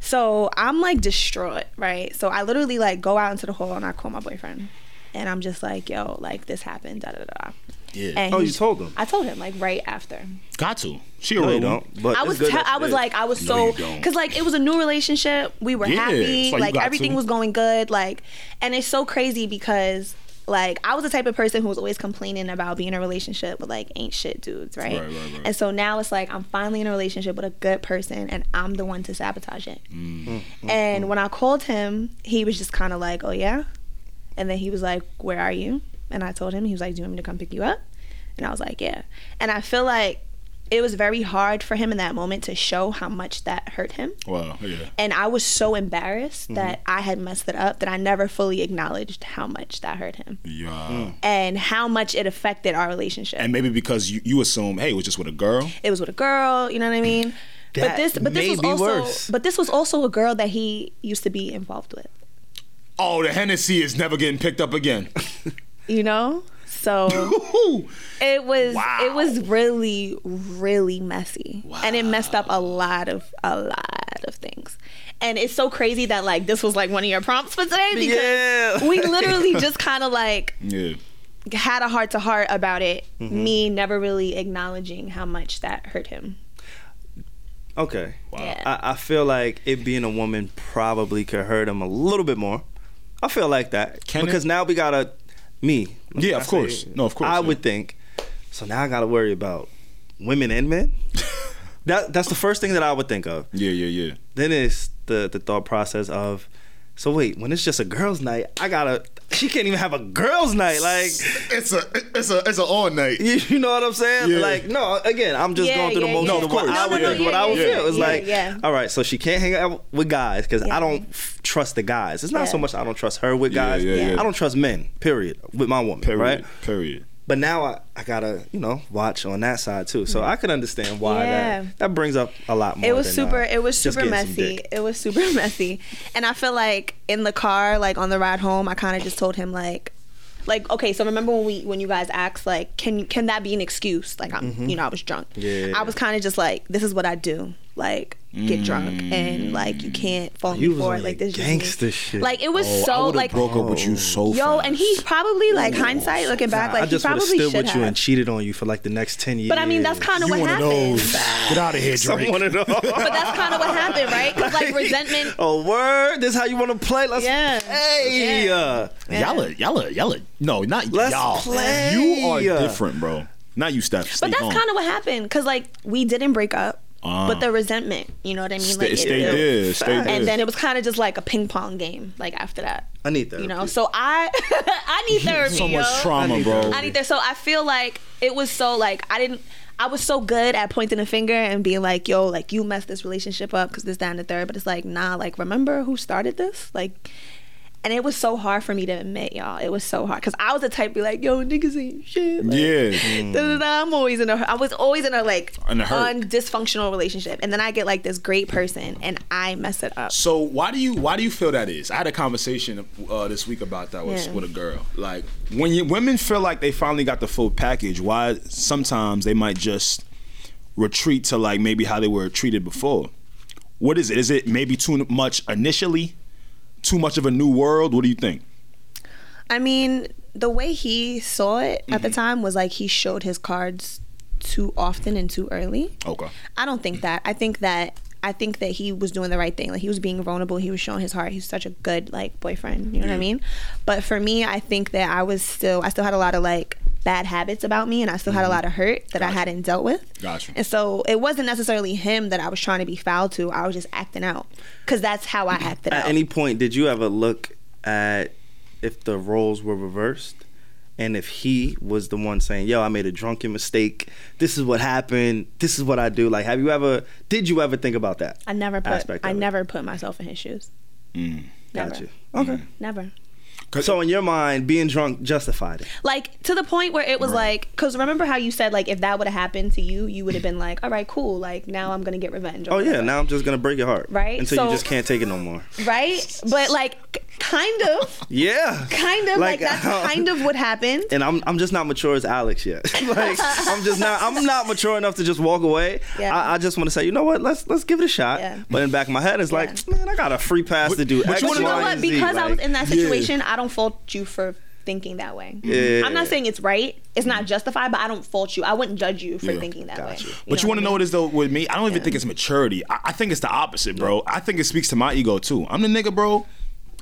S3: So I'm like distraught, right? So I literally like go out into the hall and I call my boyfriend. And I'm just like, yo, like this happened, da da da.
S2: Yeah.
S3: And
S1: Oh,
S3: he-
S1: you told him?
S3: I told him like right after.
S2: Got to. She
S1: no,
S2: already
S1: you don't. But
S3: I
S1: it's
S3: was
S1: good
S3: te-
S1: that you
S3: I was
S1: did.
S3: like I was
S2: No, you
S3: so
S2: don't.
S3: because like it was a new relationship. We were
S2: Yeah,
S3: happy.
S2: so you
S3: like
S2: got
S3: everything
S2: to.
S3: was going good. Like and it's so crazy because like I was the type of person who was always complaining about being in a relationship with like ain't shit dudes, right?
S2: Right, right, right.
S3: And so now it's like I'm finally in a relationship with a good person and I'm the one to sabotage it. And when I called him, he was just kind of like, "Oh yeah," and then he was like, "Where are you?" And I told him. He was like, "Do you want me to come pick you up?" And I was like, "Yeah." And I feel like it was very hard for him in that moment to show how much that hurt him.
S2: Wow. Yeah.
S3: And I was so embarrassed
S1: Mm-hmm.
S3: that I had messed it up that I never fully acknowledged how much that hurt him
S2: Yeah.
S3: and how much it affected our relationship.
S2: Mm. And maybe because you, you assume, hey, it was just with a girl.
S3: it was with a girl, you know what I mean? but
S1: That
S3: this but this
S1: may
S3: was
S1: be
S3: also
S1: worse.
S3: but this was also a girl that he used to be involved with.
S2: Oh, the Hennessy is never getting picked up again.
S3: You know? So
S2: Woo-hoo.
S3: It was
S2: Wow.
S3: it was really really messy, and it messed up a lot of a lot of things. And it's so crazy that like this was like one of your prompts for today because
S1: Yeah.
S3: we literally just kind of like
S2: yeah.
S3: had a heart to heart about it.
S1: Mm-hmm.
S3: Me never really acknowledging how much that hurt him.
S1: Okay.
S3: Yeah.
S1: I, I feel like it being a woman probably could hurt him a little bit more. I feel like that
S2: Can it?
S1: because now we gotta me.
S2: Yeah,
S1: I
S2: of course. No, of course,
S1: I
S2: yeah.
S1: would think. So now I gotta worry about women and men. that that's the first thing that I would think of.
S2: Yeah, yeah, yeah.
S1: Then it's the the thought process of. So wait, when it's just a girls' night, I gotta. She can't even have a girls' night. Like
S2: It's a it's a it's a all night.
S1: you, you know what I'm saying?
S2: Yeah.
S1: Like, no, again, I'm just
S3: Yeah,
S1: going through
S3: yeah,
S1: the motions
S3: yeah.
S1: of what
S2: No,
S1: I
S2: no,
S1: would
S2: no,
S1: think, what I would
S3: yeah,
S1: feel. It's
S3: yeah,
S1: like,
S3: yeah.
S1: all right, so she can't hang out with guys because
S3: Yeah.
S1: I don't f- trust the guys. It's not so
S3: Yeah.
S1: much I don't trust her with
S2: Yeah,
S1: guys.
S2: yeah, yeah.
S1: I don't trust men, period, with my woman,
S2: Period.
S1: right?
S2: Period.
S1: But now I, I gotta, you know, watch on that side too. So I could understand why
S3: Yeah.
S1: that, that brings up a lot more.
S3: It was
S1: than,
S3: super.
S1: uh,
S3: It was
S1: just
S3: super
S1: getting some
S3: messy.
S1: dick.
S3: It was super messy, and I feel like in the car, like on the ride home, I kind of just told him like, like okay. So remember when we when you guys asked like, can can that be an excuse? Like I'm, you know, I was drunk.
S1: Mm-hmm. Yeah.
S3: I was kind of just like, this is what I do. Like get drunk and like you can't fault
S1: Mm. You
S3: me
S1: was
S3: for
S1: on
S3: it. Like
S1: your
S3: this is just me.
S1: gangster shit. Oh,
S3: Like it was so
S2: would've
S3: like.
S2: broke up with you so
S3: Yo,
S2: fast.
S3: and he probably like hindsight looking back, like
S1: I just
S3: he
S1: would have
S3: probably
S1: stood
S3: should
S1: with
S3: have.
S1: you and cheated on you for like the next ten years.
S3: but I mean, that's kind of what happened.
S2: Get out of here, Drake.
S1: Someone at all.
S3: But that's kind of what happened, right? 'Cause, like resentment
S1: Oh word! This how you want to play? Let's
S3: Yeah.
S1: hey.
S3: Yeah.
S1: uh,
S2: Y'all are y'all are y'all are no, not
S1: Let's
S2: y'all.
S1: play.
S2: You are different, bro. Not you, Steph.
S3: But that's kind of what happened because like we didn't break up,
S2: Ah.
S3: but the resentment, you know what I mean?
S2: Stay,
S3: like,
S2: stay
S3: built.
S2: there. Stay there.
S3: And then it was kind of just like a ping pong game. Like after that,
S1: I need therapy.
S3: you know. So I, I need therapy.
S2: so much
S3: yo.
S2: trauma,
S1: I need
S2: bro.
S1: therapy.
S3: I need that. So I feel like it was so like I didn't. I was so good at pointing a finger and being like, "Yo, like you messed this relationship up because this, that, and the third. But it's like, nah. Like remember who started this? Like, And it was so hard for me to admit, y'all. It was so hard because I was the type to be like, "Yo, niggas ain't shit." Like,
S2: Yeah.
S3: da, da, da. I'm always in a. I was always in a like
S2: In a hurt.
S3: un- dysfunctional relationship, and then I get like this great person, and I mess it up.
S2: So why do you why do you feel that is? I had a conversation uh, this week about that with,
S3: Yeah.
S2: with a girl. Like when you, women feel like they finally got the full package, why sometimes they might just retreat to like maybe how they were treated before. What is it? Is it maybe too much initially? Too much of a new world? What do you think?
S3: I mean, the way he saw it at the
S1: Mm-hmm.
S3: time was like he showed his cards too often and too early.
S2: Okay.
S3: I don't think that. I think that I think that he was doing the right thing. Like he was being vulnerable. He was showing his heart. He's such a good like boyfriend. You know what I mean? But for me, I think that I was still I still had a lot of like bad habits about me and I still had a
S1: Mm-hmm.
S3: lot of hurt that I hadn't dealt with.
S2: Gotcha.
S3: And so it wasn't necessarily him that I was trying to be foul to. I was just acting out cuz that's how I
S1: At
S3: acted out.
S1: Mm-hmm. any point, did you ever look at if the roles were reversed? And if he was the one saying, "Yo, I made a drunken mistake. This is what happened. This is what I do." Like, have you ever? Did you ever think about that?
S3: I never put
S1: aspect of
S3: I
S1: it?
S3: never put myself in his shoes.
S2: Mm.
S3: Never.
S1: Gotcha. Okay.
S3: Never.
S1: So in your mind, being drunk justified it.
S3: like to the point where it was like because remember how you said like if that would have happened to you you would have been like all right cool like now i'm gonna get revenge or
S1: Oh yeah,
S3: whatever."
S1: now I'm just gonna break your heart.
S3: Right,
S1: Until
S3: so-
S1: you just can't take it no more.
S3: right but like k- kind of
S1: Yeah.
S3: kind of like, that's
S1: um,
S3: kind of what happened
S1: And I'm I'm just not mature as Alex yet. like I'm just not I'm not mature enough to just walk away.
S3: Yeah.
S1: I, I just want to say, you know what? Let's let's give it a shot.
S3: Yeah.
S1: But in the back of my head, it's like, man, I got a free pass to do
S2: but
S1: X,
S2: you
S3: but
S2: wanna
S3: you know
S2: know-
S1: Y,
S3: what
S1: and Z.
S3: because i was
S1: Like,
S3: in that situation i don't fault you for thinking that way
S1: Yeah.
S3: i'm not saying it's right it's not justified but i don't fault you i wouldn't judge you for
S2: Yeah.
S3: thinking that way
S1: Gotcha.
S2: But you want to know
S3: what
S2: what is though with me? I don't even think it's maturity. I, I think it's the opposite, bro. I think it speaks to my ego too. I'm the nigga, bro.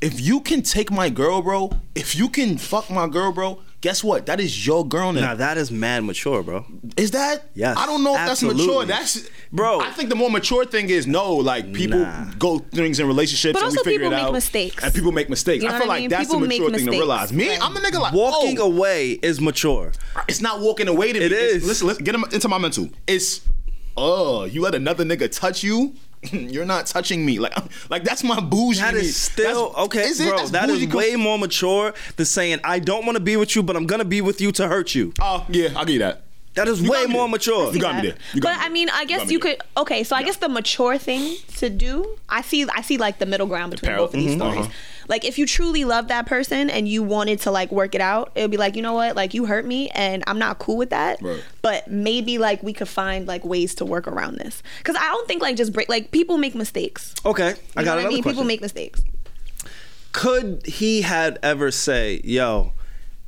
S2: If you can take my girl, bro. If you can fuck my girl, bro. Guess what? That is your girl now.
S1: Now that is mad mature, bro.
S2: Is that?
S1: Yes,
S2: I don't know if
S1: absolutely.
S2: that's mature. That's
S1: Bro.
S2: I think the more mature thing is no, like people
S1: Nah.
S2: go things in relationships
S3: But
S2: and
S3: also
S2: we figure
S3: people
S2: it
S3: make
S2: out.
S3: mistakes.
S2: And people make mistakes.
S3: You know
S2: I feel
S3: what I
S2: like
S3: mean?
S2: that's
S3: People
S2: the
S3: make
S2: mature thing to
S3: mistakes.
S2: realize. Me,
S3: Like-
S2: I'm a nigga like
S1: Walking
S2: oh,
S1: away is mature.
S2: It's not walking away to me.
S1: It
S2: It's-
S1: is.
S2: Listen, listen, get him into my mental. It's oh, you let another nigga touch you. You're not touching me. Like, like that's my bougie.
S1: That
S2: me.
S1: is still
S2: That's-
S1: okay,
S2: is it?
S1: bro.
S2: That's
S1: That is
S2: bougie com-
S1: way more mature than saying I don't want to be with you, but I'm gonna be with you to hurt you.
S2: Oh yeah, I'll give you that.
S1: That is
S2: You got
S1: way
S2: me
S1: more
S2: there.
S1: mature.
S2: You got me there. You got
S3: but
S2: me
S3: I mean, I
S2: got
S3: guess
S2: me
S3: you
S2: there.
S3: could. Okay, so I guess the mature thing to do, I see, I see like the middle ground between
S2: parallel-
S3: both of these
S2: Mhm.
S3: stories.
S2: Uh-huh.
S3: Like, if you truly love that person and you wanted to like work it out, it would be like, you know what, like you hurt me, and I'm not cool with that.
S2: Right.
S3: But maybe like we could find like ways to work around this, because I don't think like just break. Like people make mistakes.
S1: Okay, I got
S3: You know what
S1: another
S3: I mean?
S1: question.
S3: People make mistakes.
S1: could he had ever say, "Yo,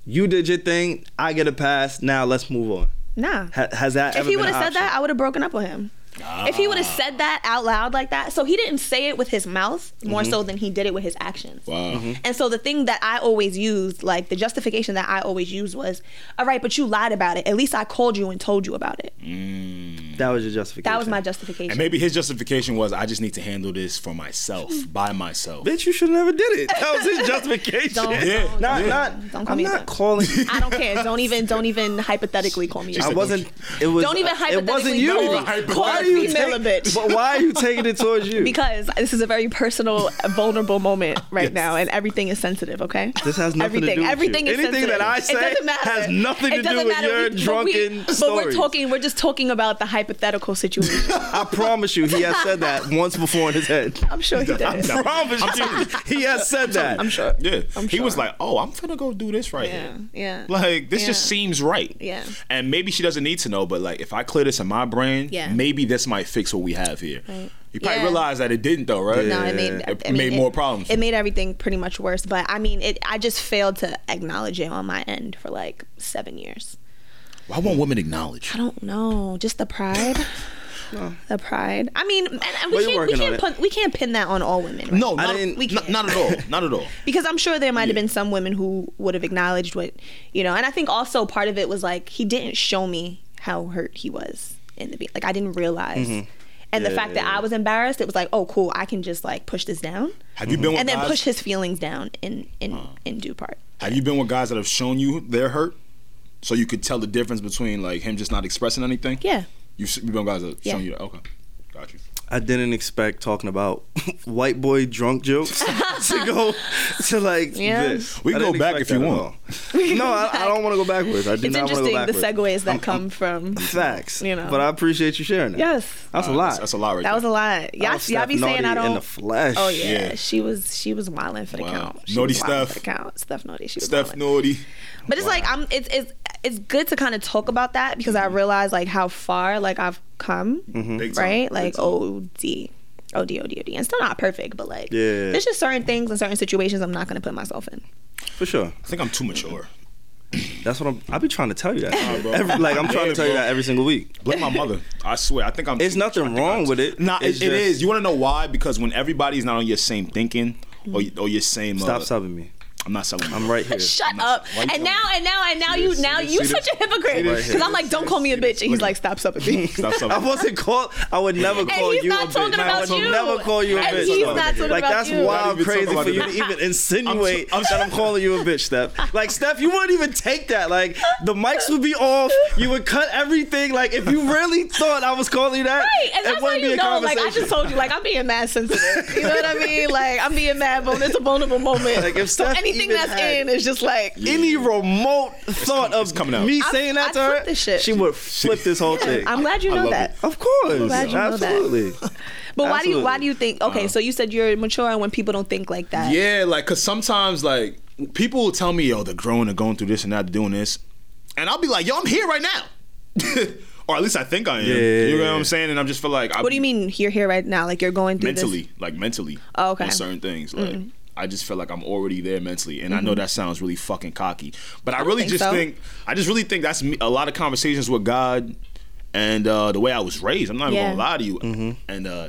S1: you did your thing. I get a pass. Now let's move on."
S3: Nah.
S1: Ha- has that
S3: if
S1: ever
S3: he
S1: been
S3: would
S1: an
S3: have said that,
S1: option?
S3: I would have broken up with him. If he would have said that out loud like that, so he didn't say it with his mouth
S2: Mm-hmm.
S3: more so than he did it with his actions.
S2: Wow.
S1: Mm-hmm.
S3: And so the thing that I always used, like the justification that I always used was, all right, but you lied about it. At least I called you and told you about it.
S1: that was your justification.
S3: That was my
S2: And
S3: justification.
S2: maybe his justification was, I just need to handle this for myself, by myself.
S1: bitch. You should have never did it. That was his justification.
S3: Don't-
S2: Yeah.
S3: don't-
S1: Not,
S3: don't-
S1: not.
S3: don't call
S1: I'm
S3: me a
S1: not
S3: bitch.
S1: calling.
S3: I don't care. Don't even don't even hypothetically call me. a
S1: I
S3: bitch.
S1: wasn't. It was.
S3: Don't even
S1: It wasn't
S3: hypothetically
S1: you.
S3: call-
S2: Don't even
S1: why are
S2: hypothetically
S1: you
S3: call a
S1: take-
S3: female a bitch.
S1: But why are you taking it towards you?
S3: because this is a very personal, vulnerable moment right now, and everything is sensitive. Okay,
S1: This has nothing to
S3: everything,
S1: do with you.
S3: everything is
S1: Anything
S3: sensitive.
S1: that I
S3: It
S1: say
S3: doesn't matter.
S1: has nothing to
S3: It
S1: do
S3: doesn't
S1: with
S3: matter.
S1: your
S3: but
S1: drunken
S3: But we're
S1: stories.
S3: talking. We're just talking about the hypothetical situation.
S1: I promise you, he has said that once before in his head.
S3: I'm sure he did.
S2: I'm
S1: I
S2: not-
S1: promise you, he has said that.
S3: I'm sure.
S2: Yeah.
S3: I'm
S2: he was
S3: sure.
S2: like, oh, I'm finna go do this right
S3: Yeah,
S2: here.
S3: yeah.
S2: Like, this just
S3: Yeah.
S2: seems right.
S3: Yeah.
S2: And maybe she doesn't need to know, but like, if I clear this in my brain,
S3: Yeah.
S2: maybe this might fix what we have here.
S3: Right.
S2: You probably
S3: Yeah.
S2: realize that it didn't, though, right?
S3: No, it made
S2: it,
S3: I mean,
S2: made
S3: it-
S2: more problems.
S3: It made everything pretty much worse. But I mean, it. I just failed to acknowledge it on my end for like seven years.
S2: Why won't women acknowledge?
S3: I don't know. Just the pride. The pride. I mean, and, and
S1: Well,
S3: we
S1: you're
S3: can't we
S1: working on
S3: can't
S1: it.
S3: put, we can't pin that on all women. Right?
S2: No,
S1: I
S2: not,
S1: didn't-
S2: n-
S3: we can't.
S2: not at all. Not at all.
S3: because I'm sure there might have
S2: Yeah.
S3: been some women who would have acknowledged what you know, and I think also part of it was like he didn't show me how hurt he was in the be like I didn't realize. And the
S1: Yeah,
S3: fact
S1: yeah,
S3: that I was embarrassed, it was like, oh, cool, I can just like push this down,
S2: Have you been with
S3: Mm-hmm. and then
S2: guys?
S3: push his feelings down in in in due part.
S2: Have you been with guys that have shown you their hurt, so you could tell the difference between like him just not expressing anything?
S3: Yeah,
S2: You've s- you've been with guys that have
S3: Yeah.
S2: shown you that. Okay, got you.
S1: I didn't expect talking about white boy drunk jokes to go to like
S3: Yeah.
S1: this.
S2: We
S1: I
S2: can go
S1: didn't expect
S2: back if you
S1: that at
S2: want.
S1: all. no, I, I don't want to go backwards. I do
S3: It's
S1: not want to go
S3: interesting the
S1: backwards.
S3: segues that come from.
S1: Facts,
S3: You know.
S1: But I appreciate you sharing that.
S3: Yes.
S1: that's a
S2: Uh,
S1: lot.
S2: That's, that's a lot right
S3: That was
S2: there.
S3: a lot.
S1: I
S3: Y'all,
S1: was
S3: y'all be
S1: Steph
S3: saying
S1: Naughty
S3: I don't.
S1: in the flesh.
S3: Oh yeah.
S2: Yeah.
S3: she was she was wilding for the
S2: Wow.
S3: count. She
S2: Naughty
S3: was wildin'
S2: Steph.
S3: for the count. Steph naughty. She was
S2: Steph
S3: wildin'.
S2: Naughty.
S3: But it's like I'm. It's it's it's good to kind of talk about that because I realize like how far like I've come,
S2: Mm-hmm. Big time.
S3: right?
S2: Big
S3: Like
S2: time.
S3: OD. OD, OD, OD. And still not perfect, but like,
S1: Yeah.
S3: there's just certain things and certain situations I'm not going to put myself in.
S1: for sure.
S2: I think I'm too mature.
S1: That's what I'm. I be trying to tell you that.
S2: bro.
S1: Every- like I'm trying
S2: Yeah,
S1: to tell you
S2: bro.
S1: that every single week.
S2: Blame my mother. I swear. I think I'm.
S1: It's
S2: too
S1: nothing
S2: mature. I think
S1: wrong
S2: I'm-
S1: with it.
S2: Nah,
S1: It's
S2: it's
S1: just-
S2: You want to know why? Because when everybody's not on your same thinking or y- or your same. uh,
S1: Stop subbing me.
S2: I'm not selling.
S1: I'm right here.
S3: Shut
S2: not-
S3: up!
S2: why you
S3: And
S2: telling
S3: now,
S2: me?
S3: and now, and now
S2: See
S3: you,
S2: this?
S3: now
S2: See
S3: you
S2: this?
S3: such a
S2: See
S3: hypocrite
S2: this?
S3: because I'm like, don't call me a bitch, and he's like, stop subbing me.
S2: Stop
S1: I
S2: subbing.
S1: wasn't called. I would never
S3: And
S1: call
S3: he's
S1: you
S3: not
S1: a bitch.
S3: talking
S1: I
S3: about
S1: would
S3: you.
S1: never call you a
S3: And
S1: bitch.
S3: he's
S1: though.
S3: not talking
S1: like
S3: about
S1: that's
S3: you.
S2: Not
S1: wild,
S2: even
S1: crazy
S2: talking
S1: for
S2: about
S1: you to
S2: it.
S1: even insinuate
S2: I'm-
S1: that I'm calling you a bitch, Steph. Like Steph, you wouldn't even take that. Like the mics would be off. You would cut everything. Like if you really thought I was calling you that,
S3: Right, and
S1: it
S3: that's how
S1: wouldn't be
S3: you
S1: a
S3: know. Like
S1: conversation.
S3: I just told you, like I'm being mad sensitive. You know what I mean? Like I'm being mad, but it's a vulnerable moment.
S1: Like, if
S3: so
S1: Steph
S3: anything
S1: even
S3: that's
S1: had-
S3: in is just like
S1: any remote thought
S2: com- it's
S1: of
S2: coming out.
S1: me
S3: I-
S1: saying that
S3: I
S1: to
S3: flip
S1: her,
S3: this shit.
S1: she would flip this whole thing.
S3: I'm glad you
S2: I
S3: know
S2: love
S3: that.
S2: it.
S1: of course,
S3: glad you know that.
S1: absolutely.
S3: But why do you why
S1: Absolutely.
S3: do you think? Okay, so you said you're mature, and when people don't think like that,
S2: Uh-huh. Yeah, like, cause sometimes like people will tell me, yo, they're growing and going through this and that, doing this, and I'll be like, yo, I'm here right now, or at least I think I am. you know what I'm saying? And I just feel like, I,
S3: what do you mean you're here right now? Like you're going through this-
S2: Mentally, like mentally,
S3: Oh, okay. Mm.
S2: on certain things, like. I just feel like I'm already there mentally, and I know that sounds really fucking cocky, but I, really
S3: Mm-hmm. think
S2: just
S3: so.
S2: think I just really think that's me, a lot of conversations with God and uh, the way I was raised. I'm not even
S3: Yeah.
S2: gonna lie to you,
S1: Mm-hmm.
S2: and uh,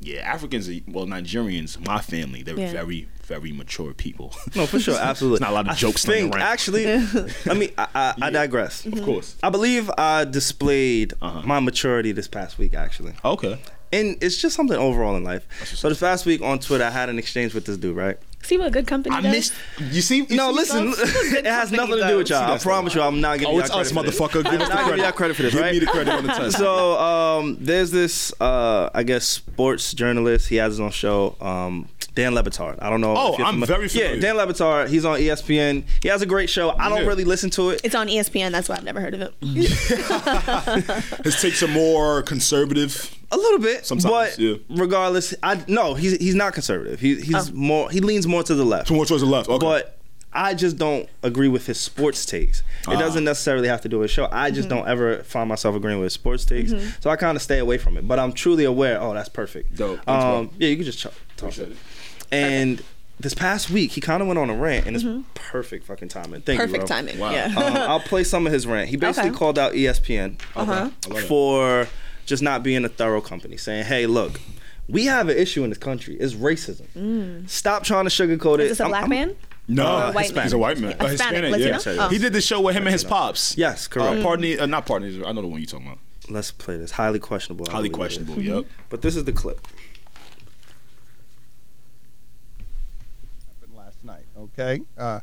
S2: yeah, Africans, are- well, Nigerians, my family, they're
S3: Yeah.
S2: very, very mature people.
S1: No, for sure, absolutely.
S2: It's not a lot of jokes
S1: I
S2: laying
S1: think,
S2: around.
S1: actually, I mean, I, I, I digress.
S3: Mm-hmm.
S2: Of course.
S1: I believe I displayed
S2: Uh-huh.
S1: my maturity this past week, actually.
S2: Okay.
S1: And it's just something overall in life. So this past week on Twitter, I had an exchange with this dude, right?
S3: See what good company
S2: I
S3: does?
S2: missed. You see? you
S1: No,
S2: see
S1: listen,
S2: stuff?
S1: it has nothing
S3: company,
S1: to do with
S3: though.
S1: y'all. I promise you, I'm not giving
S2: Oh,
S1: y'all
S2: it's
S1: credit
S2: us,
S1: for this.
S2: motherfucker. Give
S1: I'm
S2: us the
S1: not giving
S2: credit.
S1: y'all credit for this,
S2: Give
S1: right?
S2: me the credit on the test.
S1: So um, there's this, uh, I guess, sports journalist. He has his own show. Um, Dan Levitard. I don't know.
S2: Oh,
S1: if you're
S2: I'm
S1: fami-
S2: very
S1: Yeah,
S2: familiar.
S1: Dan Levitard. He's on E ESPN. He has a great show. I don't
S2: Yeah.
S1: really listen to it.
S3: It's on E ESPN. That's why I've never heard of it.
S2: His takes are more conservative.
S1: A little bit,
S2: Sometimes,
S1: but
S2: yeah.
S1: regardless, I no, he's he's not conservative. He, he's more he leans more to the left.
S2: More towards the left. Okay.
S1: But I just don't agree with his sports takes. It
S2: Ah.
S1: doesn't necessarily have to do with his show. I just don't ever find myself agreeing with his sports takes, so I kind of stay away from it. But I'm truly aware. Oh, that's perfect.
S2: Dope. That's
S1: Um, yeah, you can just ch- talk.
S2: Appreciate it.
S1: And this past week, he kind of went on a rant, and it's perfect fucking timing. Thank you.
S3: Perfect
S1: bro
S3: timing.
S2: Wow. Uh,
S3: Yeah.
S1: um, I'll play some of his rant. He basically
S3: Okay. Uh-huh.
S1: called out E ESPN
S2: I love it.
S1: for just not being a thorough company, saying, "Hey, look, we have an issue in this country. It's racism. Stop trying to sugarcoat it."
S3: Mm. Is this a
S1: I'm-
S3: black
S1: I'm-
S3: man?
S2: No,
S1: Uh, white man.
S2: he's a white man.
S3: A
S2: Uh,
S3: Hispanic,
S2: Hispanic,
S3: Latino?
S2: yeah.
S3: Oh.
S2: He did the show with him and his pops.
S1: Yes, correct.
S2: Uh, pardon the, uh, not pardon. the- I know the one you're talking about.
S1: Let's play this. Highly questionable. I
S2: Highly
S1: believe it is.
S2: questionable. Yep.
S1: But this is the clip.
S5: happened last night. Okay, uh,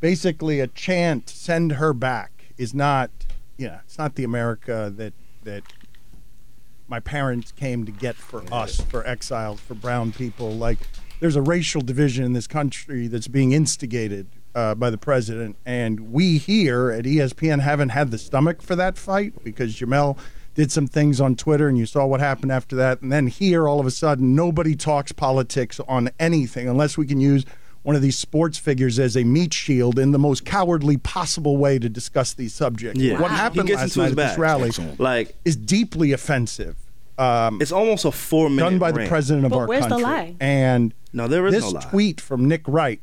S5: basically a chant "Send her back" is not, you know, it's not the America that that my parents came to get for us, for exiles, for brown people. Like, there's a racial division in this country that's being instigated uh, by the president, and we here at E ESPN haven't had the stomach for that fight because Jamel did some things on Twitter, and you saw what happened after that. And then here, all of a sudden, nobody talks politics on anything unless we can use one of these sports figures as a meat shield in the most cowardly possible way to discuss these subjects.
S1: Yeah.
S5: What
S1: Wow.
S5: happened
S1: He gets
S5: last
S1: into his
S5: night at this
S1: bag.
S5: rally
S1: Like
S5: is deeply offensive. Um,
S1: it's almost a four minute.
S5: done by the
S1: rant.
S5: president of
S3: But
S5: our
S3: where's the
S5: country.
S3: lie?
S5: And
S1: No, there is
S5: this
S1: no lie.
S5: tweet from Nick Wright.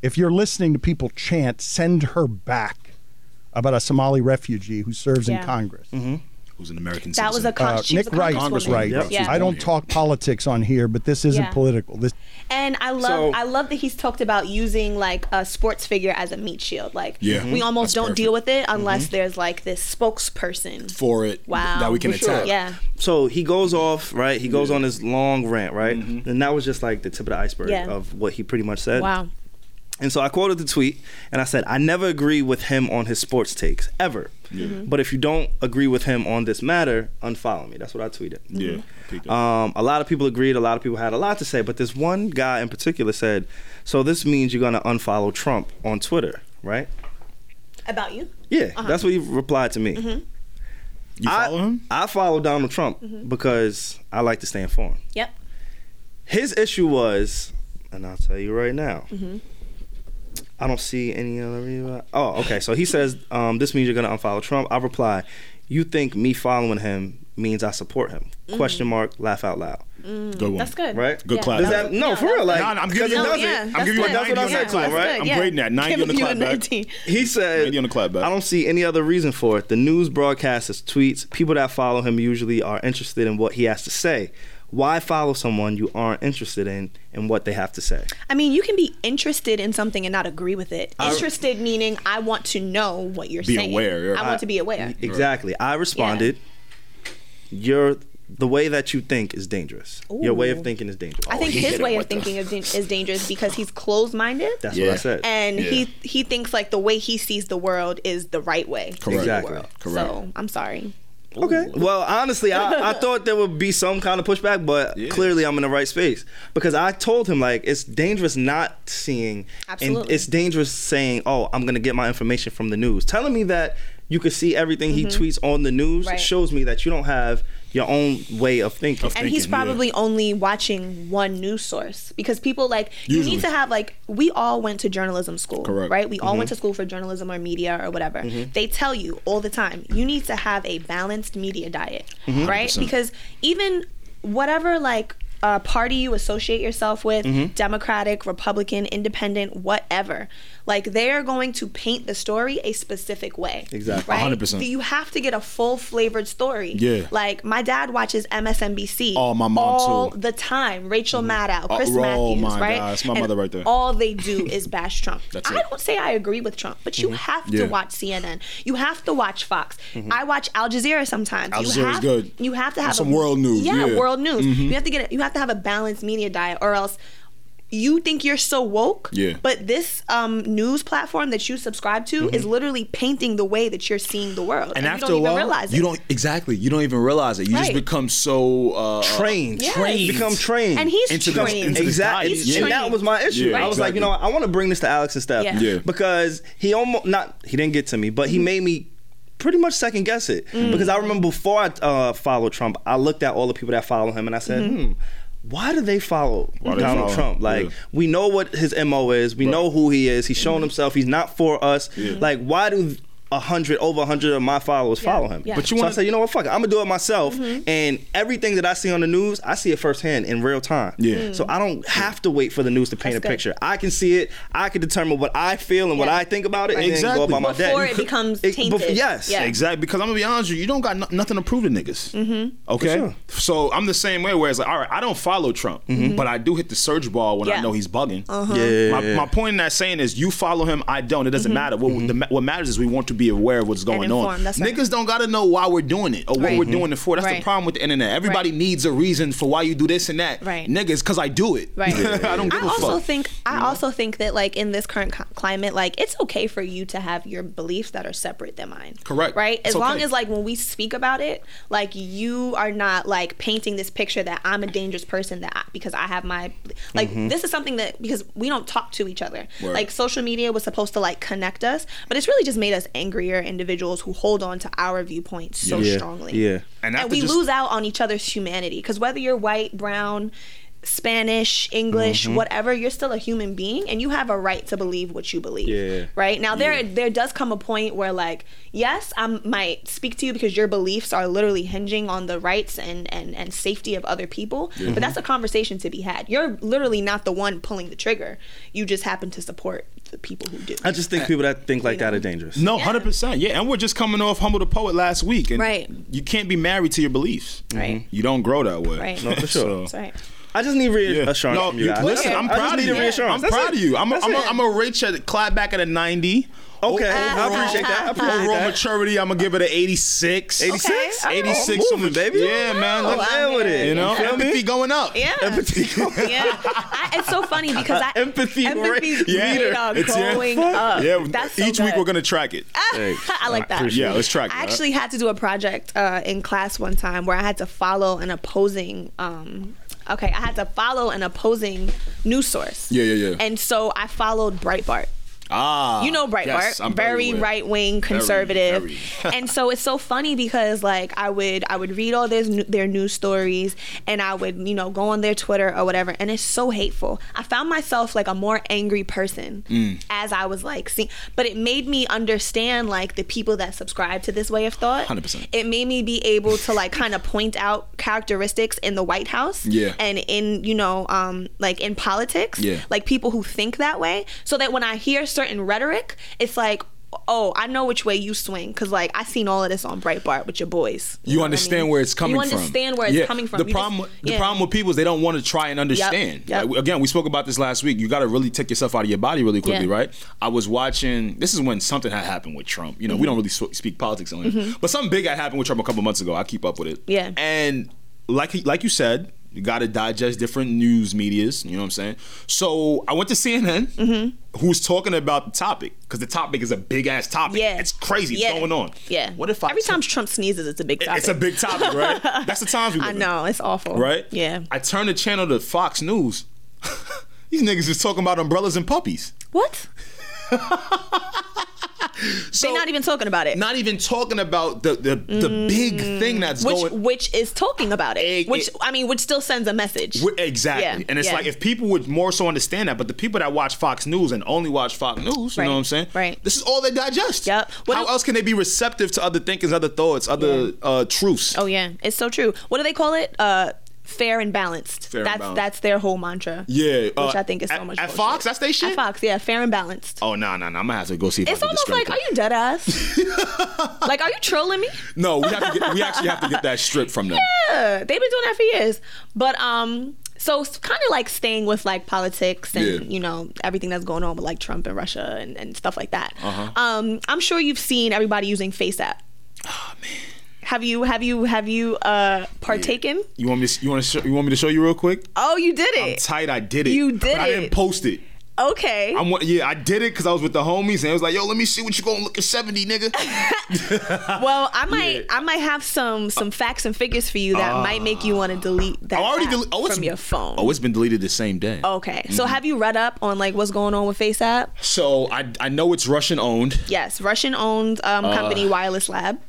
S5: If you're listening to people chant "Send her back" about a Somali refugee who serves
S3: Yeah.
S5: in Congress,
S1: Mm-hmm.
S2: Who's an American
S3: That was
S2: citizen.
S3: a con-
S5: Uh,
S3: she was
S5: Nick
S3: a
S5: Wright was
S3: congresswoman.
S5: right.
S2: Yep.
S3: Yeah.
S5: I don't talk politics on here, but this isn't
S3: Yeah.
S5: political. This
S3: And I love
S1: So-
S3: I love that he's talked about using like a sports figure as a meat shield. Like
S2: Yeah.
S3: we almost
S2: That's
S3: don't
S2: perfect.
S3: deal with it unless there's like this spokesperson.
S2: for it.
S3: wow.
S2: That we can
S3: For sure.
S2: attack.
S3: Yeah.
S1: So he goes off, right? He goes on
S2: Mm-hmm.
S1: his long rant, right? And that was just like the tip of the iceberg
S3: Yeah.
S1: of what he pretty much said.
S3: Wow.
S1: And so I quoted the tweet and I said, I never agree with him on his sports takes, ever. But if you don't agree with him on this matter, unfollow me. That's what I tweeted.
S3: Mm-hmm.
S2: Yeah. I peeped that.
S1: Um, a lot of people agreed. A lot of people had a lot to say, but this one guy in particular said, "So this means you're gonna unfollow Trump on Twitter, right?"
S3: About you?
S1: Yeah, that's what he replied to me.
S2: you
S1: I-
S2: follow him?
S1: I follow Donald Trump because I like to stay informed.
S3: Mm-hmm. Yep.
S1: His issue was, and I'll tell you right now.
S3: Mm-hmm.
S1: I don't see any other. re- Oh, okay. So he says um, this means you're gonna unfollow Trump. I reply, you think me following him means I support him? Question mark. Laugh out loud.
S2: Good one.
S3: Mm, That's good.
S1: Right?
S2: Good
S3: Mm-hmm. Yeah.
S2: clap.
S1: Does that no, for real? Like,
S2: Nah, nah, I'm
S1: 'cause it
S2: giving you.
S3: No,
S1: doesn't.
S3: yeah,
S2: I'm
S3: that's
S2: giving you a
S3: good.
S1: That's
S2: ninety on
S1: what I
S2: that
S1: said to him,
S2: clap.
S1: right?
S2: I'm
S3: Yeah.
S2: grading that ninety on the
S3: Giving you a
S2: clap back.
S3: 19.
S1: He said,
S2: Maybe on the clap back.
S1: I don't see any other reason for it. The news broadcasters, tweets, people that follow him usually are interested in what he has to say. Why follow someone you aren't interested in and what they have to say?
S3: I mean, you can be interested in something and not agree with it. Interested meaning I want to know what you're
S2: Be
S3: saying.
S2: aware, yeah.
S3: I want to be aware.
S1: Exactly. I responded, Your the way that you think is dangerous. Your way of
S3: Ooh.
S1: thinking is dangerous.
S3: I think
S2: Oh, he hit
S3: his
S2: him
S3: way of
S2: with the-
S3: thinking is, dan- is dangerous because he's closed-minded.
S1: That's
S2: Yeah.
S1: what I said.
S3: and he
S2: Yeah.
S3: he thinks like the way he sees the world is the right way. to see the
S1: Exactly.
S3: world.
S2: Correct.
S3: So I'm sorry.
S1: Okay. Well, honestly, I, I thought there would be some kind of pushback, but clearly I'm in the right space because I told him like it's dangerous not seeing, and
S3: Absolutely.
S1: it's dangerous saying, "Oh, I'm gonna get my information from the news." Telling me that you could see everything he tweets on the news
S3: Mm-hmm. Right.
S1: shows me that you don't have your own way of thinking.
S2: Of
S3: And
S2: thinking,
S3: he's probably only watching one news source because people like you
S2: Usually.
S3: need to have like we all went to journalism school,
S2: Correct. Mm-hmm.
S3: right? We all went to school for journalism or media or whatever. They tell you all the time you need to have a balanced media diet,
S2: Mm-hmm.
S3: right?
S2: 100%.
S3: Because even whatever like uh, party you associate yourself with,
S2: Mm-hmm.
S3: Democratic, Republican, Independent, whatever, like they are going to paint the story a specific way.
S1: Exactly.
S3: right?
S2: 100%.
S3: You have to get a full flavored story.
S2: Yeah.
S3: like my dad watches MSNBC
S2: Oh, my mom
S3: all
S2: too.
S3: the time. Rachel Maddow, Chris
S2: oh
S3: Matthews,
S2: my
S3: right?
S2: God, it's my
S3: And
S2: mother right there.
S3: All they do is bash Trump.
S2: That's
S3: I
S2: it. Mm-hmm.
S3: don't say I agree with Trump, but you have to
S2: Yeah. Mm-hmm.
S3: watch CNN. You have to watch Fox. I watch Al Jazeera sometimes.
S2: Al
S3: you
S2: Jazeera's
S3: have,
S2: good.
S3: You have to have
S2: Some
S3: a-
S2: world news,
S3: Yeah,
S2: yeah.
S3: world news.
S2: Mm-hmm.
S3: You have to get. A, you have to have a balanced media diet, or else. You think you're so woke,
S2: Yeah.
S3: but this um, news platform that you subscribe to is
S2: Mm-hmm.
S3: literally painting the way that you're seeing the world,
S2: And
S3: and,
S2: after a
S3: you don't
S2: while,
S3: even realize it.
S2: you don't exactly. You don't even realize it. You just
S3: Right.
S2: become so uh,
S1: Trained.
S3: Yes.
S2: Trained.
S1: Become trained.
S3: and he's
S2: Into the-
S3: trained.
S2: into the
S1: Exactly.
S2: He's
S1: and that
S3: trained.
S1: was my issue.
S2: Yeah,
S1: I was like, you know, what, I want to bring this to Alex and Steph
S3: Yeah. Mm-hmm.
S2: Yeah.
S1: because he almost not he didn't get to me, but he made me pretty much second guess it
S3: Mm.
S1: because I remember before I uh, followed Trump, I looked at all the people that follow him and I said,
S3: Mm-hmm.
S1: hmm. Why do they follow
S2: they
S1: Donald
S2: follow him?
S1: Trump? Like
S2: Yeah. Mm-hmm.
S1: we know what his mo is, we know who he is. He's shown himself. He's not for us. Like why do a hundred over a hundred of my followers follow him?
S3: yeah.
S1: But you want to say, you know what? Fuck it. I'm gonna do it myself.
S3: Mm-hmm.
S1: And everything that I see on the news, I see it firsthand in real time.
S2: Yeah. Mm.
S1: So I don't have to wait for the news to paint
S3: That's
S1: a
S3: good.
S1: picture. I can see it. I can determine what I feel and what
S3: Yeah.
S1: I think about it, and
S2: Exactly.
S1: then go about my
S3: Before
S1: day.
S3: it becomes
S1: It-
S3: tainted.
S1: bef- yes.
S3: Yeah.
S2: Exactly, because I'm gonna be honest with you, you don't got no- nothing to prove to niggas. Mm-hmm. Okay,
S1: For sure.
S2: so I'm the same way. Where it's like, all right, I don't follow Trump, but I do hit the search bar when I
S3: Mm-hmm. Yeah.
S2: know he's bugging. Uh-huh.
S1: Yeah.
S2: My, my point in that saying is, you follow him, I don't. It doesn't matter. What
S1: Mm-hmm.
S2: the, ma- what matters is we want to be aware of what's going on.
S3: Mm-hmm. informed, that's right.
S2: niggas don't gotta know why we're doing it or what
S3: Right.
S2: we're doing it for. That's the
S3: Right.
S2: problem with the internet. Everybody
S3: Right.
S2: needs a reason for why you do this and that.
S3: Right.
S2: Niggas, because I do it.
S3: Right.
S2: I don't give
S3: I
S2: a
S3: also
S2: fuck.
S3: think I also think that like in this current co- climate, like it's okay for you to have your beliefs that are separate than mine.
S2: Correct.
S3: Right.
S2: It's
S3: as long
S2: okay.
S3: as like when we speak about it, like you are not like painting this picture that I'm a dangerous person that I, because I have my like
S2: Mm-hmm.
S3: this is something that because we don't talk to each other.
S2: Word.
S3: Like social media was supposed to like connect us, but it's really just made us angrier individuals who hold on to our viewpoint so
S1: Yeah.
S3: strongly.
S1: Yeah.
S2: And
S3: and,
S2: after
S3: we
S2: just-
S3: lose out on each other's humanity because whether you're white brown spanish english
S1: Mm-hmm.
S3: whatever you're still a human being and you have a right to believe what you believe
S1: Yeah.
S3: right now there there does come a point where like yes i might speak to you because your beliefs are literally hinging on the rights and and and safety of other people but that's a conversation to be had you're literally not the one pulling the trigger you just happen to support the people who do
S1: I just think people that think like that are dangerous.
S2: No, hundred percent. Yeah, and we're just coming off humble the poet last week, and
S3: Right.
S2: you can't be married to your beliefs.
S3: Right.
S1: Mm-hmm.
S2: You don't grow that way.
S3: Right.
S1: No, for sure.
S3: that's right
S1: I just need
S2: Yeah.
S1: reassurance
S2: No,
S1: from you
S2: you-
S1: guys.
S2: listen, I'm
S1: I just
S2: proud of
S1: need
S2: you.
S1: reassurance.
S2: I'm
S1: That's
S2: proud
S1: it.
S2: of you. I'm a,
S1: That's
S2: I'm a,
S1: it.
S2: I'm a rate check clap back at a 90
S1: Okay,
S3: Uh-huh.
S2: Overall-
S1: I appreciate that. I appreciate
S2: Overall
S1: that.
S2: maturity, I'm gonna give it an 86.
S1: 86?
S3: Okay. Oh,
S2: 86
S1: I'm moving, baby.
S2: Yeah, man.
S3: Wow.
S2: Look,
S1: I'm down with it.
S2: you know,
S1: feel me?
S2: empathy going up.
S3: Yeah. yeah. I, it's so funny because I
S1: Empathy
S3: empathy
S1: rate
S2: Yeah.
S3: rate are
S2: It's- yeah.
S3: going up.
S2: Yeah,
S3: That's so
S2: each week
S3: good.
S2: we're gonna track it.
S3: I like that.
S2: Yeah, let's track it.
S3: I actually had to do a project uh, in class one time where I had to follow an opposing. Um, okay, I had to follow an opposing news source.
S2: Yeah, yeah, yeah.
S3: And so I followed Breitbart.
S2: ah,
S3: You know Breitbart,
S2: yes, I'm
S3: very,
S2: aware.
S3: right wing conservative,
S2: very.
S3: and so it's so funny because like I would I would read all their their news stories and I would you know go on their Twitter or whatever, and it's so hateful. I found myself like a more angry person
S2: Mm.
S3: as I was like seeing, but it made me understand like the people that subscribe to this way of thought.
S2: 100%.
S3: It made me be able to like kind of point out characteristics in the White House,
S2: Yeah.
S3: and in you know um like in politics,
S2: Yeah.
S3: like people who think that way so that when i hear certain rhetoric it's like oh i know which way you swing because like i seen all of this on breitbart with your boys
S2: You
S3: know what I
S2: understand
S3: mean?
S2: where it's coming
S3: you
S2: from.
S3: understand where it's
S2: Yeah.
S3: coming from
S2: The
S3: You just-
S2: problem, the
S3: yeah.
S2: problem with people is they don't want to try and understand.
S3: Yep.
S2: Like, again, we spoke about this last week. You got to really take yourself out of your body really quickly,
S3: Yeah.
S2: right? I was watching. This is when something had happened with Trump. You
S3: Mm-hmm.
S2: know, we don't really sw- speak politics on it, but something big had happened with Trump a couple months ago. I keep up with it.
S3: Yeah.
S2: and like he- like you said. You got to digest different news medias. You know what I'm saying? So I went to CNN,
S3: Mm-hmm.
S2: who's talking about the topic because the topic is a big ass topic.
S3: yeah
S2: it's crazy.
S3: Yeah.
S2: It's going on.
S3: yeah
S2: What if I
S3: every
S2: took-
S3: time trump sneezes it's a big topic
S2: it's a big topic, right? That's the times we live
S3: i
S2: in,
S3: know it's awful
S2: right?
S3: yeah
S2: I turned the channel to Fox News. These niggas is talking about umbrellas and puppies.
S3: what
S2: So
S3: they're not even talking about it
S2: not even talking about the the, the big thing that's
S3: Mm, which
S2: going.
S3: which is talking about it
S2: Egg-
S3: which
S2: it-
S3: i mean which still sends a message
S2: Wh- Exactly,
S3: Yeah,
S2: and it's
S3: yeah.
S2: like if people would more so understand that, but the people that watch Fox News and only watch Fox News, you
S3: Right,
S2: know what I'm saying?
S3: right.
S2: This is all they digest.
S3: Yep. What
S2: How
S3: do-
S2: else can they be receptive to other thinkings, other thoughts, other uh, truths?
S3: Oh yeah, it's so true. What do they call it? Uh, fair and balanced.
S2: Fair and
S3: that's
S2: balanced.
S3: that's their whole mantra.
S2: Yeah,
S3: which
S2: uh,
S3: I think is so
S2: at-
S3: much.
S2: at
S3: bullshit.
S2: Fox, that's they shit?
S3: At Fox, yeah, fair and balanced.
S2: Oh no, no, no! I'm gonna have to go see. If
S3: it's
S2: I can
S3: almost
S2: discredit
S3: like,
S2: that.
S3: are you dead ass? like, are you trolling me?
S2: No, we have to get, we actually have to get that strip from them.
S3: Yeah, they've been doing that for years. But um, so it's kind of like staying with like politics and
S2: Yeah.
S3: you know everything that's going on with like Trump and Russia and, and stuff like that.
S2: Uh-huh.
S3: Um, I'm sure you've seen everybody using Face App.
S2: Ah,
S3: Have you have you have you uh partaken?
S2: You want me? To, you want to? Show, you want me to show you real quick?
S3: Oh, you did
S2: I'm
S3: it.
S2: tight. I did it.
S3: You did
S2: but I
S3: it.
S2: didn't post it.
S3: okay.
S2: I'm wa- yeah. I did it because I was with the homies and it was like, yo, let me see what you gonna look at seventy, nigga.
S3: Well, I might I might have some some facts and figures for you that might make you want to delete that
S2: I already
S3: app
S2: dele- oh, it's-
S3: from your phone.
S2: oh, it's Mm-hmm. been deleted the same day.
S3: okay. So have you read up on like what's going on with FaceApp?
S2: So I I know it's Russian owned.
S3: Yes, Russian owned um, company Wireless Lab.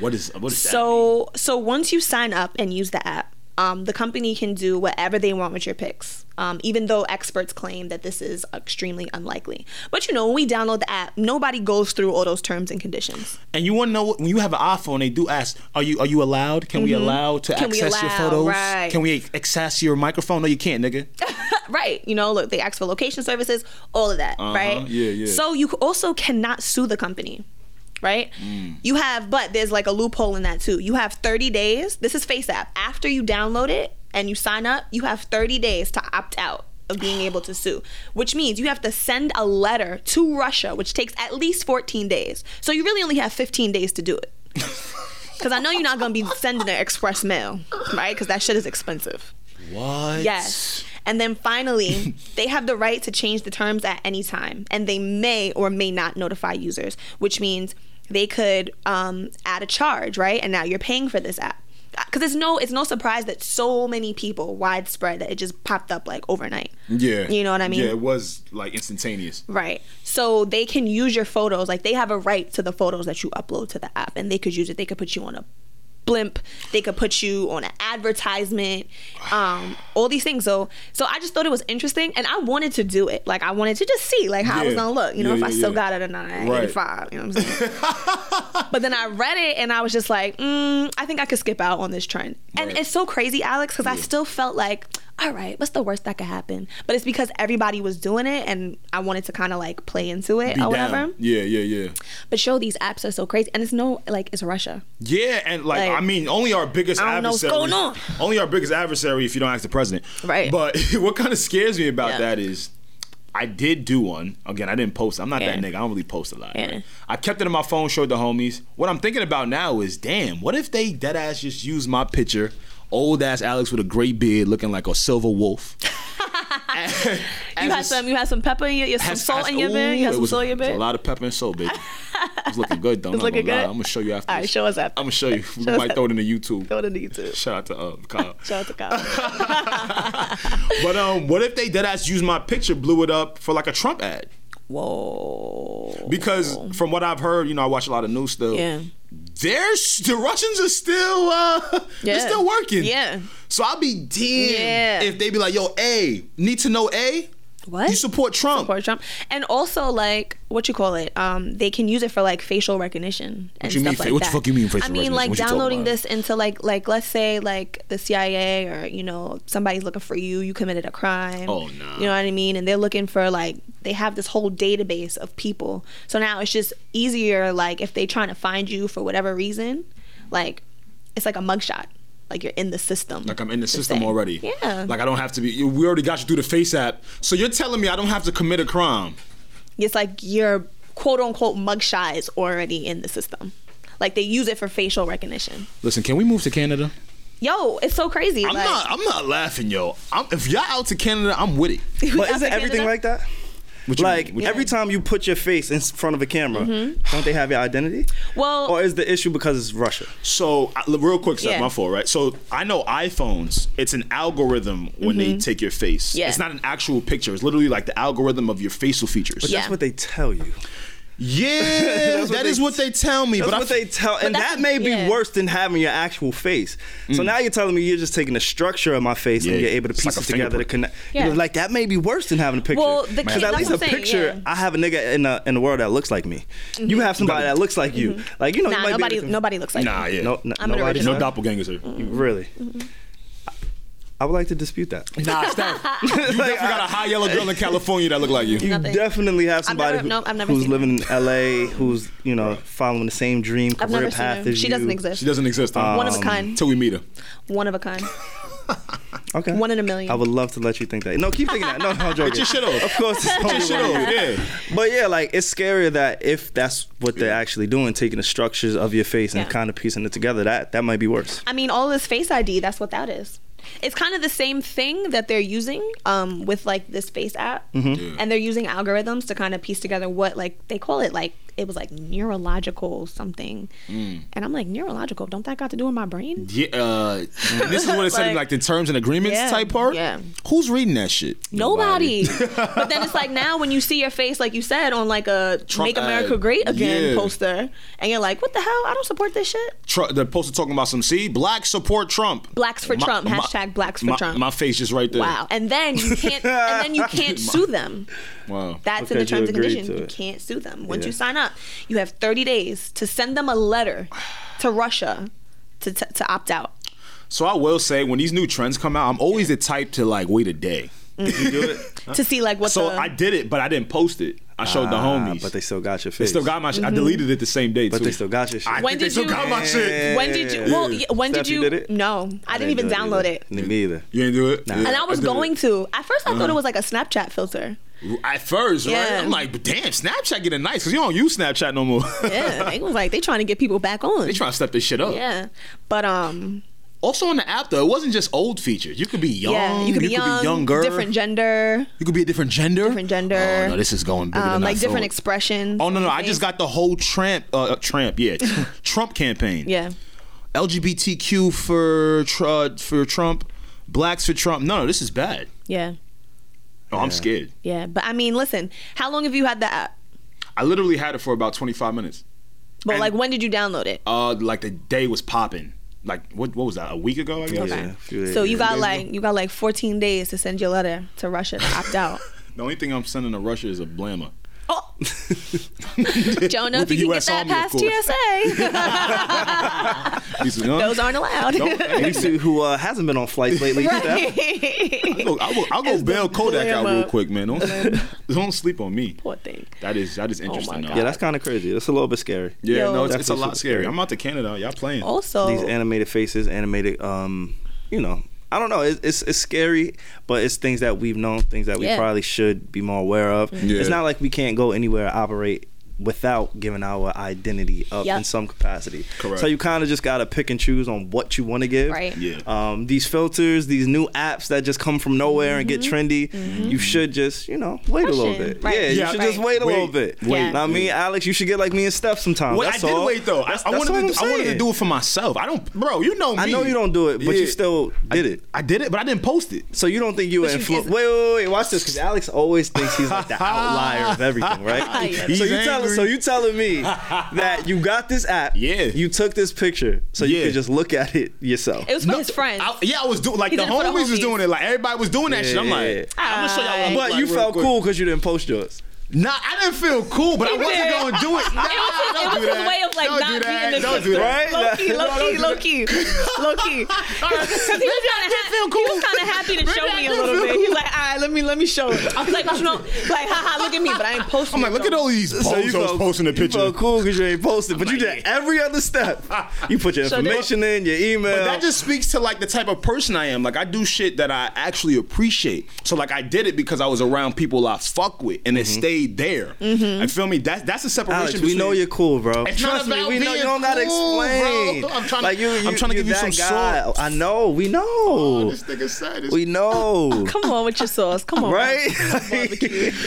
S2: What is what is Uh. that?
S3: So so once you sign up and use the app, um, the company can do whatever they want with your pics. Um, even though experts claim that this is extremely unlikely. But you know, when we download the app, nobody goes through all those terms and conditions.
S2: And you want to know what- when you have an iPhone, they do ask, are you are you allowed? Can we allow to
S3: Mm-hmm. Can we
S2: access your
S3: allow?
S2: photos?
S3: Right.
S2: Can we access your microphone? No, you can't, nigga.
S3: Right. You know, look, they ask for location services, all of that, right?
S2: Uh-huh. Yeah, yeah.
S3: So you also cannot sue the company, right?
S2: Mm.
S3: You have, but there's like a loophole in that too. You have 30 days. This is Face App. After you download it and you sign up, you have 30 days to opt out of being able to sue, which means you have to send a letter to Russia, which takes at least 14 days. So you really only have 15 days to do it. Because I know you're not going to be sending an express mail, right? Because that shit is expensive.
S2: What?
S3: Yes. And then finally, they have the right to change the terms at any time, and they may or may not notify users, which means they could um, add a charge, right? And now you're paying for this app. Because it's no, it's no surprise that so many people widespread that it just popped up like overnight.
S2: Yeah.
S3: You know what I mean?
S2: Yeah, it was like instantaneous.
S3: Right. So they can use your photos. Like they have a right to the photos that you upload to the app, and they could use it. They could put you on a blimp. They could put you on an advertisement. Um, all these things. So, so I just thought it was interesting, and I wanted to do it. Like I wanted to just see like how I was
S2: Yeah.
S3: gonna look. You know,
S2: Yeah,
S3: if I
S2: yeah,
S3: still
S2: yeah.
S3: got it or not. At
S2: Right.
S3: 85. You know what I'm saying? but then I read it, and I was just like, mm, I think I could skip out on this trend. And
S2: Right.
S3: it's so crazy, Alex, because I still felt like, all right, what's the worst that could happen? But it's because everybody was doing it, and I wanted to kind of like play into it
S2: Be down.
S3: or whatever.
S2: Yeah, yeah, yeah.
S3: But show these apps are so crazy, and it's no like it's Russia.
S2: Yeah, and like,
S3: Like,
S2: I mean, only our biggest
S3: I don't know what's
S2: adversary.
S3: going on.
S2: Only our biggest adversary if you don't ask the president.
S3: Right.
S2: But what kind of scares me about
S3: Yeah.
S2: that is I did do one. Again, I didn't post. I'm not that
S3: Yeah.
S2: nigga. I don't really post a lot.
S3: Yeah.
S2: right? I kept it in my phone, showed the homies. What I'm thinking about now is, damn, what if they dead ass just used my picture, old ass Alex with a gray beard, looking like a silver wolf. you
S3: You had some. You had some pepper in your. you had Some salt in your bed. You had some salt in your
S2: A
S3: bed.
S2: lot of pepper and salt, baby. It's looking good though.
S3: It's looking good?
S2: I'm gonna show you after.
S3: All right, show us after.
S2: I'm gonna show you. We
S3: Show us
S2: might throw it in the
S3: Go
S2: YouTube.
S3: to YouTube.
S2: Shout out to uh, Kyle.
S3: Shout out to Kyle.
S2: But um, what if they dead ass used my picture, blew it up for like a Trump ad?
S3: Whoa.
S2: Because from what I've heard, you know, I watch a lot of news still.
S3: Yeah.
S2: There's the Russians are still uh they're
S3: Yeah.
S2: still working.
S3: Yeah.
S2: So I'll be damned
S3: Yeah.
S2: if they be like, yo, A, need to know A,
S3: What?
S2: you support Trump.
S3: Support Trump. And also like what you call it? Um, they can use it for like facial recognition and
S2: you
S3: stuff
S2: mean fa-
S3: like
S2: what the
S3: that.
S2: fuck you mean facial
S3: I mean
S2: recognition?
S3: like
S2: What you talking
S3: downloading
S2: about?
S3: this into like like let's say like the CIA or you know somebody's looking for you, you committed a crime.
S2: Oh, nah.
S3: You know what I mean? And they're looking for like they have this whole database of people. So now it's just easier like if they're trying to find you for whatever reason, like it's like a mugshot. Like you're in the system.
S2: Like I'm in the
S3: to
S2: system
S3: say.
S2: already.
S3: Yeah.
S2: Like I don't have to be. We already got you through the Face app, so you're telling me I don't have to commit a crime.
S3: it's like your quote unquote mugshot is already in the system. Like they use it for facial recognition.
S2: Listen, can we move to Canada?
S3: Yo, it's so crazy.
S2: I'm
S3: like,
S2: not. I'm not laughing, yo. I'm, if y'all out to Canada, I'm with it.
S1: But
S3: African
S1: isn't everything
S3: Canada?
S1: like that?
S2: What you
S1: Like
S2: mean? What you
S1: every time you put your face in front of a camera, don't they have your identity?
S3: Mm-hmm. Well-
S1: or is the issue because it's Russia?
S2: So I- real quick, Seth,
S3: Yeah.
S2: my fault, right? So I know iPhones. It's an algorithm when they take your face.
S3: Mm-hmm. Yeah.
S2: It's not an actual picture. It's literally like the algorithm of your facial features.
S1: But
S3: Yeah.
S1: that's what they tell you.
S2: Yeah,
S1: That's what
S2: that
S1: they-
S2: is what they tell me.
S1: That's
S2: but I
S1: what they tell, and
S3: that's
S1: that
S3: what-
S1: may be
S3: yeah.
S1: worse than having your actual face. So now you're telling me you're just taking the structure of my face
S2: Mm. Yeah,
S1: and you're able to
S2: it's
S1: piece
S2: like
S1: it
S2: a
S1: together to
S2: fingerprint.
S1: connect.
S3: Yeah.
S1: You know, like that may be worse than having a picture.
S3: Well, the key-
S1: because at
S3: that's
S1: least a
S3: what I'm saying,
S1: picture,
S3: yeah. Mm-hmm.
S1: I have a nigga in the in the world that looks like me. You have somebody that looks like you. Like you know, you oh,
S3: Nah,
S1: might
S3: nobody,
S1: be able to-
S3: nobody looks like Mm.
S2: Nah,
S3: me.
S2: yeah.
S1: No, no,
S3: I'm an
S1: nobody.
S3: original. Mm-hmm.
S2: no doppelgangers here.
S1: Really. I- I would like to dispute that.
S2: Nah, Steph. You definitely got a high yellow girl in California that look like you.
S1: You
S3: Nothing.
S1: definitely have
S3: I've
S1: somebody
S3: never-
S1: who-
S3: nope, I've never
S1: who's
S3: seen her.
S1: living in LA, who's you know following the same dream
S3: I've
S1: career
S3: never seen
S1: path
S3: her.
S1: as
S3: She
S1: you.
S3: doesn't exist.
S2: She doesn't exist. Huh?
S3: One of a kind.
S2: Until we meet her.
S3: One of a kind.
S1: Okay.
S3: One in a million.
S1: I would love to let you think that. No, keep thinking that. No, no, I'm joking.
S2: your shit off.
S1: Of course, it's
S2: Get your shit
S1: totally
S2: off, yeah.
S1: But yeah, like it's scarier that if that's what they're actually doing, taking the structures of your face and
S3: Yeah.
S1: kind of piecing it together, that that might be worse.
S3: I mean, all this Face ID, that's what that is. It's kind of the same thing that they're using um, with like this Face app,
S1: Mm-hmm.
S3: and they're using algorithms to kind of piece together what like they call it like it was like neurological something,
S2: Mm.
S3: and I'm like neurological. Don't that got to do with my brain?
S2: Yeah, uh, this is what it said in like the terms and agreements
S3: Yeah,
S2: type part.
S3: yeah.
S2: Who's reading that shit?
S3: Nobody. but then it's like now when you see your face, like you said, on like a
S2: Trump
S3: "Make America
S2: ad.
S3: Great Again"
S2: Yeah.
S3: poster, and you're like, "What the hell? I don't support this shit."
S2: Tru- the poster talking about some see blacks support Trump.
S3: Blacks for Trump. Hashtag blacks for
S2: my-
S3: Trump.
S2: My face just right there.
S3: Wow. And then you can't. and then you can't sue them.
S2: Wow.
S3: That's in the
S1: Because you
S3: terms and
S1: agreed
S3: conditions.
S1: to
S3: You
S1: it.
S3: can't sue them. Once
S1: Yeah.
S3: you sign up, you have 30 days to send them a letter to Russia to to, to opt out.
S2: So I will say when these new trends come out, I'm always the type to like wait a day.
S1: You do it,
S3: To see like what
S2: So
S3: Mm. the
S2: I did it, but I didn't post it. I showed the
S1: Ah,
S2: homies.
S1: but they still got your face.
S2: They still got my shit. I deleted it the same day
S1: But
S2: too.
S1: they still got your shit.
S2: I
S3: Mm-hmm. When
S2: think they
S3: did
S2: still
S3: you-
S2: got my shit.
S3: when did you? Well,
S1: Yeah.
S3: y- when
S1: Steph,
S3: did
S1: you
S3: you?
S1: did it?
S3: No, I, didn't, even
S1: do
S3: download
S1: either.
S3: it.
S1: Me either.
S2: You ain't do it.
S3: And I was
S2: did
S3: going
S2: it.
S3: to. At first, I
S2: Mm-hmm.
S3: thought it was like a Snapchat filter.
S2: at first,
S3: Yeah.
S2: right? I'm like, but damn, Snapchat getting nice because you don't use Snapchat no more.
S3: Yeah, it was like they trying to get people back on.
S2: they trying to step this shit up.
S3: Yeah, but um,
S2: Also on the app though, it wasn't just old features. You could be young.
S3: yeah, you could be young,
S2: younger.
S3: different gender,
S2: You could be a different gender.
S3: Different gender.
S2: Oh, no, this is going bigger
S3: um,
S2: than I
S3: like different
S2: thought.
S3: expressions.
S2: Oh no no!
S3: on
S2: I
S3: your
S2: just
S3: face.
S2: got the whole Trump, uh, uh, Trump, yeah, Trump campaign.
S3: yeah.
S2: LGBTQ for tr- uh, for Trump, blacks for Trump. No, no, this is bad.
S3: Yeah,
S2: Oh, I'm scared.
S3: yeah, but I mean, listen, how long have you had the app?
S2: I literally had it for about 25 minutes.
S3: But
S2: And-
S3: like, when did you download it?
S2: Uh, like the day was popping. Like what? What was that? A week ago, I guess.
S1: Yeah, a few
S3: So
S1: days.
S3: you got like you got like 14 days to send your letter to Russia to opt out.
S2: The only thing I'm sending to Russia is a blammer.
S3: Oh, don't know
S2: With
S3: if
S2: the
S3: you can
S2: US
S3: get that
S2: Army, of
S3: past
S2: course.
S3: TSA.
S2: These- you know?
S3: Those aren't allowed.
S2: Don't- hey,
S1: Lisa, who uh, hasn't been on flights lately. Steph.
S3: right.
S2: Look, I will, I'll go
S3: It's the
S2: bail Kodak out real
S3: blammer.
S2: quick, man. Don't, don't sleep on me.
S3: Poor thing.
S2: That is that is interesting.
S3: Oh my
S2: though.
S1: Yeah, that's kind of crazy. That's a little bit scary.
S2: Yeah,
S3: Yo.
S2: no, it's,
S1: That's
S2: it's a
S1: what's
S2: lot
S1: up.
S3: Oh.
S2: scary. I'm out to Canada. Y'all playing.
S3: Also,
S1: These animated faces, animated, um, you know, I don't know. It's, it's it's scary, but it's things that we've known, things that we
S3: Yeah.
S1: probably should be more aware of.
S2: Yeah.
S1: It's not like we can't go anywhere or operate without giving our identity up
S3: Yep.
S1: in some capacity.
S2: Correct.
S1: So you kind of just gotta pick and choose on what you want to give.
S3: Right.
S2: Yeah.
S1: Um, these filters, these new apps that just come from nowhere and get trendy, you should just you know wait a little
S3: Mm-hmm. Question.
S1: bit.
S3: Right.
S1: Yeah,
S2: Yeah.
S1: you should just
S3: Right.
S1: wait a little
S2: Wait.
S1: bit.
S3: Wait. Yeah.
S1: Know what I mean, Alex, you should get like me and Steph sometimes.
S2: Well, I
S1: That's
S2: did
S1: all.
S2: wait though. I-
S1: That's-
S2: I,
S1: that's
S2: wanted
S1: all I'm
S2: to, do- I wanted to
S1: saying.
S2: do it for myself. I don't, bro. You know me.
S1: I know you don't do it, but you
S2: Yeah.
S1: still did it.
S2: I did it, but I didn't post it.
S1: So you don't think you were
S3: you
S1: influ-
S3: isn't.
S1: wait, wait, wait, watch this because Alex always thinks he's like the outlier of everything, right?
S3: Yeah.
S1: so
S2: He's
S1: you telling
S2: angry.
S1: so you telling me that you got this app,
S2: Yeah.
S1: You took this picture, so you
S2: Yeah.
S1: could just look at it yourself.
S3: It was for his friends.
S2: I, yeah, I was doing like
S3: He
S2: the
S3: did it for the
S2: homies, was
S3: homies.
S2: doing it. Like everybody was doing that shit. I'm
S1: Yeah.
S2: like, I'm gonna show y'all. What I'm
S1: but
S2: like
S1: you
S2: real
S1: felt
S2: quick.
S1: cool because you didn't post yours.
S2: Nah, I didn't feel cool, but I wasn't
S3: did.
S2: gonna do it. Nah,
S3: it
S2: don't
S3: was
S2: do
S3: his
S2: that.
S3: way of like
S2: Don't
S3: not
S2: do that.
S3: being the
S2: Don't do that.
S1: Right?
S3: Low key, low key, low key, low key. Because he was kind of
S2: feel cool.
S3: He was kind of happy to
S2: Maybe
S3: show
S2: I
S3: me a
S2: did
S3: little
S2: feel
S3: bit.
S2: cool.
S3: He's like, all right, let me let me show it. I was like, but you know, like, haha, look at me, but I ain't posting.
S2: I'm like,
S3: it,
S2: look at
S3: though.
S2: all these bozos posting the
S1: you
S2: picture.
S1: felt cool because you ain't posted, but you
S2: like,
S1: did every other step. You put your
S3: So did-
S1: information in, your email.
S2: But that just speaks to like the type of person I am. Like I do shit that I actually appreciate. So like I did it because I was around people I fuck with, and it stayed there.
S3: Mm-hmm.
S2: You feel me? That's that's the separation.
S1: Mm-hmm. Alex, we
S2: between-
S1: know you're cool, bro.
S2: It's
S1: Trust
S2: not
S1: me,
S2: about
S1: we know
S2: being
S1: you don't gotta
S2: cool,
S1: explain.
S2: Bro. I'm trying to,
S1: like you, you
S2: I'm trying to
S1: you
S2: give you some
S1: that guy.
S2: salt.
S1: I know, we know.
S2: Oh, this nigga sad.
S1: we know,
S3: Come on with your sauce. Come on.
S1: right?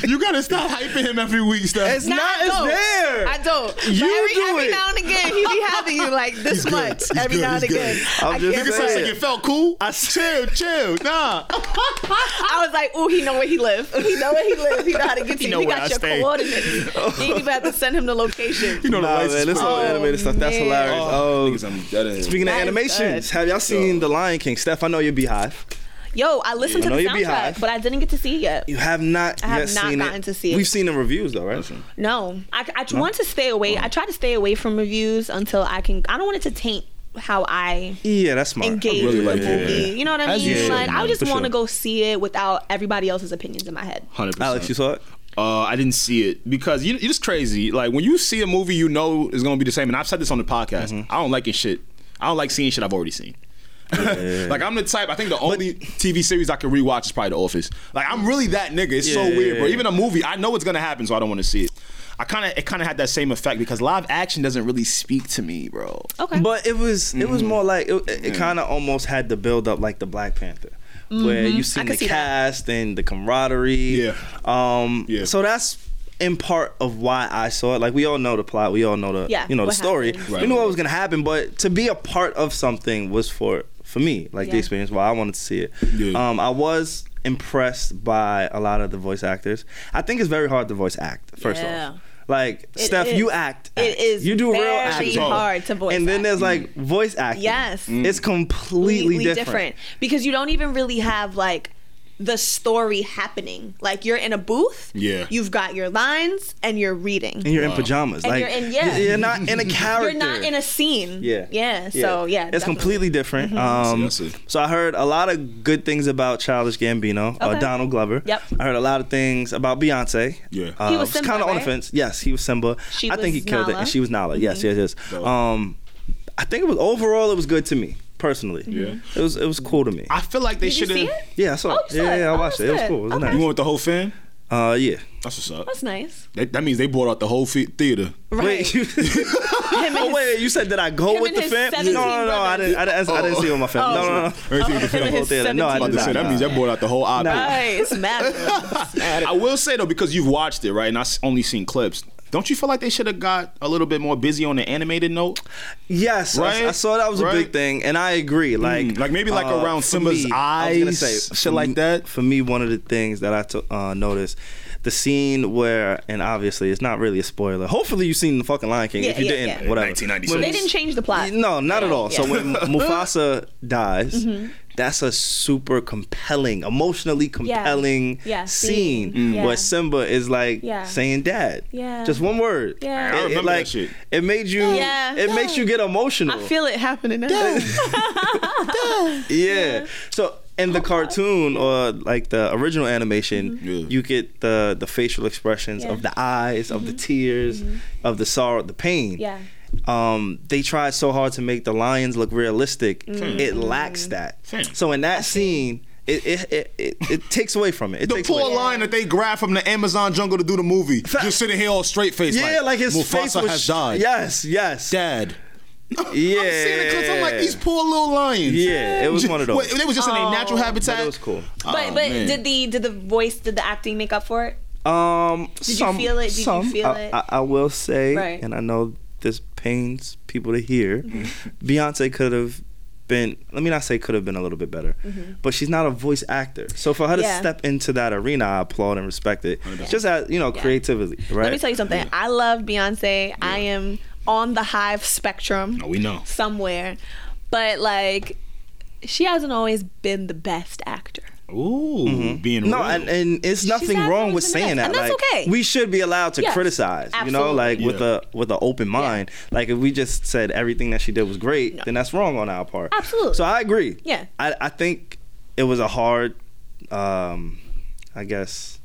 S2: You gotta stop hyping him every week,
S1: it's
S2: Steph.
S3: Nah,
S1: not.
S3: I
S1: It's
S3: don't.
S1: there.
S3: I don't.
S1: You
S3: But every,
S1: do
S3: every
S1: it.
S3: now and again, he be having you like this
S2: good.
S3: much.
S2: He's
S3: every
S2: good.
S3: now and
S2: He's good.
S3: again.
S1: I'm
S3: I
S1: just
S3: can't
S2: Nigga
S3: do
S2: said
S1: saying.
S3: it.
S2: like it felt cool.
S1: I-
S2: chill, chill, nah.
S3: I was like, ooh, he know where he live. He know where he live. He know how to get to you.
S2: know
S3: He
S2: where
S3: got
S2: I
S3: your
S2: stay.
S3: coordinates. You ain't even have to send him the location.
S2: You know
S1: Nah, man,
S2: the license
S1: this little
S2: plate.
S1: animated stuff. That's
S3: man.
S1: hilarious. Oh,
S2: Niggas, I'm dead ass.
S1: speaking of
S3: That is
S1: animations,
S3: good.
S1: have y'all seen The Lion King? Steph, I know you're beehive.
S3: Yo, I listened
S1: I
S3: to
S1: know
S3: the
S1: you be high.
S3: soundtrack, but I didn't get to see it yet.
S1: You have not.
S3: I have
S1: yet
S3: not
S1: seen
S3: gotten
S1: it.
S3: to see it.
S1: We've seen the reviews though, right?
S3: No, I, I want to stay away. I try to stay away from reviews until I can. I don't want it to taint how I
S1: Yeah, that's smart.
S3: engage
S2: really
S3: with
S2: like
S3: the
S2: that.
S3: movie. You know what I
S2: As you
S3: mean?
S2: should,
S3: like, I
S2: man,
S3: just
S1: for
S3: want to
S1: sure.
S3: go see it without everybody else's opinions in my head.
S2: Hundred percent.
S1: Alex, you saw it.
S2: Uh, I didn't see it because you, it's crazy. Like when you see a movie, you know it's gonna be the same. And I've said this on the podcast.
S1: Mm-hmm.
S2: I don't like it shit. I don't like seeing shit I've already seen. like I'm the type. I think the only TV series I can rewatch is probably The Office. Like I'm really that nigga. It's so
S1: Yeah.
S2: weird, bro. Even a movie, I know it's gonna happen, so I don't want to see it. I kind of it kind of had that same effect because live action doesn't really speak to me, bro.
S3: Okay.
S1: But it was it
S2: Mm-hmm.
S1: was more like it, it kind of almost had the build up like the Black Panther, where you seen
S3: can
S1: the
S3: Mm-hmm. see that.
S1: cast and the camaraderie.
S2: Yeah.
S1: Um.
S2: Yeah.
S1: So that's in part of why I saw it. Like we all know the plot, we all know the
S3: Yeah,
S1: you know the
S3: what
S1: story.
S3: happens.
S2: Right.
S1: We knew what was gonna happen, but to be a part of something was for for me like the
S3: Yeah.
S1: experience. Why I wanted to see it.
S2: Yeah.
S1: Um. I was impressed by a lot of the voice actors. I think it's very hard to voice act. First
S3: Yeah.
S1: off. Like
S3: It
S1: Steph,
S3: is.
S1: you act.
S3: It
S1: act.
S3: is
S1: You do real
S3: very
S1: acting.
S3: hard to voice
S1: And then
S3: act.
S1: there's like voice acting.
S3: Yes. Mm.
S1: It's completely, different.
S3: because you don't even really have like the story happening. Like you're in a booth.
S2: Yeah.
S3: You've got your lines and you're reading.
S1: And you're in pajamas.
S3: And
S1: like
S3: you're in- yeah.
S1: you- you're not in a character.
S3: You're not in a scene.
S1: yeah.
S3: Yeah. So yeah,
S1: It's
S3: definitely. Mm-hmm.
S1: completely different. Um,
S2: I see, I see.
S1: so I heard a lot of good things about Childish Gambino, uh,
S3: Okay.
S1: Donald Glover.
S3: Yep.
S1: I heard a lot of things about Beyonce.
S2: Yeah.
S1: Uh,
S3: He was Simba,
S1: kind of on the
S3: right?
S1: fence. Yes, he was Simba.
S3: She
S1: I think he
S3: was
S1: killed it,
S3: Nala. Mm-hmm.
S1: and she was Nala. Yes, yes, yes. Um, I think it was overall it was good to me personally. Yeah. It was it was cool to me.
S2: I feel like they
S3: Did you
S2: should
S3: see
S2: have.
S3: it?
S1: yeah, I saw.
S3: Oh,
S1: it.
S3: you
S1: yeah,
S3: saw it?
S1: yeah, I
S3: Oh,
S1: watched it. It was
S3: that's
S1: cool. It was
S3: good.
S1: nice.
S2: You went with the whole fan.
S1: Uh, yeah.
S2: That's what's up.
S3: That's nice.
S2: That, that means they bought out the whole fe- theater.
S3: Right.
S1: Wait, you,
S3: Him and
S1: oh
S3: his-
S1: wait, you said that I go
S3: him
S1: with
S3: and
S1: the
S3: his Oh.
S1: fam? No,
S3: 17
S1: no, no, no, I didn't, I didn't, I didn't see it with my fam. No, no, no.
S2: Everything with the fan.
S3: him and his
S1: theater. No, I
S2: I'm about
S1: did
S2: to
S1: not.
S2: say that
S1: nah.
S2: means they bought out the whole IP.
S3: Nice, mad.
S2: I will say though, because you've watched it, right? And I've s- only seen clips. Don't you feel like they should have got a little bit more busy on the animated note?
S1: Yes, I-
S2: Right?
S1: I, saw that was a big
S2: Right? Mm.
S1: thing, and I agree. Like,
S2: like maybe like
S1: uh,
S2: around
S1: for
S2: Simba's
S1: me, I was gonna
S2: eyes,
S1: say,
S2: shit
S1: for
S2: like
S1: me-
S2: that.
S1: For me, one of the things that I took uh, noticed, the scene where, and obviously it's not really a spoiler. Hopefully, you've seen the fucking Lion King.
S3: Yeah,
S1: if you
S3: yeah,
S1: didn't,
S3: yeah.
S1: whatever.
S2: 1996.
S3: they didn't change the plot.
S1: No, not at all. So
S3: Yeah. Mm-hmm.
S1: when Mufasa dies, that's a super compelling, emotionally compelling
S3: Yeah,
S1: scene
S3: scene. Mm. Yeah.
S1: where Simba is like
S3: Yeah.
S1: saying "Dad."
S3: Yeah.
S1: just one word.
S3: Yeah. I
S1: it,
S2: remember
S1: it,
S2: that
S1: like,
S2: shit.
S1: It made you.
S3: Yeah.
S1: It makes you get emotional.
S3: I feel it happening now.
S1: yeah. So in the cartoon or like the original animation,
S3: Mm-hmm.
S2: Yeah.
S1: you get the the facial expressions of the eyes, of the tears, of the sorrow, the pain.
S3: Mm-hmm. Yeah.
S1: um, they tried so hard to make the lions look realistic.
S3: Mm-hmm.
S1: It lacks that.
S2: Fam.
S1: So in that scene, it it, it, it, it takes away from it. It
S2: The
S1: takes
S2: poor
S1: away.
S2: line that they grabbed from the Amazon jungle to do the movie. Just sitting here all straight faced.
S1: Yeah, like, his
S2: Mufasa
S1: face was
S2: has died.
S1: Yes, yes.
S2: Dad.
S1: Yeah.
S2: I'm seeing the clips. I'm like, these poor little lions.
S1: Yeah, it was
S2: Just-
S1: one of those. Oh,
S2: Wait, they was just in their natural habitat.
S1: But it was cool.
S3: But
S2: Oh,
S3: but
S2: man.
S3: did the did the voice did the acting make up for it?
S1: Um,
S3: you
S1: some,
S3: feel it? Did you
S1: some.
S3: feel
S1: I,
S3: it?
S1: I, I will say,
S3: Right.
S1: and I know this pains people to hear.
S3: Mm-hmm.
S1: Beyonce could have been. Let me not say could have been a little bit better, but she's not a voice actor. So for her to
S3: Mm-hmm. Yeah.
S1: step into that arena, I applaud and respect it. Just as you know, creativity, right?
S3: Let me tell you something. I love Beyonce. I am on the Hive spectrum
S2: No, we know.
S3: somewhere, but like she hasn't always been the best actor.
S2: Ooh, being
S1: Mm-hmm. No,
S2: real.
S1: and, and it's nothing
S3: not
S1: wrong
S3: always
S1: with
S3: been
S1: saying
S3: the
S1: that.
S3: best, and that's
S1: like,
S3: okay.
S1: We should be allowed to
S3: Yes,
S1: criticize, you know, like with
S2: Yeah.
S1: a with an open mind. Like if we just said everything that she did was great, then that's wrong on our part.
S3: Absolutely.
S1: So I agree.
S3: Yeah.
S1: I, I think it was a hard, um, I guess,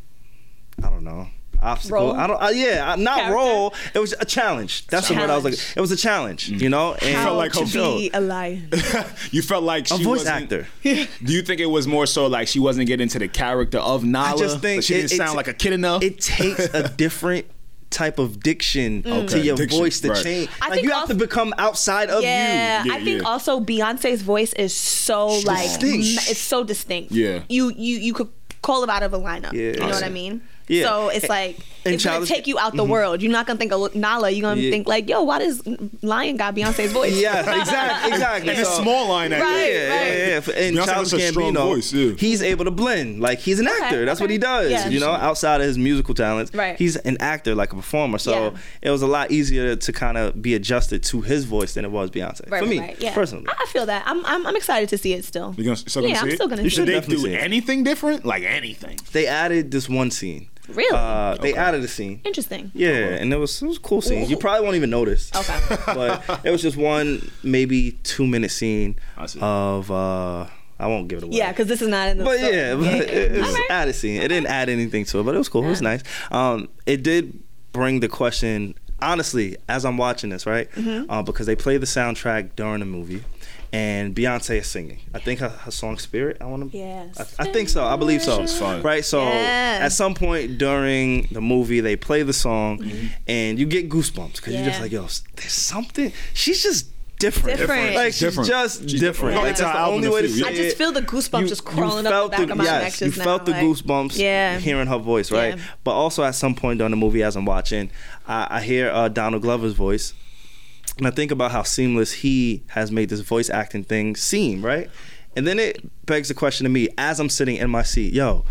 S1: I don't know. Obstacle.
S3: Role?
S1: I don't. Uh, yeah, uh, not
S3: Character?
S1: role. It was a challenge. That's what I was like. It was a challenge, you know. And
S2: How Mm. like
S1: she
S2: to
S1: showed.
S3: a lion.
S2: you felt like she
S1: a voice
S2: wasn't-
S1: actor.
S2: Do you think it was more so like she wasn't getting into the character of Nala?
S1: I just think
S2: Like, she
S1: it-
S2: didn't
S1: it
S2: sound
S1: ta-
S2: like a kid enough.
S1: It takes a different type of diction to
S2: Okay,
S1: your
S2: diction,
S1: voice to
S2: right.
S1: change.
S3: Mm. I
S1: like
S3: think
S1: you have
S3: also-
S1: to become outside of
S3: Yeah,
S1: you.
S2: Yeah,
S3: I think
S2: yeah.
S3: also Beyonce's voice is so like
S1: Distinct.
S3: ma- it's so distinct.
S2: Yeah.
S3: you you you could call it out of a lineup. You know what I
S1: Yeah.
S3: mean?
S1: Yeah.
S3: So it's like
S1: and
S3: it's gonna
S1: Childish- Mm-hmm.
S3: take you out the world. You're not gonna think of Nala. You're gonna
S1: Yeah.
S3: think like, yo, why does Lion got Beyonce's voice?
S1: Yes, exactly, exactly.
S2: and it's
S1: So-
S2: small line actor.
S3: Right.
S1: Yeah, yeah, yeah. For- And
S2: Beyonce
S1: Childish
S2: has a strong
S1: Gambino,
S2: voice, yeah.
S1: he's able to blend. Like he's an actor. That's what he
S3: okay.
S1: does.
S3: Yeah.
S1: You know, outside of his musical talents,
S3: Right.
S1: He's an actor, like a performer. So
S3: Yeah.
S1: it was a lot easier to kind of be adjusted to his voice than it was Beyonce.
S3: Right,
S1: For me,
S3: right, right. Yeah. Ah.
S1: personally,
S3: I I feel that. I'm, I'm I'm excited to see it still.
S2: You gonna, still gonna
S3: Yeah,
S2: see
S3: I'm
S2: it?
S3: still gonna
S1: You
S3: see
S1: should
S2: Did they
S1: definitely
S2: do
S1: see it.
S2: anything different? Like anything?
S1: they added this one scene.
S3: it. Really
S1: Uh, They added a scene.
S3: interesting.
S1: Yeah, and it was it was cool scenes. You probably won't even notice.
S3: Okay.
S1: but it was just one maybe two minute scene
S2: I see.
S1: of uh I won't give it away.
S3: Yeah, because this is not in the.
S1: But
S3: film.
S1: yeah, but it, it was
S3: Alright.
S1: added scene. It didn't add anything to it, but it was cool. It was nice. Um, it did bring the question honestly as I'm watching this, right?
S3: Mm-hmm.
S1: Uh, because they play the soundtrack during the movie, and Beyonce is singing. I think her, her song "Spirit." I want to.
S3: Yes.
S1: I, I think so. I believe so.
S2: fire.
S1: Right. So
S3: Yes.
S1: at some point during the movie, they play the song, and you get goosebumps because you're just
S3: Mm-hmm. Yeah.
S1: like, yo, s- there's something. She's just. Different.
S3: Different.
S1: like she's
S2: Different.
S1: just
S2: She's
S1: different.
S2: different.
S1: Like that's
S2: Yeah.
S1: the only way to
S2: I
S1: say
S3: I
S1: it
S3: just feel the goosebumps just crawling up the back of my neck
S1: yes,
S3: just
S1: you
S3: now.
S1: felt the
S3: like-
S1: goosebumps
S3: Yeah.
S1: hearing her voice, right?
S3: Yeah.
S1: But also at some point during the movie, as I'm watching, I, I hear uh, Donald Glover's voice. And I think about how seamless he has made this voice acting thing seem, right? And then it begs the question to me as I'm sitting in my seat, yo,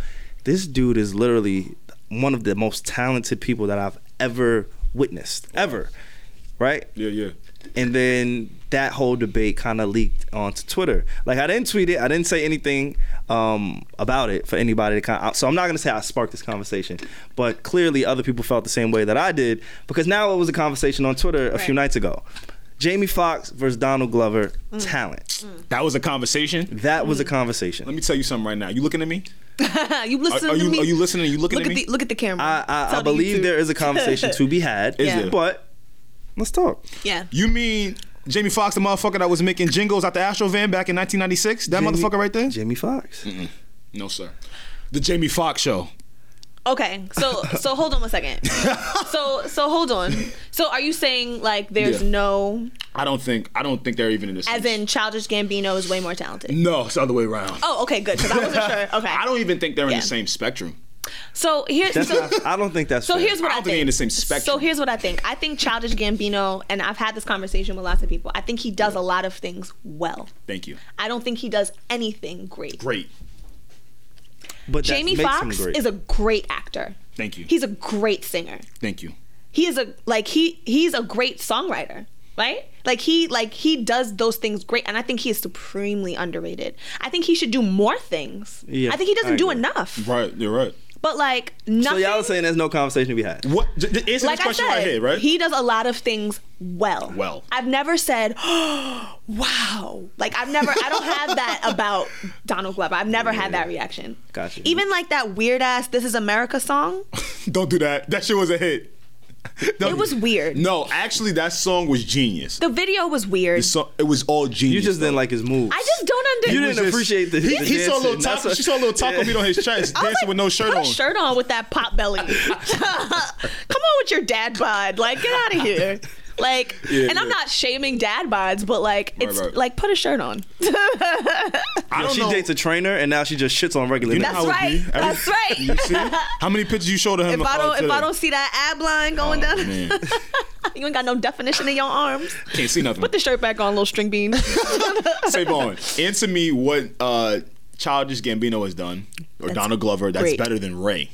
S1: this dude is literally one of the most talented people that I've ever witnessed, ever, right?
S2: Yeah, yeah.
S1: and then that whole debate kind of leaked onto Twitter. Like I didn't tweet it, I didn't say anything um, about it for anybody to kind. Of, so I'm not gonna say I sparked this conversation, but clearly other people felt the same way that I did because now it was a conversation on Twitter a few nights ago. Jamie Foxx versus Donald Glover,
S3: Mm.
S1: talent.
S2: That was a conversation.
S1: That was a
S2: Let
S1: conversation.
S2: me tell you something right now. You looking at me?
S3: you
S2: Are,
S3: listen
S2: are
S3: to
S2: you
S3: me.
S2: are you listening? You looking
S3: look
S2: at
S3: at,
S2: me?
S3: the look at the camera.
S1: I, I,
S3: Tell
S1: I
S3: the
S1: believe
S3: YouTube.
S1: there is a conversation to be had.
S2: Is there?
S1: But let's talk.
S3: Yeah.
S2: you mean Jamie Foxx, the motherfucker that was making jingles out the Astro van back in 1996? That
S1: Jamie-
S2: motherfucker right there?
S1: Jamie Foxx.
S2: No, sir. The Jamie Foxx show.
S3: Okay. So so hold on one second. so so hold on. So are you saying like there's
S2: Yeah.
S3: no
S2: I don't think I don't think they're even in this.
S3: as in Childish Gambino is way more talented?
S2: No, it's the other way around.
S3: Oh, okay, good. Because I wasn't sure. Okay.
S2: I don't even think they're in
S3: Yeah.
S2: the same spectrum.
S3: So here.
S1: That's
S3: so,
S1: not, I don't think that's
S3: So
S1: fair.
S3: here's what
S2: I
S3: I,
S2: don't think
S3: think.
S2: they're in the same spectrum.
S3: So here's what I think. I think Childish Gambino, and I've had this conversation with lots of people. I think he does a lot of things well.
S2: Thank you.
S3: I don't think he does anything great.
S2: Great.
S1: but that
S3: Jamie
S1: makes him
S3: Foxx
S1: great.
S3: is a great actor.
S2: Thank you.
S3: He's a great singer.
S2: Thank you.
S3: He is a like he he's a great songwriter, right? Like he like he does those things great, and I think he is supremely underrated. I think he should do more things.
S1: Yeah,
S3: I think he doesn't
S1: I
S3: do
S1: agree.
S3: enough.
S2: Right, you're right.
S3: But like nothing.
S1: So y'all are saying there's no conversation to be had.
S2: What? j- j- Answer
S3: like
S2: this
S3: I
S2: question
S3: said,
S2: right here, right?
S3: he does a lot of things well.
S2: Well.
S3: I've never said, "Wow!" Like I've never, I don't have that about Donald Glover. I've never had that reaction.
S1: Gotcha.
S3: Even like that weird ass "This Is America" song.
S2: Don't do that. That shit was a hit. It
S3: was weird.
S2: No, actually, that song was genius.
S3: The video was weird.
S2: The song, it was all genius.
S1: You just didn't
S2: though.
S1: like his moves.
S3: I just don't understand.
S1: You didn't appreciate the.
S2: He,
S1: the
S2: he saw a little
S1: dancing. That's
S2: taco.
S1: what-
S2: She saw a little taco meat on his chest, dancing with no shirt
S3: Put
S2: on.
S3: a shirt on with that pot belly. Come on with your dad bod. Like, get out of here. Like,
S2: Yeah,
S3: and I'm
S2: yeah.
S3: not shaming dad bods, but like, it's
S2: right.
S3: like put a shirt on.
S2: I don't
S1: she
S2: know.
S1: dates a trainer and now she just shits on regular.
S2: You know
S1: niggas.
S2: how it
S3: right.
S2: be. Every-
S3: That's right.
S2: You see? How many pictures you showed of him?
S3: if I
S2: uh,
S3: don't, if I
S2: today?
S3: don't see that ab line going down,
S2: man.
S3: you ain't got no definition in your arms.
S2: can't see nothing.
S3: Put the shirt back on, little string bean.
S2: Save on. Answer me what uh, Childish Gambino has done, or Donald Glover. That's
S3: great.
S2: better than Ray.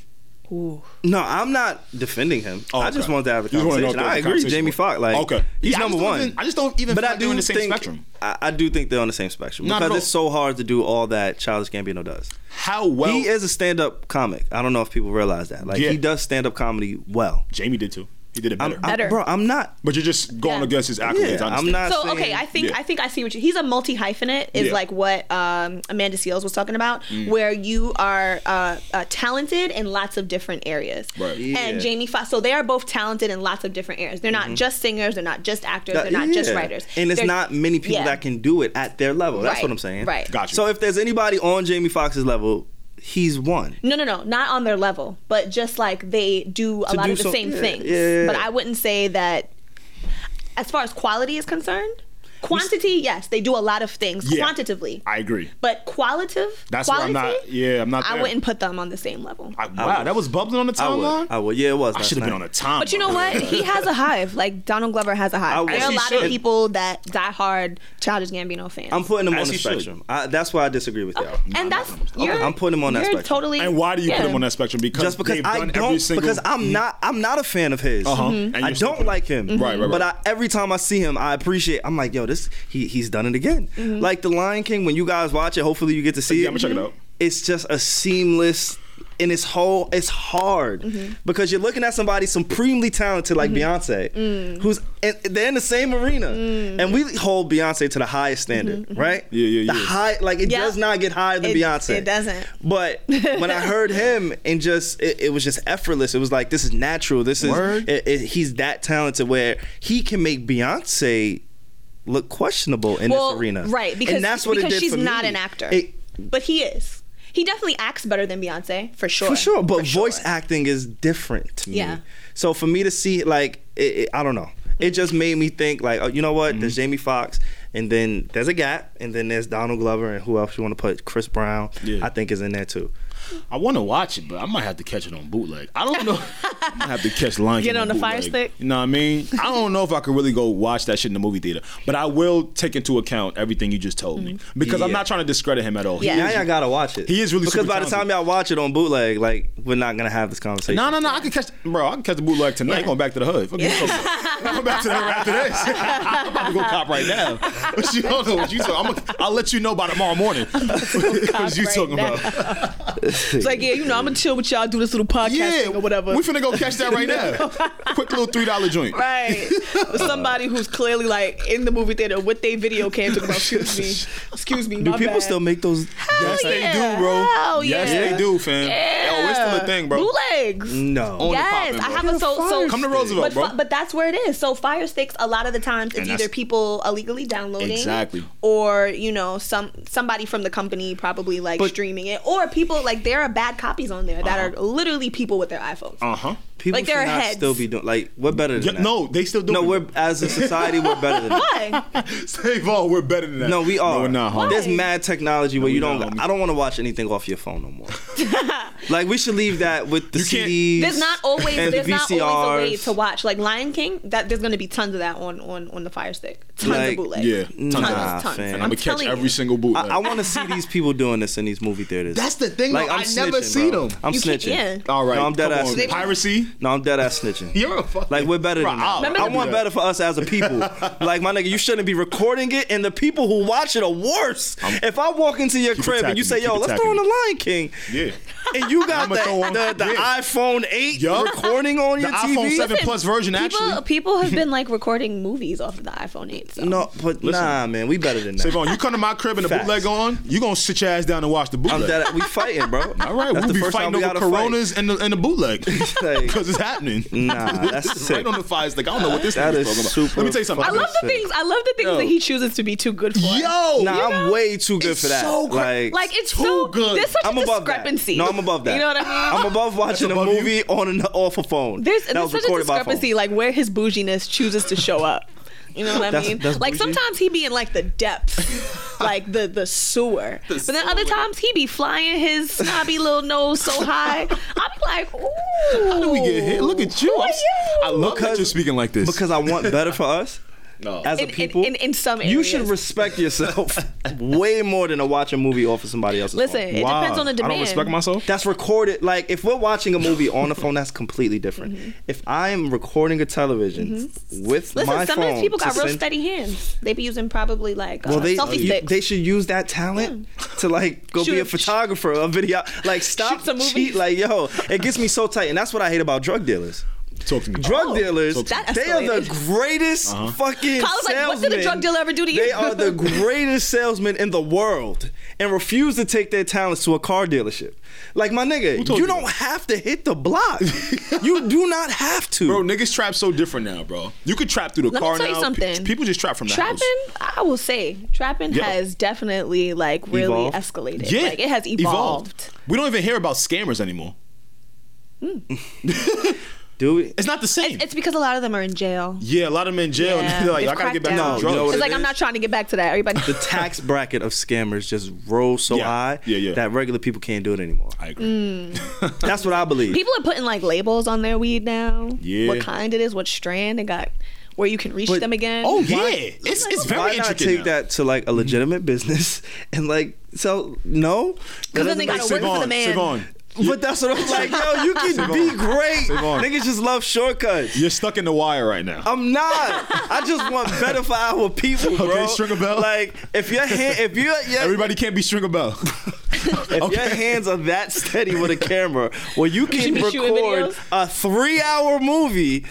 S1: No, I'm not defending him.
S2: Oh,
S1: I just
S2: okay.
S1: wanted to have a
S2: You just wanted to
S1: conversation.
S2: know if there was
S1: I
S2: a
S1: agree with
S2: conversation.
S1: Jamie Foxx. Like,
S2: Okay.
S1: he's
S2: Yeah, I
S1: number
S2: just don't
S1: one.
S2: even- I just don't even
S1: But
S2: feel
S1: I
S2: like they're
S1: do
S2: on the same
S1: think,
S2: spectrum.
S1: I, I do think they're on the same spectrum
S2: Not at
S1: because it's so hard to do all that Childish Gambino does.
S2: How well
S1: he is a stand-up comic. I don't know if people realize that. Like,
S2: Yeah.
S1: he does stand-up comedy well.
S2: Jamie did too. He did it
S1: I'm,
S2: better.
S1: I'm-
S3: Better.
S1: bro. I'm not.
S2: but you're just going
S3: Yeah.
S2: against his accolades.
S1: Yeah,
S2: I
S1: I'm
S2: understand.
S1: not.
S3: so
S1: saying,
S3: okay, I think
S2: Yeah.
S3: I think I see what you. He's a multi hyphenate, is
S2: Yeah.
S3: like what um, Amanda Seals was talking about,
S1: Mm.
S3: where you are uh, uh, talented in lots of different areas.
S2: Right.
S1: Yeah.
S3: And Jamie Foxx, so they are both talented in lots of different areas. They're not just singers. They're not just actors.
S1: that-
S3: they're not just
S1: Mm-hmm. yeah.
S3: writers.
S1: and it's
S3: They're-
S1: not many people
S3: yeah.
S1: that can do it at their level. That's
S3: Right.
S1: what I'm saying.
S3: Right.
S2: Gotcha.
S1: So if there's anybody on Jamie Foxx's level, he's one.
S3: No, no, no, not on their level, but just like they do a
S1: To
S3: lot
S1: do
S3: of the
S1: some-
S3: same
S1: yeah,
S3: things.
S1: yeah, yeah,
S3: But
S1: yeah.
S3: I wouldn't say that, as far as quality is concerned, quantity, yes, they do a lot of things
S2: Yeah.
S3: quantitatively.
S2: I agree.
S3: but qualitative,
S2: That's where
S3: quality,
S2: I'm not. Yeah, I'm not.
S3: I
S2: there.
S3: wouldn't put them on the same level.
S2: I- wow, Ah, that was bubbling on the
S1: I
S2: timeline.
S1: would. I would. Yeah, it was.
S2: I
S1: last
S2: should have been
S1: night.
S2: on a time.
S3: But you know what? He has a hive. Like Donald Glover has a hive.
S1: I
S3: there are a
S2: wish-
S3: lot
S2: As he
S3: of
S2: should.
S3: people that die hard Childish Gambino fans.
S1: I'm putting him
S2: As
S1: on the
S2: he should.
S1: spectrum. I, that's why I disagree with y'all.
S3: and that's you're,
S1: I'm putting him on that
S3: you're
S1: spectrum.
S3: Totally.
S2: and why do you put
S3: yeah.
S2: him on that spectrum? Because
S1: Just because
S2: they've
S1: I
S2: done
S1: don't
S2: every single.
S1: because I'm not I'm not a fan of his.
S2: Uh-huh. Mhm. And you're
S1: I
S2: still
S1: don't
S2: putting-
S1: like him.
S2: Right, right, right.
S1: But I, every time I see him, I appreciate. I'm like, yo, this he he's done it again. Like the Lion King. When you guys watch it, hopefully you get to see
S2: Yeah,
S1: it.
S2: I'ma check it out.
S1: It's just a seamless. And it's whole, it's hard
S3: Mm-hmm.
S1: because you're looking at somebody supremely talented like Beyonce,
S3: Mm.
S1: who's and they're in the same arena, and we hold Beyonce to the highest standard, right?
S2: Yeah, yeah,
S1: The
S2: yeah.
S1: high, like it
S3: Mm-hmm. Yeah.
S1: does not get higher than
S3: It-
S1: Beyonce.
S3: it doesn't.
S1: But when I heard him and just it, it was just effortless. It was like this is natural. This is
S2: Word.
S1: it- it- he's that talented where he can make Beyonce look questionable in
S3: Well,
S1: this arena.
S3: right? Because
S1: and that's what it
S3: because
S1: did
S3: she's
S1: for me.
S3: not an actor,
S1: It-
S3: but he is. He definitely acts better than Beyonce for sure.
S1: for sure, but
S3: For
S1: voice
S3: sure.
S1: acting is different to me.
S3: Yeah. Mm.
S1: So for me to see like it, it- I don't know. It just made me think like, oh, you know what?
S2: Mm-hmm.
S1: There's Jamie Foxx, and then there's a gap, and then there's Donald Glover, and who else you want to put? Chris Brown,
S2: Yeah.
S1: I think is in there too.
S2: I want to watch it, but I might have to catch it on bootleg. I don't know. I might have to catch Lion
S3: Get
S2: King
S3: on the fire
S2: bootleg.
S3: stick?
S2: You know what I mean? I don't know if I could really go watch that shit in the movie theater, but I will take into account everything you just told me because I'm
S1: Yeah.
S2: not trying to discredit him at all. He
S3: Mm-hmm. Yeah.
S2: is-
S1: Yeah, y'all gotta watch it.
S2: He is really
S1: because
S2: super
S1: by the time
S2: talented.
S1: y'all watch it on bootleg, like we're not gonna have this conversation.
S2: No, no, no. I can catch, bro. I can catch the bootleg tonight. I'm going back to the hood. Fuck you talking about. I'm going back to the hood after this. I'm about to go cop right now. But you don't know what you talking. I'm a, I'll let you know by tomorrow morning. what you
S3: right
S2: talking
S3: now.
S2: about?
S3: It's like yeah, you know, I'm gonna chill with y'all, do this little podcast
S2: Yeah,
S3: or whatever.
S2: We finna go catch that right now. Quick little three dollar joint.
S3: Right. With somebody who's clearly like in the movie theater with their video cam talking about, excuse me, excuse me.
S1: Do
S3: my
S1: people
S3: bad."
S1: still make those?
S2: Yes,
S1: Oh,
S2: they
S3: yeah.
S2: do, bro.
S3: Hell
S2: yes,
S3: yeah.
S2: they do, fam. Yo, it's still a thing, bro.
S3: Bootlegs.
S1: No.
S2: Only
S3: Yes,
S2: poppin',
S3: I
S2: bro.
S3: haven't. So, so
S2: Come to Roosevelt,
S3: but,
S2: bro.
S3: fi- But that's where it is. So fire sticks. A lot of the times,
S2: And
S3: it's
S2: that's-
S3: either people illegally downloading,
S2: Exactly.
S3: or you know, some somebody from the company probably like streaming it, or people like there are bad copies on there that
S2: Uh-huh.
S3: are literally people with their iPhones.
S2: Uh huh.
S1: People
S3: Like, there
S1: should
S3: are
S1: not
S3: heads.
S1: still be doing like we're better than that.
S2: no, they still do.
S1: no,
S2: it.
S1: we're as a society we're better than that.
S3: Why?
S2: save all. We're better than that.
S1: No, we are.
S2: No, we're not. homie.
S1: There's mad technology where you
S2: we
S1: don't.
S2: not, homie.
S1: I don't want to watch anything off your phone no more. like we should leave that with the
S2: You can't-
S1: CDs.
S3: There's not always
S1: and
S3: there's not always a way
S1: VCRs.
S3: to watch like Lion King. That there's gonna be tons of that on on on the Fire Stick. Tons
S1: Like,
S3: of bootlegs.
S2: Yeah, tons
S3: tons,
S2: of
S1: that.
S3: tons, tons.
S1: Nah, fam. I'm
S2: And I'm, gonna catch
S3: telling
S2: every
S3: you.
S2: single boot.
S1: I, I want to see these people doing this in these movie theaters.
S2: That's the thing,
S1: Like
S2: though.
S1: I'm
S2: I never
S1: snitching,
S2: seen
S1: bro.
S2: them.
S1: I'm
S3: You can't-
S1: snitching.
S3: yeah.
S2: all right.
S1: No, I'm dead
S2: come
S1: ass.
S2: on.
S1: snitching.
S2: Piracy.
S1: No, I'm dead ass snitching.
S2: You're a fucking.
S1: Like we're better
S2: Bro,
S1: than
S2: I'll-
S1: that.
S2: Remember
S1: I
S2: the-
S1: want better for us as a people. like my nigga, you shouldn't be recording it, and the people who watch it are worse. if I walk into your crib and
S2: attacking
S1: you
S2: me,
S1: say, "Yo,
S2: keep
S1: let's
S2: attacking
S1: throw on the
S2: me.
S1: Lion King,"
S2: Yeah.
S1: and you got
S2: I'ma
S1: the,
S2: throw on-
S1: the, the
S2: yeah.
S1: iPhone eight
S2: Yup.
S1: recording on
S2: The
S1: your
S2: iPhone
S1: TV.
S2: 7 Plus version, actually.
S3: People, people have been like recording movies off of the iPhone 8. So.
S1: No, but nah, man, we better than that.
S2: Savon, you come to my crib and the
S1: Facts.
S2: bootleg on, you gonna sit your ass down and watch the
S1: I'm
S2: bootleg.
S1: dead. We fighting, bro.
S2: All right,
S1: That's
S2: we'll
S1: the
S2: be
S1: first time
S2: fighting
S1: we
S2: over
S1: gotta fight.
S2: Coronas and the, and the bootleg.
S1: Like,
S2: because it's happening.
S1: Nah, that's
S2: It's
S1: sick.
S2: right on the fire. It's like I don't know what this
S1: That
S2: nigga's
S1: is
S2: talking about.
S1: super
S2: Let me tell you something.
S1: fucking
S3: I love the
S1: Sick.
S3: things. I love the things
S2: Yo.
S3: that he chooses to be too good for.
S2: Yo,
S1: Nah, I'm way too good
S2: It's
S1: for that.
S2: so cra-
S1: like,
S3: like it's
S2: Too
S3: so
S2: good.
S3: good. There's such
S1: I'm
S3: a
S1: above
S3: discrepancy.
S1: that. No, I'm above that.
S3: You know what I mean?
S1: I'm above watching
S2: above
S1: a
S2: you?
S1: movie on an off a phone.
S3: there's
S1: That was
S3: there's such a
S1: recorded by phone.
S3: discrepancy, like where his bouginess chooses to show up. You know what I
S1: That's-
S3: mean?
S1: that's
S3: like
S1: bougie?
S3: sometimes he be in like the depths, like the the sewer. but then other
S2: sewer.
S3: times he be flying his snobby little nose so high. I be like, ooh.
S2: How do we get here? Look at you.
S3: Who
S2: I'm
S3: are
S2: s-
S3: you?
S2: I love that
S1: Because-
S2: you're speaking like this.
S1: Because I want better for us
S2: no.
S1: as
S3: in,
S1: a
S3: in-
S1: people.
S3: in, in, some areas.
S1: you should respect yourself way more than to watch a movie off of somebody else's
S3: Listen,
S1: phone.
S3: it depends on the demand.
S2: I don't respect myself.
S1: That's recorded. Like if we're watching a movie on the phone, that's completely different. If I'm recording a television with
S3: Mm-hmm. Listen,
S1: my
S3: some
S1: phone,
S3: of these people
S1: to
S3: got real
S1: send-
S3: steady hands. They be using probably like uh,
S1: Well, they
S3: selfie
S1: you-
S3: sticks.
S1: they should use that talent to like go
S3: Shoot
S1: be a
S3: a-
S1: photographer, a video. Like stop
S3: Shoot some
S1: cheat.
S3: movies.
S1: Like yo, it gets me so tight, and that's what I hate about drug dealers.
S2: Talk to me.
S1: Drug dealers,
S3: Oh. that
S1: they are the
S3: escalated.
S1: greatest
S2: Uh-huh.
S1: fucking
S3: Kyle's like,
S1: salesmen.
S3: what did a drug dealer ever do to you?
S1: They are the greatest salesmen in the world and refuse to take their talents to a car dealership. Like my nigga, you,
S2: told you
S1: don't
S2: that?
S1: have to hit the block. you do not have to.
S2: Bro, niggas trap so different now, bro. You could trap through the
S3: Let me
S2: car
S3: tell you
S2: now. Pe-
S3: something.
S2: People just trap from the
S3: trapping,
S2: house.
S3: I will say, trapping
S2: Yeah.
S3: has definitely like really
S1: Evolved.
S3: escalated. like it has evolved.
S2: We don't even hear about scammers anymore.
S1: do it.
S2: It's not the same.
S3: It's because a lot of them are in jail.
S2: yeah, a lot of men in jail.
S3: Yeah.
S2: They're like,
S3: It's
S2: I gotta get back
S3: cracked
S2: to
S3: down.
S2: the drugs.
S1: You know what
S3: It's
S1: it
S3: like I'm
S1: is?
S3: not trying to get back to that. Everybody,
S1: the tax bracket of scammers just rose so
S2: Yeah.
S1: high
S2: Yeah, yeah.
S1: that regular people can't do it anymore.
S2: I agree.
S3: mm.
S1: That's what I believe.
S3: people are putting like labels on their weed now.
S2: Yeah.
S3: what kind it is, what strand they got, where you can reach
S1: But-
S3: them again.
S2: Oh yeah, it's it's very
S1: Why not
S2: intricate.
S1: take
S2: now. Mm-hmm.
S1: that to like a legitimate business and like so no? That
S3: Because then they
S1: doesn't
S3: gotta
S1: make
S3: work
S1: sense.
S3: for the
S2: Siobhan,
S3: man.
S2: Siobhan,
S1: But that's what I'm like, yo, you can be great.
S2: on.
S1: Niggas just love shortcuts.
S2: You're stuck in the wire right now.
S1: I'm not. I just want better for our people, bro.
S2: Okay, string a bell.
S1: Like if your hand, if your yeah,
S2: Everybody can't be string a bell.
S1: if your hands are that steady with a camera, where you can
S3: be shooting
S1: record
S3: videos?
S1: a three-hour movie,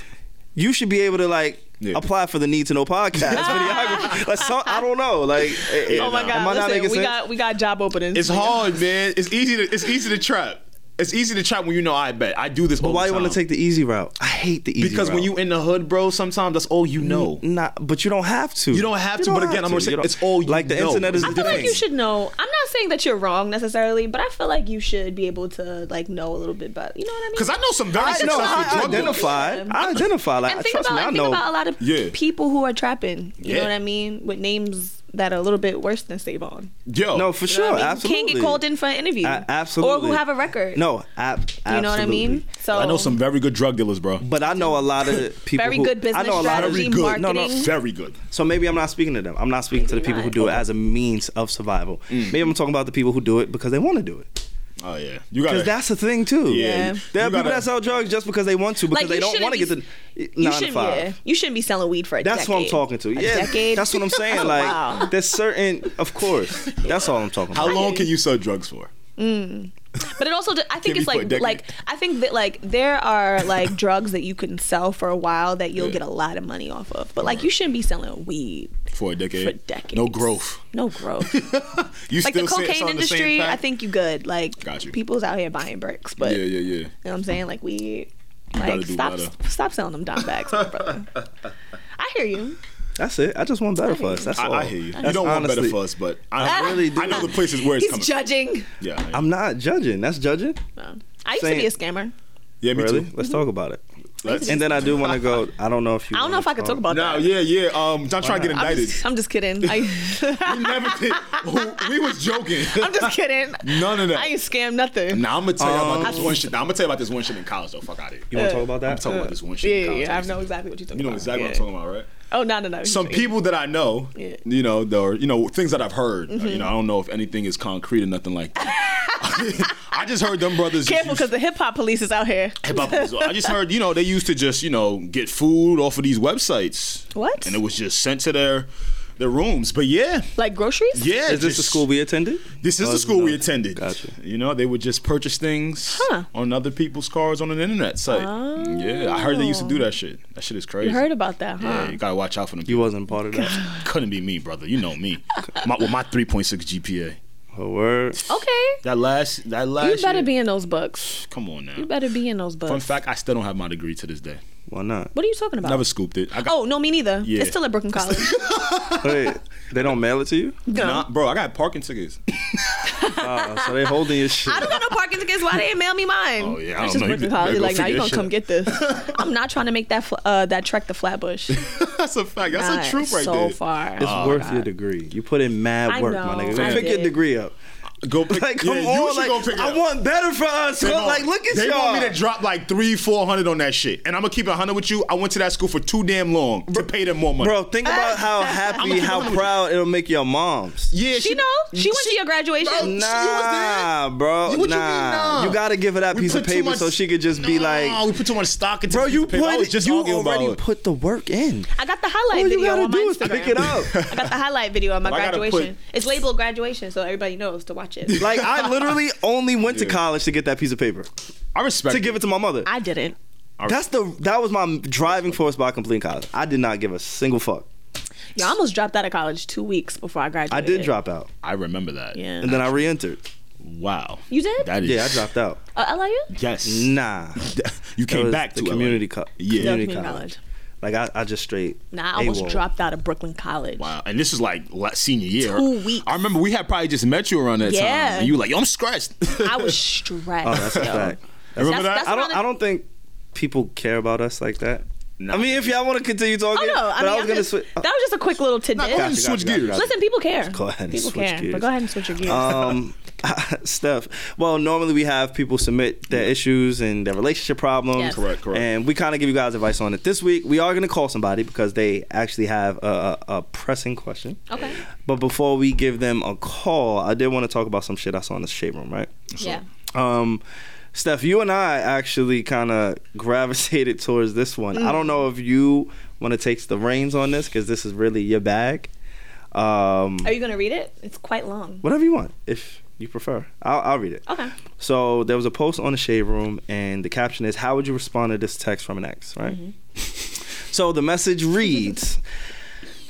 S1: you should be able to like
S2: Yeah.
S1: apply for the need to know podcast videography. Like, so, I don't know. Like,
S3: Oh my
S1: am I
S3: God!
S1: not
S3: Listen,
S1: making
S3: we
S1: sense?
S3: got we got job openings.
S2: It's hard, man. It's easy to it's easy to trap. It's easy to trap when you know I bet I do this.
S1: but
S2: all
S1: why
S2: the
S1: you want
S2: time.
S1: to take the easy route? I hate the easy
S2: Because
S1: route.
S2: when you in the hood, bro, sometimes that's all you know.
S1: not, but you don't have to.
S2: You don't have to, but again, I'm gonna say
S1: You don't-
S2: it's all you
S1: like the
S2: know.
S1: internet is
S2: I
S1: the
S3: I feel like
S1: difference.
S3: you should know. I'm not saying that you're wrong necessarily, but I feel like you should be able to like know a little bit about. You know what I mean?
S2: Because I know some very
S1: no,
S2: successful
S1: I
S2: drug dealers.
S1: identify. I identify. Like,
S3: and think
S1: trust
S3: about
S1: me, I
S3: and
S1: know.
S3: think about a lot of
S2: Yeah.
S3: people who are trapping. You
S2: Yeah.
S3: know what I mean? With names that are a little bit worse than Savon.
S2: Yo,
S1: no, for
S3: You
S1: sure,
S3: know what I mean? Who
S1: absolutely.
S3: Can't get called in for an interview.
S1: A- absolutely.
S3: Or who have a record.
S1: No, ab- absolutely.
S3: You know what I mean? So
S2: I know some very good drug dealers, bro.
S1: But I know a lot of people.
S3: Very
S1: who,
S3: good
S1: I
S3: business
S1: know a lot of
S3: strategy,
S1: people. No, no.
S3: marketing.
S2: Very good.
S1: So maybe I'm not speaking to them. I'm not speaking to the people who do it as a means of survival.
S2: Mm.
S1: Maybe I'm talking about the people who do it because they want to do it.
S2: Oh yeah, you got
S1: Because that's a thing too.
S2: Yeah. Yeah.
S1: There are
S2: You
S1: people
S2: gotta-
S1: that sell drugs just because they want to because
S3: Like,
S1: they
S3: you
S1: don't want to get
S3: shouldn't
S1: the
S3: you
S1: nine to
S3: shouldn't,
S1: five.
S3: yeah. You shouldn't be selling weed for a
S1: That's
S3: decade.
S1: what I'm talking to.
S3: A
S1: yeah,
S3: decade?
S1: that's what I'm saying.
S3: Oh,
S1: Like,
S3: wow.
S1: there's certain, of course. That's all I'm talking
S2: How
S1: about.
S2: long can you sell drugs for?
S3: But it also, d- I think
S2: Give
S3: it's
S2: me for a
S3: like,
S2: decade.
S3: like I think that like there are like drugs that you can sell for a while that you'll
S2: Yeah.
S3: get a lot of money off of. But like you shouldn't be selling weed,
S2: For a decade.
S3: For decades.
S2: No growth.
S3: no growth.
S2: You
S3: like
S2: still
S3: the
S2: sit- it's
S3: cocaine
S2: on the same
S3: industry,
S2: path?
S3: I think you good. Like
S2: Got you.
S3: people's out here buying bricks,
S2: Yeah,
S3: but you
S2: yeah, yeah.
S3: know what I'm saying? Like weed.
S2: gotta
S3: Like
S2: do
S3: stop
S2: better.
S3: stop selling them dime bags, my brother. I hear you.
S1: That's it. I just want better for us. That's
S2: I,
S1: all.
S2: I hear you.
S1: That's
S2: you don't want better
S1: honestly-
S2: for us, but I,
S1: I really do.
S2: I know the places where it's
S3: He's
S2: coming.
S3: judging.
S2: from. Yeah, I-
S1: I'm not judging. That's judging.
S3: I used
S1: Saying-
S3: to be a scammer.
S2: yeah, me
S1: Really?
S2: too.
S1: Let's talk about it.
S2: Let's-
S1: And then I do want to go. I don't know if you.
S3: I don't know if I could talk about
S2: No,
S3: that.
S2: yeah, yeah. Um, I'm trying to get
S3: I'm
S2: indicted.
S3: just, I'm just kidding. I,
S2: we never did. We was joking.
S3: I'm just kidding.
S2: None of that.
S3: I Um, ain't scam nothing.
S2: Now I'm gonna tell you about this one shit. Now, I'm gonna tell you about this one shit in college though. Fuck out of here.
S1: You want to talk about that?
S2: I'm talking about this one
S3: Yeah,
S2: shit. in
S3: yeah,
S2: college.
S3: yeah. I know exactly what you're talking
S2: You know
S3: about.
S2: exactly what I'm
S3: Yeah.
S2: talking about, right?
S3: Oh no, no, no.
S2: Some
S3: Yeah.
S2: people that I know,
S3: Yeah. Mm-hmm.
S2: you know, or you know, things that I've heard. uh, You know, I don't know if anything is concrete or nothing like that. I just heard them brothers. just
S3: Careful,
S2: used-
S3: because the hip hop police is out here.
S2: Hip hop is- I just heard, you know, they used to just, you know, get food off of these websites.
S3: What?
S2: And it was just sent to their their rooms. But yeah,
S3: Like groceries?
S2: yeah.
S1: Is this the
S2: just-
S1: school we attended?
S2: This is
S1: Oh,
S2: the
S1: it's
S2: school we
S1: not.
S2: attended.
S1: Gotcha.
S2: You know, they would just purchase things
S3: Huh.
S2: on other people's cards on an internet site. Yeah, I heard they used to do that shit. That shit is crazy.
S3: Oh. You heard about that, huh?
S2: Yeah, you gotta watch out for them.
S1: You wasn't part of that.
S2: Couldn't be me, brother. You know me. My, with my 3.6 GPA.
S1: Oh, word.
S3: Okay.
S2: That last, that last.
S3: You better
S2: year-
S3: be in those books.
S2: Come on now.
S3: You better be in those books.
S2: Fun fact: I still don't have my degree to this day.
S1: Why not?
S3: What are you talking about?
S2: Never scooped it. I got,
S3: Oh, no, me neither.
S2: Yeah.
S3: It's still at Brooklyn College.
S1: Wait, they don't mail it to you?
S3: No.
S2: Nah, bro, I got parking tickets.
S1: Oh, so they holding your shit.
S3: I don't got no parking tickets. Why they didn't mail me mine?
S2: Oh, yeah, I
S3: it's
S2: don't
S3: just
S2: know. You
S3: Brooklyn
S2: better
S3: College.
S2: go
S3: Like, now
S2: figure
S3: you
S2: that
S3: gonna
S2: shit
S3: come
S2: out.
S3: get this? I'm not trying to make that fl- uh, that trek to Flatbush.
S2: That's a fact. That's
S3: Not
S2: a truth right
S3: so
S2: there.
S3: far. Uh,
S1: It's worth your degree. You put in
S3: Oh, I
S1: mad work, my
S3: know,
S1: nigga.
S3: I
S1: Go pick your
S3: did.
S1: degree up.
S2: Go pick.
S1: Like, come
S2: yeah,
S1: on.
S2: you should
S1: like,
S2: go pick it
S1: I
S2: up.
S1: want better for us.
S2: They
S1: So,
S2: want-
S1: like, look at
S2: they
S1: y'all.
S2: want me to drop like three, four hundred on that shit, and I'm gonna keep it hundred with you. I went to that school for too damn long to pay them more money.
S1: Bro, think about how happy, how proud it'll make your moms.
S2: yeah,
S3: She know. She went to your graduation.
S2: Bro, she was there.
S1: Nah, bro.
S2: What you mean,
S1: nah.
S2: nah?
S1: You gotta give her that
S2: We
S1: piece of
S2: put too
S1: paper
S2: much-
S1: so she could just be
S2: Nah,
S1: like,
S2: we put too much stock into
S1: bro,
S2: this piece
S1: you
S2: of paper. I was
S1: put,
S2: just
S1: you
S2: arguing about
S1: already
S2: it.
S1: put the work in.
S3: I got the highlight
S1: All you
S3: video
S1: gotta
S3: on my
S1: do is
S3: Instagram.
S1: pick it up.
S3: I got the highlight video on my
S2: Well, I gotta
S3: graduation.
S2: put-
S3: It's labeled graduation, so everybody knows to watch it.
S1: Like, I literally only went to college to get that piece of paper
S2: I respect.
S1: to give it to my mother.
S3: I didn't.
S1: That's the that was my driving force by completing college. I did not give a single fuck.
S3: Yeah, I almost dropped out of college two weeks before I graduated.
S1: I did drop out,
S2: I remember that.
S3: Yeah.
S1: and then I re-entered.
S2: Wow.
S3: You did?
S2: That is.
S1: Yeah, I dropped out.
S3: Uh, LIU?
S2: Yes.
S1: Nah,
S2: You
S1: That
S2: came
S1: was
S2: back to
S1: the
S2: LA.
S1: community co-
S2: Yeah.
S3: No,
S1: community
S3: community
S1: college.
S3: college.
S1: Like I, I just straight.
S3: Nah, I almost
S1: AWOL.
S3: dropped out of Brooklyn College.
S2: Wow. And this is like la- senior year.
S3: Two weeks.
S2: I remember we had probably just met you around that
S3: Yeah.
S2: time, and you were like, "Yo, I'm stressed."
S3: I was stressed.
S1: Oh, that's a
S3: yo.
S1: fact.
S2: remember that?
S3: That's- that's
S1: I don't.
S3: around the-
S1: I don't think people care about us like that.
S2: Nah.
S1: I mean, if y'all want to continue
S3: Oh
S1: talking,
S3: no!
S1: but
S3: I mean,
S1: I was
S3: I'm
S1: gonna
S3: just-
S1: switch.
S3: that was just a quick little tidbit.
S2: go ahead and switch
S1: gotcha,
S2: gears.
S1: gotcha.
S3: Listen, people care.
S1: Go ahead and
S3: people
S1: switch
S3: care.
S1: gears.
S3: But go ahead and switch your gears.
S1: Um, Steph. Well, normally we have people submit their issues and their relationship problems.
S3: Yes.
S2: Correct, correct.
S1: And we kind of give you guys advice on it. This week, we are going to call somebody because they actually have a, a, a pressing question.
S3: okay.
S1: But before we give them a call, I did want to talk about some shit I saw in the shade room, right?
S3: Yeah.
S1: Um, Steph, you and I actually kind of gravitated towards this one. I don't know if you want to take the reins on this because this is really your bag. Um,
S3: Are you gonna read it? It's quite long.
S1: whatever you want, if you prefer. I'll, I'll read it.
S3: Okay.
S1: So there was a post on the Shade Room, and the caption is, "How would you respond to this text from an ex?" Right. so the message reads,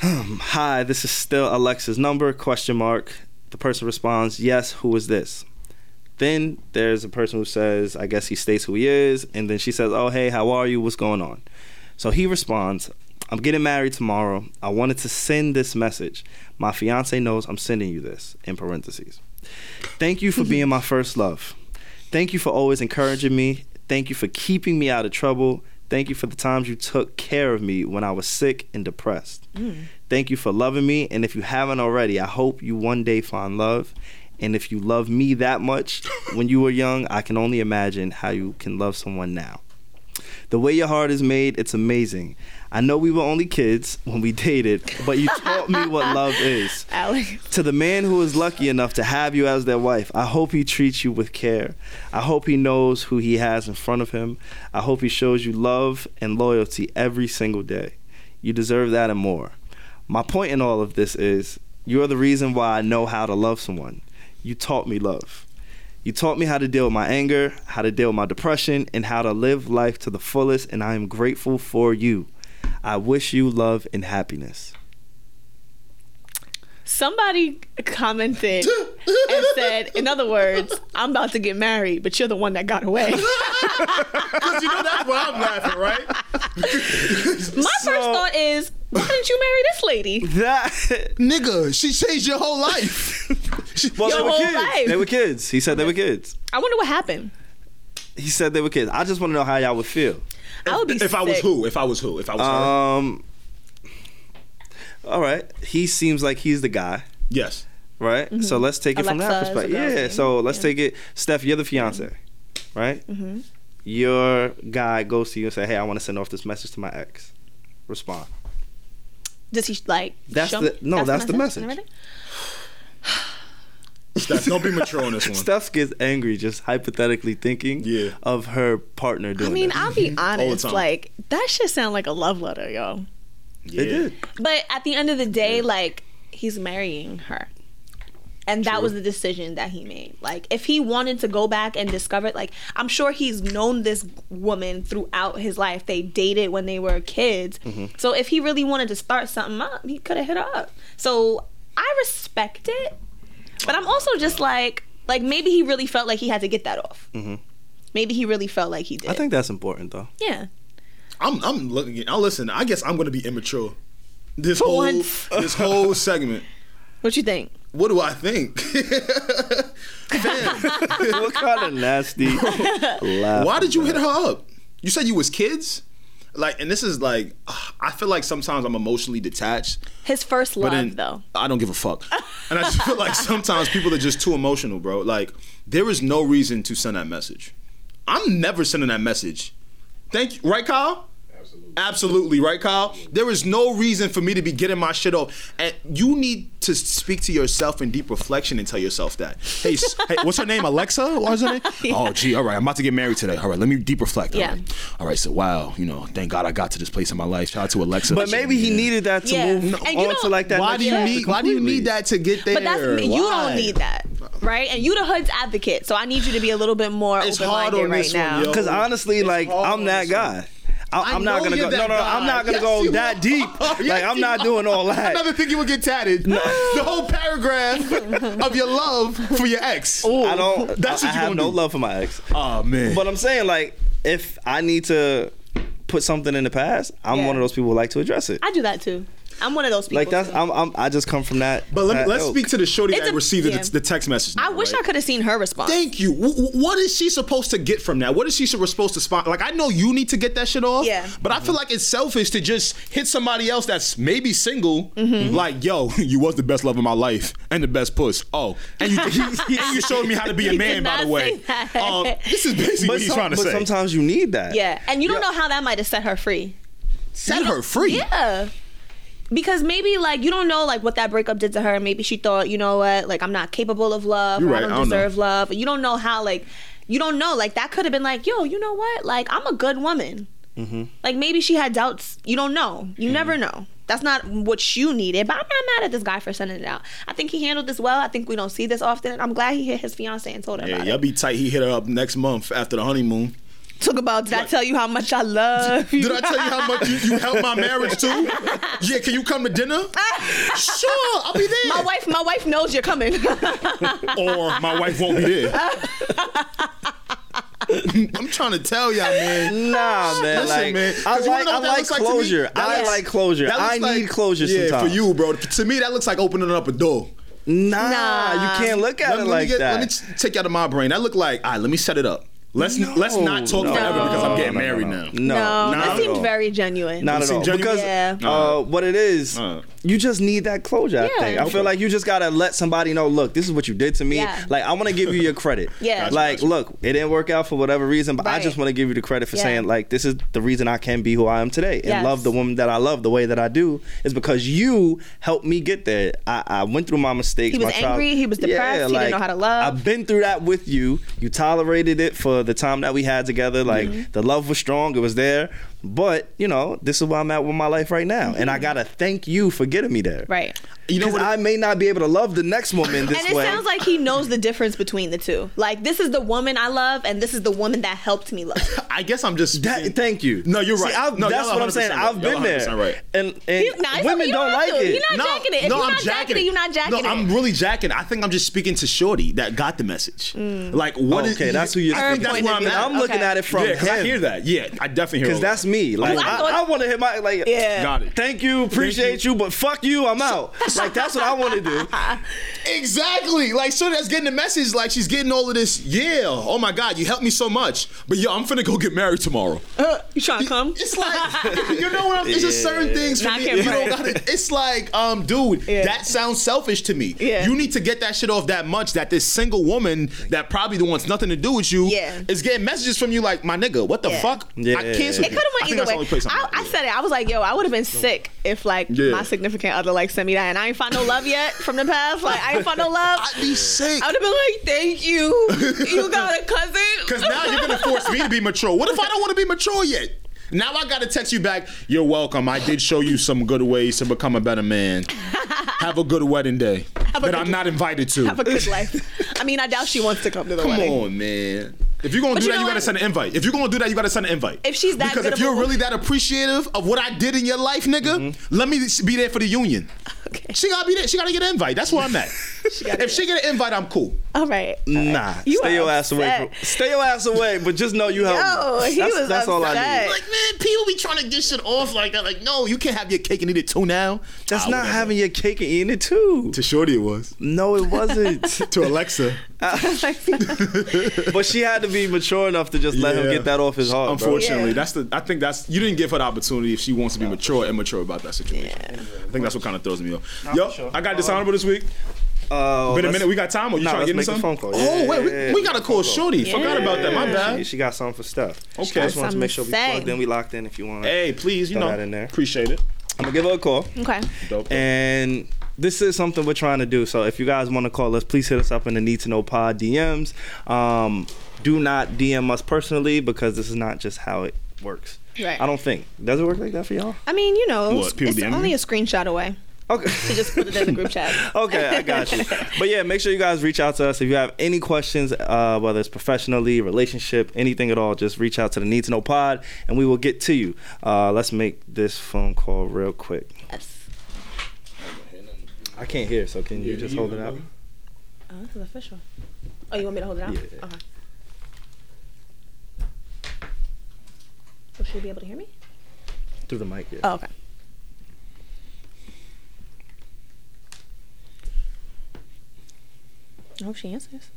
S1: um, "Hi, this is still Alexa's number?" Question mark. The person responds, "Yes. Who is this?" Then there's a person who says, "I guess he states who he is," and then she says, "Oh, hey, how are you? What's going on?" So he responds, I'm getting married tomorrow. I wanted to send this message. My fiance knows I'm sending you this, in parentheses. Thank you for being my first love. Thank you for always encouraging me. Thank you for keeping me out of trouble. Thank you for the times you took care of me when I was sick and depressed. Thank you for loving me. And if you haven't already, I hope you one day find love. And if you love me that much when you were young, I can only imagine how you can love someone now. The way your heart is made, it's amazing. I know we were only kids when we dated, but you taught me what love is.
S3: Alex.
S1: To the man who is lucky enough to have you as their wife, I hope he treats you with care. I hope he knows who he has in front of him. I hope he shows you love and loyalty every single day. You deserve that and more. My point in all of this is you're the reason why I know how to love someone. You taught me love. You taught me how to deal with my anger, how to deal with my depression, and how to live life to the fullest, and I am grateful for you. I wish you love and happiness.
S3: Somebody commented and said, in other words, I'm about to get married, but you're the one that got away.
S2: Because you know that's why I'm laughing, right?
S3: My first thought is, why didn't you marry this lady?
S1: That
S2: Nigga, she changed your whole life.
S1: Well,
S3: Your
S1: they were
S3: whole
S1: kids.
S3: life.
S1: They were kids. He said they were kids.
S3: I wonder what happened.
S1: He said they were kids. I just want to know how y'all would feel.
S3: I would be
S2: if I was
S3: sick.
S2: who? If I was who? If I was her?
S1: Um. All right. He seems like he's the guy,
S2: Yes.
S1: right? So let's take it from that
S3: Mm-hmm. Alexa is the
S1: perspective.
S3: girl's
S1: Yeah.
S3: name.
S1: So let's take it. Steph, you're the fiance, right?
S3: Mm-hmm.
S1: Your guy goes to you and say, "Hey, I want to send off this message to my ex." Respond.
S3: Does he like?
S1: That's
S3: show-
S1: the- no, that's the message.
S3: and everything?
S2: Steph, don't be mature on this one.
S1: Steph gets angry just hypothetically thinking
S2: Yeah.
S1: of her partner
S3: I
S1: doing.
S3: mean,
S1: that.
S3: I'll be honest.
S2: time.
S3: Like that shit sound like a love letter, yo.
S2: yeah.
S1: It did.
S3: But at the end of the day, like he's marrying her. And that was the decision that he made. Like if he wanted to go back and discover like I'm sure he's known this woman throughout his life. They dated when they were kids.
S1: Mm-hmm.
S3: So if he really wanted to start something up, he could have hit her up. So I respect it. But I'm also just like, like maybe he really felt like he had to get that off. Maybe he really felt like he did.
S1: Mm-hmm. I think that's important though.
S3: yeah.
S2: I'm I'm looking. Now listen, I guess I'm gonna be immature. This whole
S3: once.
S2: this whole segment.
S3: What you think?
S2: What do I think?
S1: what kind of nasty laugh?
S2: Why did you hit her up? You said you was kids. Like, and this is like, I feel like sometimes I'm emotionally detached.
S3: His first love,
S2: then
S3: though.
S2: I don't give a fuck. and I just feel like sometimes people are just too emotional, bro. Like, there is no reason to send that message. I'm never sending that message. Thank you. Right, Kyle? Absolutely. Absolutely, right, Kyle? There is no reason for me to be getting my shit off. And you need to speak to yourself in deep reflection and tell yourself that. Hey, s- hey what's her name? Alexa? What was her name? Oh, gee, all right. I'm about to get married today. All right, let me deep reflect. All
S3: Yeah.
S2: right. All right, so wow, you know, thank God I got to this place in my life. Shout out to Alexa.
S1: But maybe he needed that to
S3: Yeah.
S1: move
S3: And you
S1: on
S3: know-
S1: to like that.
S2: Why
S1: next
S2: do you
S1: chapter
S2: need? Why do you
S1: completely.
S2: need that to get there?
S3: But that's you don't need that, right? And you the hood's advocate, so I need you to be a little bit more
S2: It's
S3: open
S2: hard
S3: minded
S2: on
S3: right
S2: this one,
S3: now.
S2: yo.
S1: Because honestly,
S2: It's
S1: like
S2: hard
S1: I'm
S2: on
S1: that
S2: this
S1: guy. I,
S2: I
S1: I'm not
S2: know
S1: gonna
S2: you're
S1: go. No,
S2: that
S1: no, I'm
S2: guy.
S1: not gonna
S2: Yes,
S1: go
S2: you
S1: that
S2: are.
S1: deep.
S2: Yes,
S1: like I'm not
S2: you
S1: doing all
S2: I
S1: that.
S2: never think you would get tatted. The whole paragraph of your love for your ex.
S1: I don't.
S2: That's
S1: I, I
S2: what you
S1: have
S2: gonna
S1: no
S2: do.
S1: love for my ex.
S2: Oh man.
S1: But I'm saying like if I need to put something in the past, I'm
S3: Yeah.
S1: one of those people who like to address it.
S3: I do that too. I'm one of those people.
S1: like that's
S3: too.
S1: I'm, I'm I just come from that.
S2: But let me,
S1: that
S2: let's
S1: ilk.
S2: speak to the shorty
S3: It's
S2: that
S3: a-
S2: received
S3: yeah.
S2: the, the text message.
S3: I wish I could have seen her response.
S2: Thank you. W- w- what is she supposed to get from that? What is she so- supposed to spot? Like, I know you need to get that shit off.
S3: Yeah.
S2: But I feel like it's selfish to just hit somebody else that's maybe single.
S3: Mm-hmm.
S2: Like, yo, you was the best love of my life and the best puss. Oh, and you, and you showed me how to be a man, by
S3: not
S2: the way.
S3: say that.
S2: Um, this is basically
S1: But,
S2: what he's
S1: some-
S2: trying to
S1: but
S2: say.
S1: sometimes you need that.
S3: Yeah, and you don't know how that might have set her free.
S2: Set her free.
S3: Yeah. Because maybe like you don't know like what that breakup did to her. Maybe she thought, you know what, like I'm not capable of love.
S2: You're
S3: or
S2: right,
S3: I don't
S2: I don't know.
S3: deserve love. You don't know how like you don't know like that could have been like, yo, you know what, like I'm a good woman.
S2: Mm-hmm.
S3: Like maybe she had doubts. You don't know. You never know. That's not what you needed. But I'm not mad at this guy for sending it out. I think he handled this well. I think we don't see this often. I'm glad he hit his fiance and told her
S2: Yeah,
S3: about
S2: y'all
S3: it.
S2: be tight. He hit her up next month after the honeymoon.
S3: Talk about did I tell you how much I love you?
S2: Did I tell you how much you, you helped my marriage too? Yeah, can you come to dinner? sure, I'll be there.
S3: my wife, my wife knows you're coming.
S2: or my wife won't be there. I'm trying to tell y'all, man.
S1: Nah, man.
S2: Listen,
S1: like,
S2: man,
S1: I
S2: 'cause you wanna
S1: like,
S2: know
S1: I
S2: what that
S1: like
S2: looks like to me?
S1: closure.
S2: That
S1: I
S2: looks-
S1: like closure.
S2: That looks
S1: I
S2: like-
S1: need closure
S2: yeah,
S1: sometimes.
S2: for you, bro. To me, that looks like opening up a door.
S1: Nah,
S3: Nah.
S1: you can't look at
S2: Let
S1: it
S2: me,
S1: like
S2: get,
S1: that.
S2: let me t- take you out of my brain. That look like, all right, let me set it up. Let's let's not talk forever because I'm getting married now.
S1: No,
S3: No,
S1: not
S3: that
S1: at
S3: seemed
S1: all.
S3: very genuine.
S1: Not at all.
S2: genuine?
S1: Because
S3: Yeah.
S1: uh, what it is,
S2: Uh.
S1: you just need that closure. I
S3: Yeah.
S1: think. I feel like you just gotta let somebody know. Look, this is what you did to me.
S3: Yeah.
S1: Like I want to give you your credit.
S3: Yeah. Gotcha,
S1: Like, look, it didn't work out for whatever reason, but I
S3: Right.
S1: just want to give you the credit for
S3: Yeah.
S1: saying like this is the reason I can be who I am today and
S3: Yes.
S1: love the woman that I love the way that I do is because you helped me get there. I, I went through my mistakes.
S3: He was
S1: my trial-
S3: angry, he was depressed, he didn't know how to love.
S1: I've been through that with you. You tolerated it for the time that we had together. Like the love was strong, it was there. But you know, this is where I'm at with my life right now, and I gotta thank you for getting me there.
S3: Mm-hmm. Right.
S1: You
S2: You know
S1: know,
S2: what it-
S1: I may not be able to love the next woman this
S3: And it
S1: way.
S3: sounds like he knows the difference between the two. Like this is the woman I love, and this is the woman that helped me love.
S2: I guess I'm just.
S1: That- thank you.
S2: No, you're
S1: See,
S2: right.
S1: I've-
S2: No,
S1: that's
S2: y'all
S1: what I'm saying.
S2: 100%
S1: I've
S2: right.
S1: been
S2: Y'all
S1: there.
S2: 100% right.
S1: And and
S3: You- nah, it's
S1: women
S3: okay, you
S1: don't
S3: don't have
S1: like
S3: to.
S1: it.
S3: You're not jacking it. If you're not jacking it, you're not jacking
S2: no,
S3: it.
S2: I'm really jacking. it. I think I'm just speaking to Shorty that got the message.
S3: Mm.
S2: Like what is?
S1: okay, that's who you're.
S2: I think
S1: speaking
S2: that's
S1: to.
S2: where I'm at.
S1: I'm looking
S3: Okay.
S1: at it from
S2: yeah, 'cause I hear
S1: him
S2: that. Yeah, I definitely hear.
S1: because
S2: all
S1: that's
S2: that.
S1: me. Like
S3: I
S1: I,
S3: thought-
S1: I want to hit my like.
S3: Yeah.
S2: Got it.
S1: Thank you, appreciate you. but fuck you, I'm out. Like that's what I want to do.
S2: Exactly. Like Shorty that's getting the message. Like she's getting all of this. Yeah. Oh my God, you helped me so much. But yo, I'm finna go get married tomorrow.
S1: Uh,
S3: you trying to come?
S2: It's like you know what I'm. It's just certain things for
S3: Not
S2: me.
S3: getting
S2: You don't
S3: right.
S2: gotta. It's like, um, dude, that sounds selfish to me.
S3: Yeah.
S2: You need to get that shit off that much that this single woman that probably wants nothing to do with you
S3: Yeah.
S2: is getting messages from you like, my nigga, what the
S3: Yeah.
S2: fuck?
S1: Yeah.
S2: I canceled.
S3: It
S2: you.
S3: could
S2: I
S3: have
S2: think that's
S3: went
S2: the only
S3: either way.
S2: place I'm
S3: I,
S2: at.
S3: I said it. I was like, yo, I would have been sick if like
S2: Yeah.
S3: my significant other like sent me that, and I ain't find no love yet from the past. Like I ain't find no love.
S2: I'd be sick.
S3: I would have been like, thank you. You got a cousin.
S2: Because now you're gonna force me to be mature. What if I don't want to be mature yet? Now I gotta text you back. You're welcome. I did show you some good ways to become a better man. Have a good wedding day that I'm not invited to.
S3: have a good life. I mean, I doubt she wants to come to the
S2: Come
S3: wedding.
S2: on, man. If you're gonna
S3: But
S2: do
S3: you
S2: that,
S3: know
S2: you gotta
S3: what?
S2: send an invite. If you're gonna do that, you gotta send an invite.
S3: If she's that
S2: because if
S3: good of a
S2: you're
S3: woman- Mm-hmm.
S2: really that appreciative of what I did in your life, nigga, let me be there for the union.
S3: Okay.
S2: She gotta be there. She gotta get an invite. That's where I'm at. if she get an invite, I'm cool.
S3: All right.
S2: Mm.
S1: Nah, stay your ass away. From, stay your ass away, but just know you helped.
S3: Yo,
S1: me.
S3: he
S1: that's,
S3: was
S1: that's all I
S3: upset.
S1: need.
S2: Like, man, people be trying to get shit off like that. Like, no, you can't have your cake and eat it too now.
S1: That's
S2: Ah,
S1: not
S2: whatever.
S1: having your cake and eating it too.
S2: To Shorty, it was.
S1: No, it wasn't.
S2: To Alexa.
S1: but she had to be mature enough to just let him
S2: Yeah.
S1: get that off his heart. bro.
S2: Unfortunately, that's the. I think that's you didn't give her the opportunity if she wants to be mature and mature about that situation. I think that's what kind of throws me off. Yo, I got dishonorable this week.
S1: Uh,
S2: Been a
S1: let's-
S2: minute. We got time. Or you
S1: Nah,
S2: trying to get me
S1: let's make
S2: something?
S1: the phone call. Yeah,
S2: oh
S1: yeah,
S2: wait,
S1: yeah,
S2: we,
S1: yeah.
S2: we gotta call Shorty. Forgot about that. My
S1: She,
S2: bad.
S1: she got something for Steph.
S2: Okay.
S1: I just wanted to make sure we
S3: Something.
S1: plugged in, we locked in. If you want,
S2: Hey, please, you
S1: Throw
S2: know,
S1: that in there.
S2: appreciate it.
S1: I'm gonna give her a call.
S3: Okay.
S2: Dope.
S1: And this is something we're trying to do. So if you guys want to call us, please hit us up in the Need to Know Pod DMs. Um, do not DM us personally because this is not just how it works.
S3: Right.
S1: I don't think. Does it work like that for y'all?
S3: I mean, you know,
S2: What, people
S3: it's
S2: DMing
S3: only
S2: you?
S3: a screenshot away.
S1: Okay.
S3: to just put it in the group chat.
S1: okay, I got you. But yeah, make sure you guys reach out to us if you have any questions, uh, whether it's professionally, relationship, anything at all. Just reach out to the Need to Know Pod, and we will get to you. Uh, let's make this phone call real quick.
S3: Yes.
S1: I can't hear, so can you just hold it up?
S3: Oh, this is official. Oh, you want me to hold it out?
S1: Yeah.
S3: Okay. Will she Oh, be able to hear me?
S1: Through the mic, yeah.
S3: Oh, okay. I hope she answers.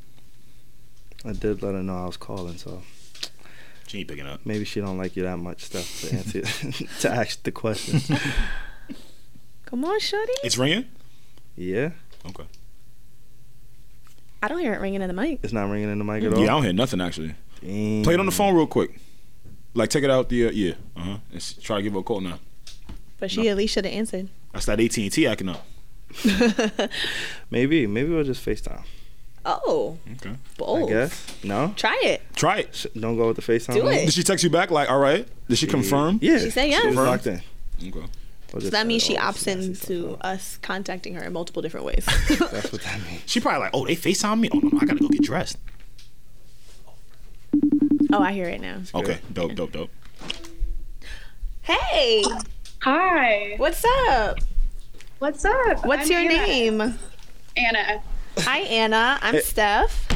S1: I did let her know I was calling, so
S2: She ain't picking up.
S1: maybe she don't like you that much stuff to answer to ask the questions.
S3: Come on, Shorty.
S2: It's ringing.
S1: Yeah,
S2: Okay.
S3: I don't hear it ringing in the mic.
S1: it's not ringing in the mic at all.
S2: Yeah, I don't hear nothing actually.
S1: Damn.
S2: Play it on the phone real quick. Like take it out the uh, yeah. Uh huh. And s- try to give her a call now.
S3: But she at least should have answered.
S2: That's that AT and T acting up.
S1: Maybe, maybe we'll just Facetime.
S3: Oh,
S2: Okay.
S1: I
S3: bold.
S1: guess no.
S3: Try it.
S2: Try it.
S1: Sh- Don't go with the Facetime.
S3: Do
S1: one?
S3: it.
S2: Did she text you back like all right? Did she confirm?
S1: Yeah.
S3: She said
S1: She
S3: yes.
S1: was locked in.
S2: Okay.
S3: So that means she opts into us contacting her in multiple different ways.
S1: That's what that means.
S2: She probably like, oh, they FaceTime me. Oh no, no, I gotta go get dressed.
S3: oh, I hear it now.
S2: Okay. Dope. Dope. Dope.
S3: Hey,
S6: Hi.
S3: what's up?
S6: What's up?
S3: What's
S6: I'm
S3: your
S6: Anna.
S3: name?
S6: Anna.
S3: Hi, Anna. I'm Steph.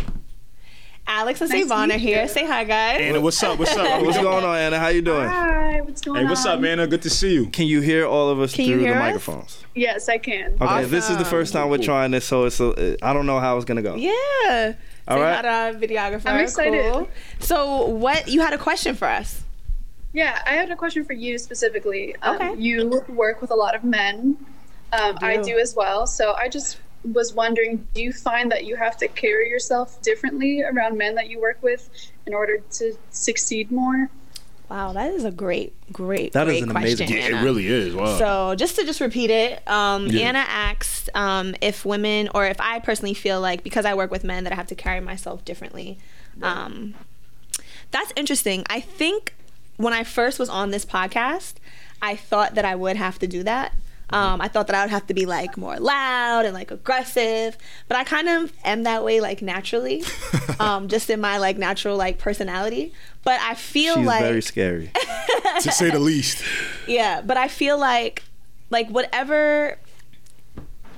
S3: Alex and
S6: Nice to
S3: Savon are
S6: meet
S3: here.
S6: you.
S3: Say hi, guys.
S2: Anna, what's up? What's up?
S1: What's going on, Anna? How you doing?
S3: Ah.
S6: Hi. What's going
S2: Hey,
S6: on?
S2: what's up, Anna? Good to see you.
S1: Can you hear all of us
S3: Can you
S1: through the
S3: hear us?
S1: microphones?
S6: Yes, I
S2: Oh.
S6: can.
S1: Okay, this is the first time we're trying this, so it's a, I don't know how it's gonna go.
S3: Yeah.
S1: All
S3: Say
S1: right.
S3: hi to our videographer.
S6: I'm excited.
S3: Oh, Cool. So, what you had a question for us?
S6: Yeah, I had a question for you specifically. Um,
S3: Okay.
S6: You work with a lot of men. Um, I
S3: do.
S6: do as well. So I just was wondering do you find that you have to carry yourself differently around men that you work with in order to succeed more?
S3: Wow, that is a great, great,
S1: That is
S3: great
S1: an
S3: question.
S1: amazing-
S3: Anna.
S2: is. Wow.
S3: So just to just repeat it, um, Anna asked um, if women or if I personally feel like because I work with men that I have to carry myself differently. Um, that's interesting. I think when I first was on this podcast, I thought that I would have to do that. Um, I thought that I would have to be like more loud and like aggressive, but I kind of am that way like naturally, um, just in my like natural like personality. But I feel
S1: She's
S3: like
S1: very scary.
S2: to say the least.
S3: yeah, but I feel like like whatever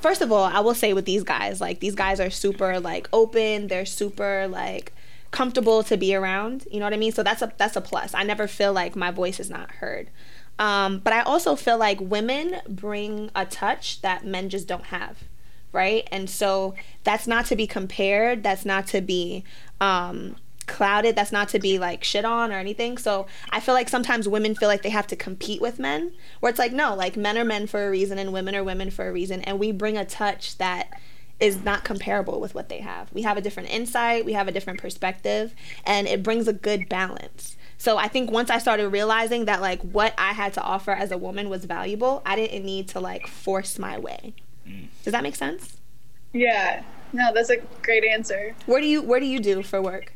S3: First of all, I will say with these guys, like these guys are super like open, they're super like comfortable to be around, you know what I mean? So that's a that's a plus. I never feel like my voice is not heard. Um, but I also feel like women bring a touch that men just don't have, right? And so that's not to be compared, that's not to be um clouded that's not to be like shit on or anything so i feel like sometimes women feel like they have to compete with men where it's like no like men are men for a reason and women are women for a reason and we bring a touch that is not comparable with what they have we have a different insight we have a different perspective and it brings a good balance so i think once i started realizing that like what i had to offer as a woman was valuable i didn't need to like force my way does that make sense
S6: Yeah. No, that's a great answer.
S3: where do you where do you do for work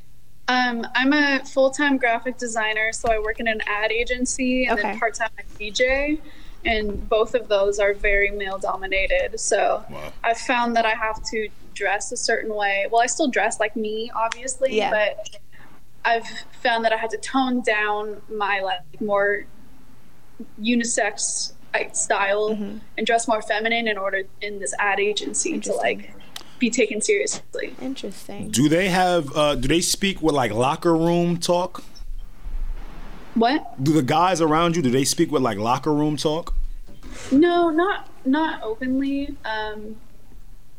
S6: Um, I'm a full time graphic designer, so I work in an ad agency and
S3: Okay.
S6: then part time I DJ. And both of those are very male dominated. So
S2: Wow.
S6: I've found that I have to dress a certain way. Well, I still dress like me, obviously,
S3: Yeah.
S6: but I've found that I had to tone down my like more
S3: Mm-hmm.
S6: unisex like, style and dress more feminine in order in this ad agency to like be taken seriously.
S3: Interesting.
S2: Do they have? Uh, do they speak with like locker room talk?
S6: What?
S2: Do the guys around you? Do they speak with like locker room talk?
S6: No, not not openly. Um,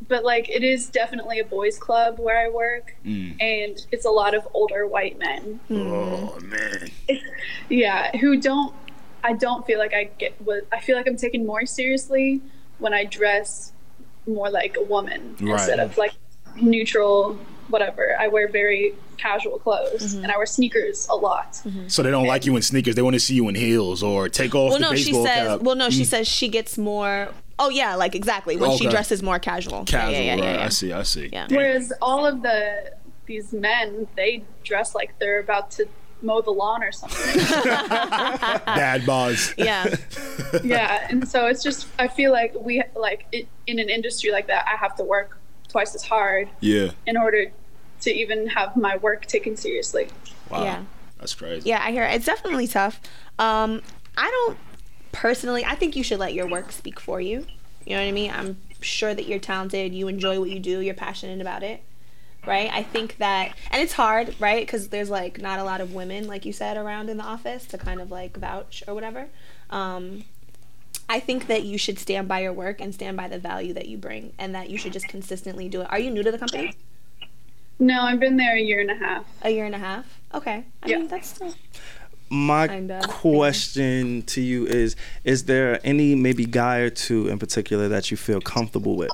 S6: but like it is definitely a boys' club where I work, and it's a lot of older white men.
S2: Oh man.
S6: Yeah, who don't I don't feel like I get what I feel like I'm taken more seriously when I dress more like a woman
S2: Right.
S6: instead of like neutral whatever. I wear very casual clothes and I wear sneakers a lot.
S2: So they don't like you in sneakers. They want to see you in heels or take off
S3: Well,
S2: the
S3: no, she
S2: baseball
S3: says.
S2: cap. Mm.
S3: Well, no, she says she gets more. Oh yeah, like exactly when she
S2: Okay.
S3: dresses more casual. Yeah,
S2: Casual,
S3: yeah, yeah, yeah,
S2: right?
S3: yeah.
S2: I see. I see.
S3: Yeah.
S6: Whereas all of the these men, they dress like they're about to mow the lawn or something.
S2: Bad buzz.
S3: Yeah.
S6: yeah, and so it's just I feel like we like it, in an industry like that, I have to work twice as hard
S2: Yeah.
S6: in order to even have my work taken seriously.
S2: Wow.
S3: Yeah.
S2: That's crazy.
S3: Yeah, I hear it. it's definitely tough. Um, I don't personally. I think you should let your work speak for you. You know what I mean? I'm sure that you're talented. You enjoy what you do. You're passionate about it, right? I think that, and it's hard, right? Because there's like not a lot of women, like you said, around in the office to kind of like vouch or whatever. Um, I think that you should stand by your work and stand by the value that you bring, and that you should just consistently do it. Are you new to the company?
S6: No, I've been there a year and a half.
S3: A year and a half? Okay. I
S6: Yeah.
S3: mean, that's still
S1: My
S3: Kinda.
S1: question to you is: Is there any maybe guy or two in particular that you feel comfortable with?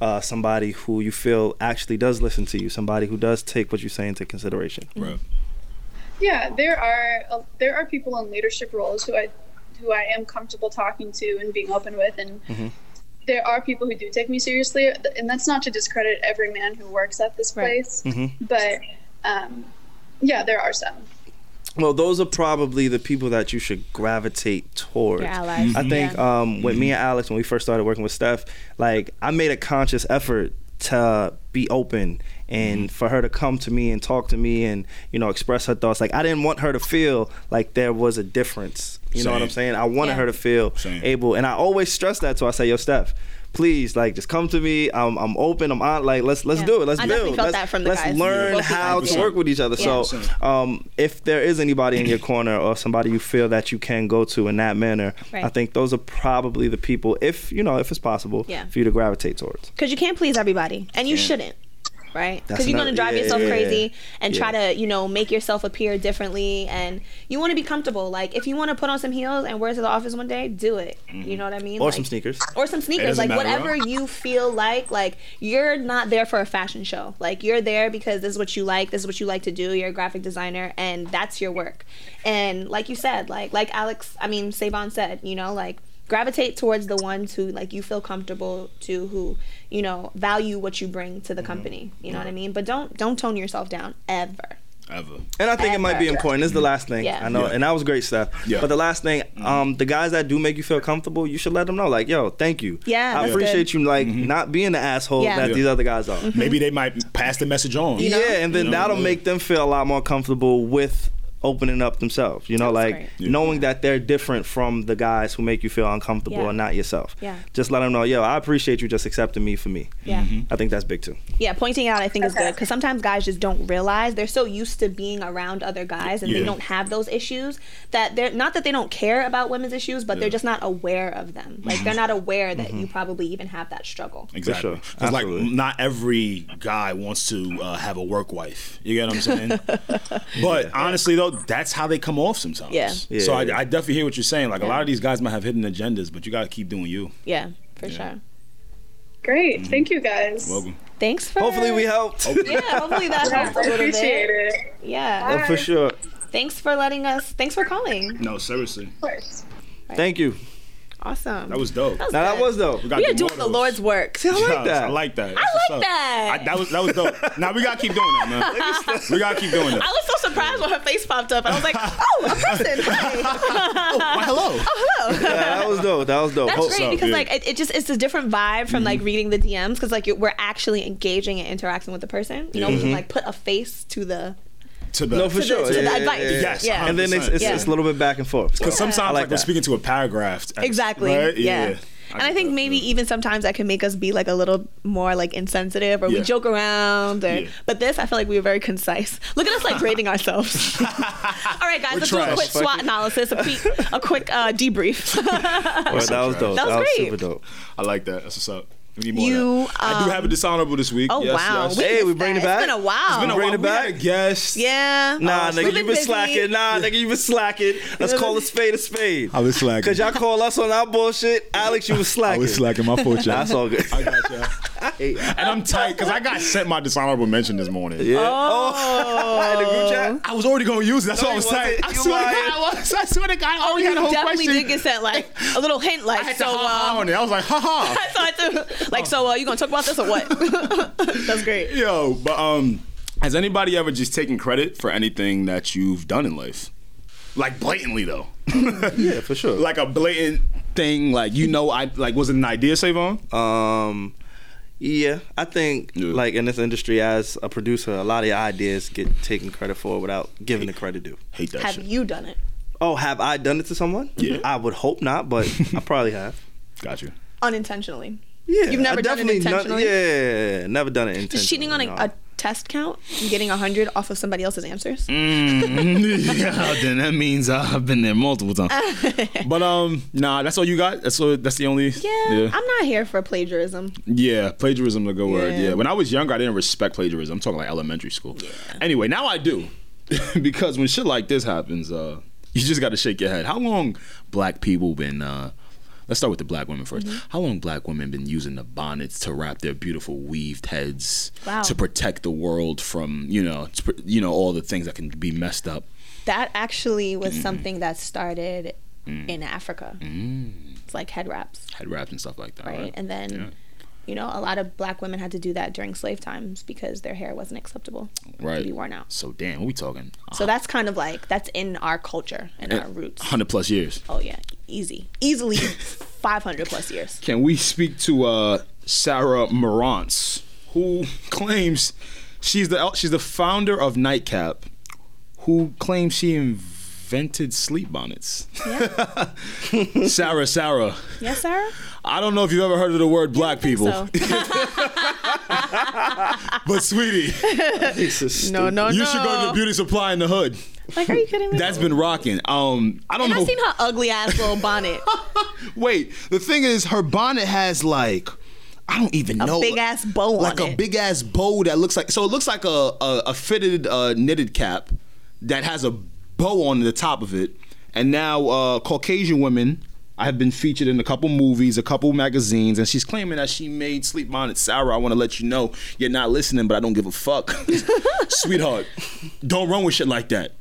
S1: Uh, somebody who you feel actually does listen to you. Somebody who does take what you say into consideration.
S2: Right.
S6: Yeah, there are uh, there are people in leadership roles who I who I am comfortable talking to and being open with, and there are people who do take me seriously. And that's not to discredit every man who works at this
S3: Right.
S6: place, but um, yeah, there are some.
S1: Well, those are probably the people that you should gravitate towards.
S3: your allies.
S1: I think um, with me and Alex, when we first started working with Steph, like I made a conscious effort to be open and for her to come to me and talk to me and you know express her thoughts. Like I didn't want her to feel like there was a difference. You know what I'm saying? I wanted
S3: Yeah.
S1: her to feel
S2: Same.
S1: able, and I always stress that. So I say, "Yo, Steph." Please, like, just come to me. I'm, I'm open. I'm on. Like, let's let's
S3: Yeah.
S1: do it. Let's
S3: I
S1: build.
S3: definitely felt
S1: let's
S3: that from the
S1: let's
S3: guys.
S1: learn
S3: Both
S1: how
S3: sides,
S1: to
S3: yeah.
S1: work with each other.
S3: Yeah.
S1: So, um, if there is anybody in your corner or somebody you feel that you can go to in that manner,
S3: Right.
S1: I think those are probably the people, if you know, if it's possible,
S3: Yeah.
S1: for you to gravitate towards.
S3: because you can't please everybody and you shouldn't right
S1: That's
S3: because you're going to
S1: another-
S3: drive
S1: yeah,
S3: yourself
S1: yeah,
S3: crazy and try
S1: yeah.
S3: to you know make yourself appear differently and you want to be comfortable like if you want to put on some heels and wear it to the office one day do it you know what i mean
S1: Mm-hmm. Or
S3: Like-
S1: some sneakers.
S3: or some sneakers
S2: doesn't
S3: like
S2: matter,
S3: whatever you feel like like you're not there for a fashion show like you're there because this is what you like this is what you like to do you're a graphic designer and that's your work and like you said like like alex i mean saban said you know like gravitate towards the ones who like you feel comfortable to who you know value what you bring to
S2: Mm-hmm.
S3: the company you know what i mean but don't don't tone yourself down ever
S2: Ever.
S1: And I think it might be
S3: Ever.
S1: important. This is the last thing.
S3: Yeah.
S1: I know.
S2: Yeah.
S1: And that was great stuff.
S2: Yeah.
S1: But the last thing, um, the guys that do make you feel comfortable, you should let them know, like, yo, thank you.
S3: Yeah,
S1: I
S3: that's
S1: appreciate you, like, not being the asshole
S3: Yeah. Mm-hmm.
S1: that
S2: Yeah.
S1: these other guys are.
S2: Maybe they might pass the message on.
S3: know?
S1: Yeah, and then
S2: You know,
S1: that'll
S2: yeah.
S1: make them feel a lot more comfortable with opening up themselves. You know,
S3: That's
S1: like
S3: great.
S1: knowing that they're different from the guys who make you feel uncomfortable
S3: Yeah.
S1: and not yourself.
S3: Yeah.
S1: Just let them know, yo, I appreciate you just accepting me for me.
S3: yeah
S2: Mm-hmm.
S1: I think that's big too.
S3: Yeah, pointing out I think is good because sometimes guys just don't realize they're so used to being around other guys and they
S2: Yeah.
S3: don't have those issues that they're not that they don't care about women's issues, but they're just not aware of them. Like they're not aware that you probably even have that struggle.
S2: Exactly.
S1: sure.
S2: 'Cause, like
S1: Absolutely.
S2: not every guy wants to uh, have a work wife. You get what I'm saying? but honestly though, that's how they come off sometimes.
S3: Yeah.
S2: so
S1: Yeah.
S2: I, I definitely hear what you're saying. Like a lot of these guys might have hidden agendas, but you gotta keep doing you.
S3: Yeah, for sure.
S6: Great, thank you guys.
S2: Welcome.
S3: Thanks for
S1: Hopefully, we helped.
S3: Yeah, hopefully that helped a
S6: I
S3: little
S6: appreciate
S3: bit.
S6: it.
S3: Yeah.
S1: Oh, for sure.
S3: Thanks for letting us. Thanks for calling.
S2: No, seriously.
S6: Of course.
S1: Thank you.
S3: Awesome.
S2: That was dope.
S3: That was
S1: Now that
S3: good.
S1: was though.
S2: gotta
S3: We are
S2: do more
S3: doing
S2: of
S3: the
S2: those.
S3: Lord's work.
S1: I like
S2: Yes,
S1: that.
S2: I like that.
S3: like that.
S2: I, that was that was dope. now we gotta keep doing that, man. we gotta keep doing
S3: I
S2: that.
S3: was so surprised when her face popped up. I was like, oh, a person. Hi.
S2: Why, hello.
S1: Yeah, that was dope. That was dope.
S3: That's
S1: Hope-
S3: great
S2: so,
S3: because
S2: yeah.
S3: like it, it just it's a different vibe from like reading the DMs because like you- we're actually engaging and interacting with the person. You know, we can like put a face to the
S2: To the
S1: No, for
S3: to
S1: sure.
S3: the,
S1: Yeah,
S3: to the
S1: yeah,
S3: advice.
S1: yeah,
S3: Yeah,
S1: yeah.
S2: Yes,
S1: And then it's, it's,
S3: Yeah.
S1: it's a little bit back and forth.
S2: Because sometimes
S1: I
S2: like,
S1: like
S2: we're
S1: that.
S2: speaking to a paragraph.
S3: exactly.
S2: Right?
S3: Yeah. and I think maybe even sometimes that can make us be like a little more like insensitive, or we
S2: Yeah.
S3: joke around. Or,
S2: Yeah.
S3: But this, I feel like we were very concise. Look at us like grading ourselves. All right, guys, let's do a
S2: trash.
S3: quick SWOT analysis, a quick, a quick uh, debrief.
S1: Or that was dope.
S3: That was great.
S1: super dope.
S2: I like that. That's what's up. We need more.
S3: You,
S2: of that. I do have a dishonorable this week.
S3: oh
S2: yes,
S3: wow,
S2: Yes.
S3: We
S1: Hey, we
S3: missed
S1: bringing
S3: that.
S1: it back?
S3: It's been a while.
S2: It's been a
S1: Bring
S2: while.
S1: it
S2: We had
S1: back?
S2: a guest.
S3: yeah.
S1: Nah,
S3: Oh,
S1: nigga,
S3: we've
S1: you been
S3: busy.
S1: slacking. Nah, nigga, you been slacking. Let's call a spade a spade.
S7: I was slacking.
S1: Cause y'all call us on our bullshit. Alex, you was slacking.
S7: I was slacking my foot, y'all.
S1: That's all good.
S7: I got y'all.
S2: And I'm tight because I got sent my dishonorable mention this morning.
S1: Yeah. Oh, in the group chat.
S2: I was already gonna use it. That's
S1: No,
S2: what I
S1: you
S2: was saying.
S1: wasn't.
S2: I
S1: You
S2: swear to
S1: lied.
S2: God, I was. I swear to God,
S3: Oh,
S2: I already had a whole
S3: definitely
S2: question.
S3: did get sent like a little hint, like
S2: I had
S3: so.
S2: to ha
S3: um,
S2: ha on it. I was like, ha ha.
S3: so I threw, like so. Uh, you gonna talk about this or what? That's great.
S2: Yo, but um, has anybody ever just taken credit for anything that you've done in life? Like blatantly though. yeah,
S1: for sure.
S2: Like a blatant thing, like you know, I like was it an idea, Savon? Uh,
S1: Um, yeah, I think
S2: Yeah.
S1: like in this industry as a producer, a lot of your ideas get taken credit for without giving the credit due.
S2: Hate that
S3: Have
S2: shit.
S3: you done it
S1: Oh, have I done it to someone?
S2: Yeah.
S1: I would hope not, but I probably have.
S2: Got you.
S3: unintentionally?
S1: Yeah,
S3: You've never
S1: I
S3: done it
S1: definitely done-
S3: intentionally?
S1: yeah, never done it intentionally.
S3: Just cheating on a,
S1: no.
S3: a test count and getting hundred off of somebody else's answers.
S2: Mm. yeah, then that means I've been there multiple times. but um, nah, that's all you got. That's all, that's the only.
S3: Yeah, I'm not here for plagiarism.
S2: Yeah, plagiarism a good word.
S3: Yeah.
S2: Yeah. When I was younger, I didn't respect plagiarism. I'm talking like elementary school. Anyway, now I do. because when shit like this happens, uh, you just got to shake your head. How long black people been uh Let's start with the black women 1st
S3: Mm-hmm.
S2: How long black women been using the bonnets to wrap their beautiful weaved heads
S3: Wow.
S2: to protect the world from, you know, to, pr- you know all the things that can be messed up?
S3: That actually was
S2: Mm.
S3: something that started in Africa. It's like head wraps,
S2: Mm. head wraps and stuff like that.
S3: right?
S2: Right.
S3: And then.
S2: Yeah.
S3: You know, a lot of black women had to do that during slave times because their hair wasn't acceptable to
S2: Right.
S3: be worn out.
S2: So damn, what we talking?
S3: So that's kind of like that's in our culture and our roots.
S2: Hundred plus years.
S3: Oh yeah, easy, easily, five hundred plus years.
S2: Can we speak to uh, Sarah Morantz, who claims she's the she's the founder of Nightcap, who claims she invented sleep bonnets. Sarah, Sarah,
S3: Yes, Sarah.
S2: I don't know if you've ever heard of the word black people,
S3: So
S2: but sweetie,
S3: no, no,
S2: you should go to the beauty supply in the hood.
S3: Like, are you kidding me?
S2: That's been rocking. Um, I don't
S3: and
S2: know.
S3: I seen her ugly ass little bonnet,
S2: Wait, the thing is, her bonnet has like I don't even know
S3: big ass bow on
S2: like a
S3: it.
S2: big ass bow that looks like so it looks like a a, a fitted uh, knitted cap that has a bow on the top of it. And now uh, Caucasian women I have been featured in a couple movies, a couple magazines, and she's claiming that she made sleep bonnet. Sarah, I want to let you know you're not listening, but I don't give a fuck, sweetheart. Don't run with shit like that.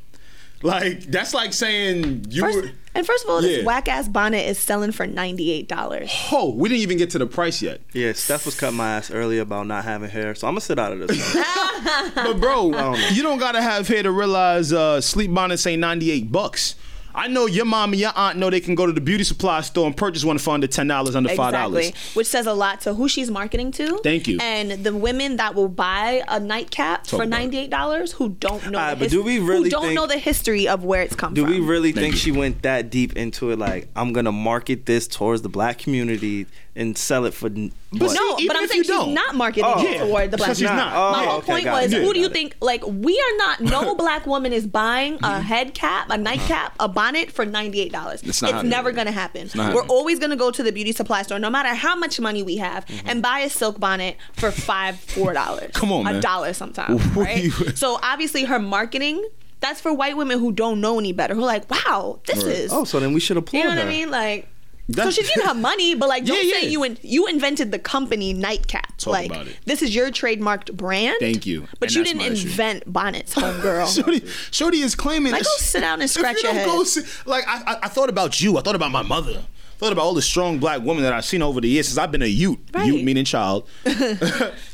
S2: Like that's like saying you
S3: First-
S2: were.
S3: and first of all, this
S2: Yeah.
S3: whack ass bonnet is selling for ninety eight dollars.
S2: Oh, we didn't even get to the price yet.
S1: Yeah, Steph was cutting my ass earlier about not having hair, so I'm gonna sit out of this. one.
S2: But bro, you don't gotta have hair to realize uh, sleep bonnets ain't 98 bucks. I know your mom and your aunt know they can go to the beauty supply store and purchase one for under ten dollars, under five dollars.
S3: Exactly, which says a lot to who she's marketing to.
S2: Thank you.
S3: And the women that will buy a nightcap for
S2: about it.
S3: ninety eight dollars who don't know,
S1: All right,
S3: the
S1: but do we really
S3: who don't
S1: think-
S3: know the history of where it's come
S1: Do
S3: from.
S1: we really think she went that deep into it? Like, I'm gonna market this towards the black community and sell it for. n- what?
S3: No,
S2: See, even
S3: but I'm
S2: if
S3: saying
S2: you
S3: she's
S2: don't-
S3: not marketing
S1: Oh.
S3: it toward the black
S2: Because she's
S3: people.
S2: not.
S1: Oh,
S3: My whole
S1: okay,
S3: point
S1: got it,
S3: was,
S1: got
S3: who
S1: it,
S3: do you
S1: got it.
S3: think? Like, we are not. No black woman is buying a
S2: Mm-hmm.
S3: head cap, a nightcap, a bonnet for ninety eight dollars. It's,
S2: Uh-huh. not happening.
S3: never gonna happen.
S2: not
S3: We're
S2: happening.
S3: always gonna go to the beauty supply store, no matter how much money we have, and buy a silk bonnet for five, four dollars.
S2: Mm-hmm. Come on,
S3: a
S2: man.
S3: dollar sometimes.
S2: What
S3: right?
S2: you-
S3: So obviously, her marketing. That's for white women who don't know any better. Who are like, wow, this is.
S1: Oh, so then we should applaud
S3: You know what
S1: her.
S3: I mean? Like,
S2: That's-
S3: so she's getting her money, but like, don't
S2: Yeah,
S3: say
S2: yeah.
S3: you in, you invented the company nightcap.
S2: Talk
S3: like,
S2: about it.
S3: this is your trademarked brand.
S2: Thank you.
S3: But
S2: And
S3: you
S2: that's
S3: didn't
S2: my issue.
S3: invent bonnets, homegirl.
S2: Shorty, Shorty is claiming.
S3: Like,
S2: that
S3: go
S2: she-
S3: sit down and
S2: If
S3: scratch
S2: you
S3: your
S2: don't
S3: head.
S2: Go sit, like I, I, I thought about you. I thought about my mother. I thought about all the strong black women that I've seen over the years since I've been a youth.
S3: Right.
S2: Youth meaning child.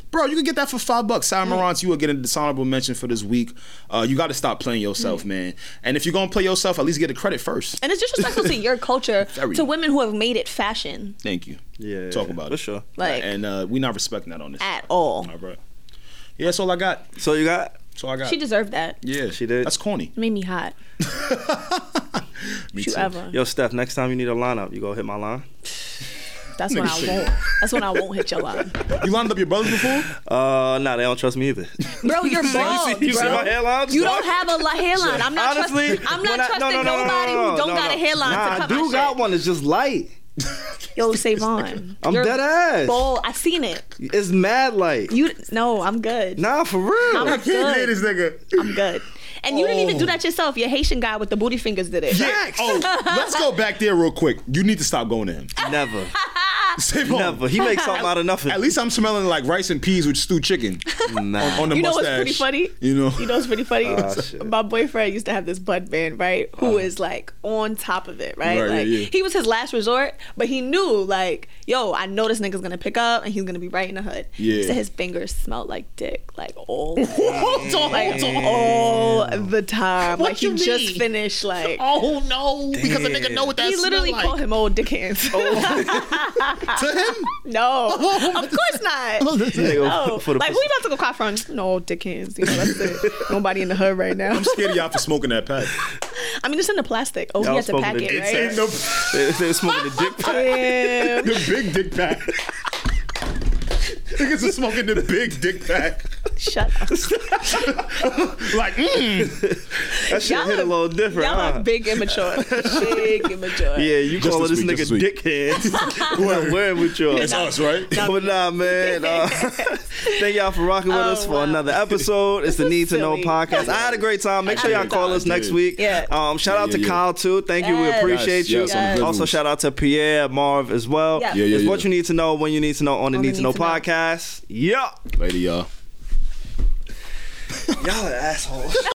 S2: Bro, you can get that for five bucks. Sarah Morantz, you will get a dishonorable mention for this week. Uh, you got to stop playing yourself, man. And if you're gonna play yourself, at least get the credit first.
S3: Mm. and it's disrespectful to your culture,
S2: Very.
S3: to women who have made it fashion
S2: Thank you.
S1: Yeah,
S2: Talk about
S1: for
S2: it.
S1: sure.
S3: Like-
S2: and uh, we not respecting that on this.
S3: at
S1: Oh,
S3: all.
S2: All right. Yeah, that's all I got.
S1: So you got?
S2: That's all I got.
S3: She deserved that.
S2: yeah,
S1: She did.
S2: That's corny.
S3: Made me hot.
S2: Me
S3: You ever.
S1: Yo, Steph. Next time you need a lineup, you go hit my line.
S3: That's when I won't. That's when I won't hit your line,
S2: You lined up your brothers before?
S1: Uh, nah, they don't trust me either.
S3: bro. You're bald,
S1: you see
S3: bro.
S1: my hairline?
S3: You don't have a li- hairline. I'm not. trust-
S1: Honestly,
S3: I'm
S1: when
S3: not
S1: I- no,
S3: trusting
S1: no, no, no,
S3: nobody
S1: no, no,
S3: who don't
S1: no,
S3: got a
S1: no.
S3: hairline
S1: Nah,
S3: to
S1: I
S3: cut
S1: do
S3: my
S1: got
S3: shit.
S1: one. It's just light.
S3: Yo, Savon.
S1: I'm
S3: you're
S1: dead ass.
S3: Bald. I seen it.
S1: It's mad light.
S3: You no. I'm good.
S1: nah, for real.
S3: I'm good.
S2: this nigga.
S3: I'm good. And you didn't even do that yourself. Your Haitian guy with the booty fingers did it.
S2: Oh. Yeah. Oh, let's go back there real quick. You need to stop going to him.
S1: Never,
S3: Ah.
S2: Save on.
S1: never. He makes something out of nothing.
S2: At least I'm smelling like rice and peas with stewed chicken
S1: nah.
S2: on the
S3: You know
S2: mustache.
S3: what's pretty funny?
S2: You know. Ah,
S3: You know what's pretty funny?
S1: shit.
S3: My boyfriend used to have this bud band, right? Who was like on top of it, right?
S2: Uh-huh. Right, yeah,
S3: like
S2: yeah.
S3: he was his last resort, but he knew like, yo, I know this nigga's gonna pick up and he's gonna be right in the hood. He
S2: Yeah.
S3: said his fingers smelled like dick, like all, like, all the time. like he just finished like.
S8: Oh no, because a nigga know what that
S3: He
S8: smell
S3: literally
S8: like.
S3: called him old dick hands.
S1: Oh.
S2: to him?
S3: no, of course not.
S1: Nigga,
S3: No.
S1: for the
S3: Oh, like, who you about to go cop from? No, dickheads. You know, that's it. Nobody in the hood right now.
S2: I'm scared of y'all for smoking that pack.
S3: I mean, it's in the plastic. Oh,
S1: I
S3: he had
S1: was
S3: to
S1: smoking
S3: pack
S1: the
S3: it,
S1: dick
S3: right?
S2: the,
S1: they, they smoking the dick pack.
S3: Damn.
S2: the big dick pack. Niggas are smoking the big dick pack.
S3: Shut up.
S2: Like, mm.
S1: That shit
S3: Y'all
S1: hit a
S3: are-
S1: little different.
S3: Y'all
S1: huh?
S3: are big immature. Big immature.
S1: Yeah, you
S2: Just
S1: call
S2: this
S1: this
S2: week,
S1: nigga
S2: just this
S1: dickhead. We're wearing with you.
S2: It's us, right?
S1: But nah, man. Uh, thank y'all for rocking with
S3: Oh,
S1: us for
S3: wow.
S1: another episode. It's the
S3: is
S1: Need
S3: silly.
S1: to Know podcast. I had a great time. Make sure y'all
S2: did.
S1: call us
S2: I
S1: next
S2: did.
S1: week.
S3: Yeah.
S1: Um, shout out to
S2: yeah, yeah.
S1: Kyle too. Thank you. We
S3: Yes.
S1: appreciate
S2: Yes,
S1: you.
S2: yes, I'm good
S1: Also,
S2: ones.
S1: shout out to Pierre Marv as well.
S3: Yeah.
S2: Yeah, yeah,
S1: it's
S2: yeah.
S1: what you need to know when you need to know on the Need to Know podcast. Yeah.
S2: Later, y'all.
S1: Y'all are assholes.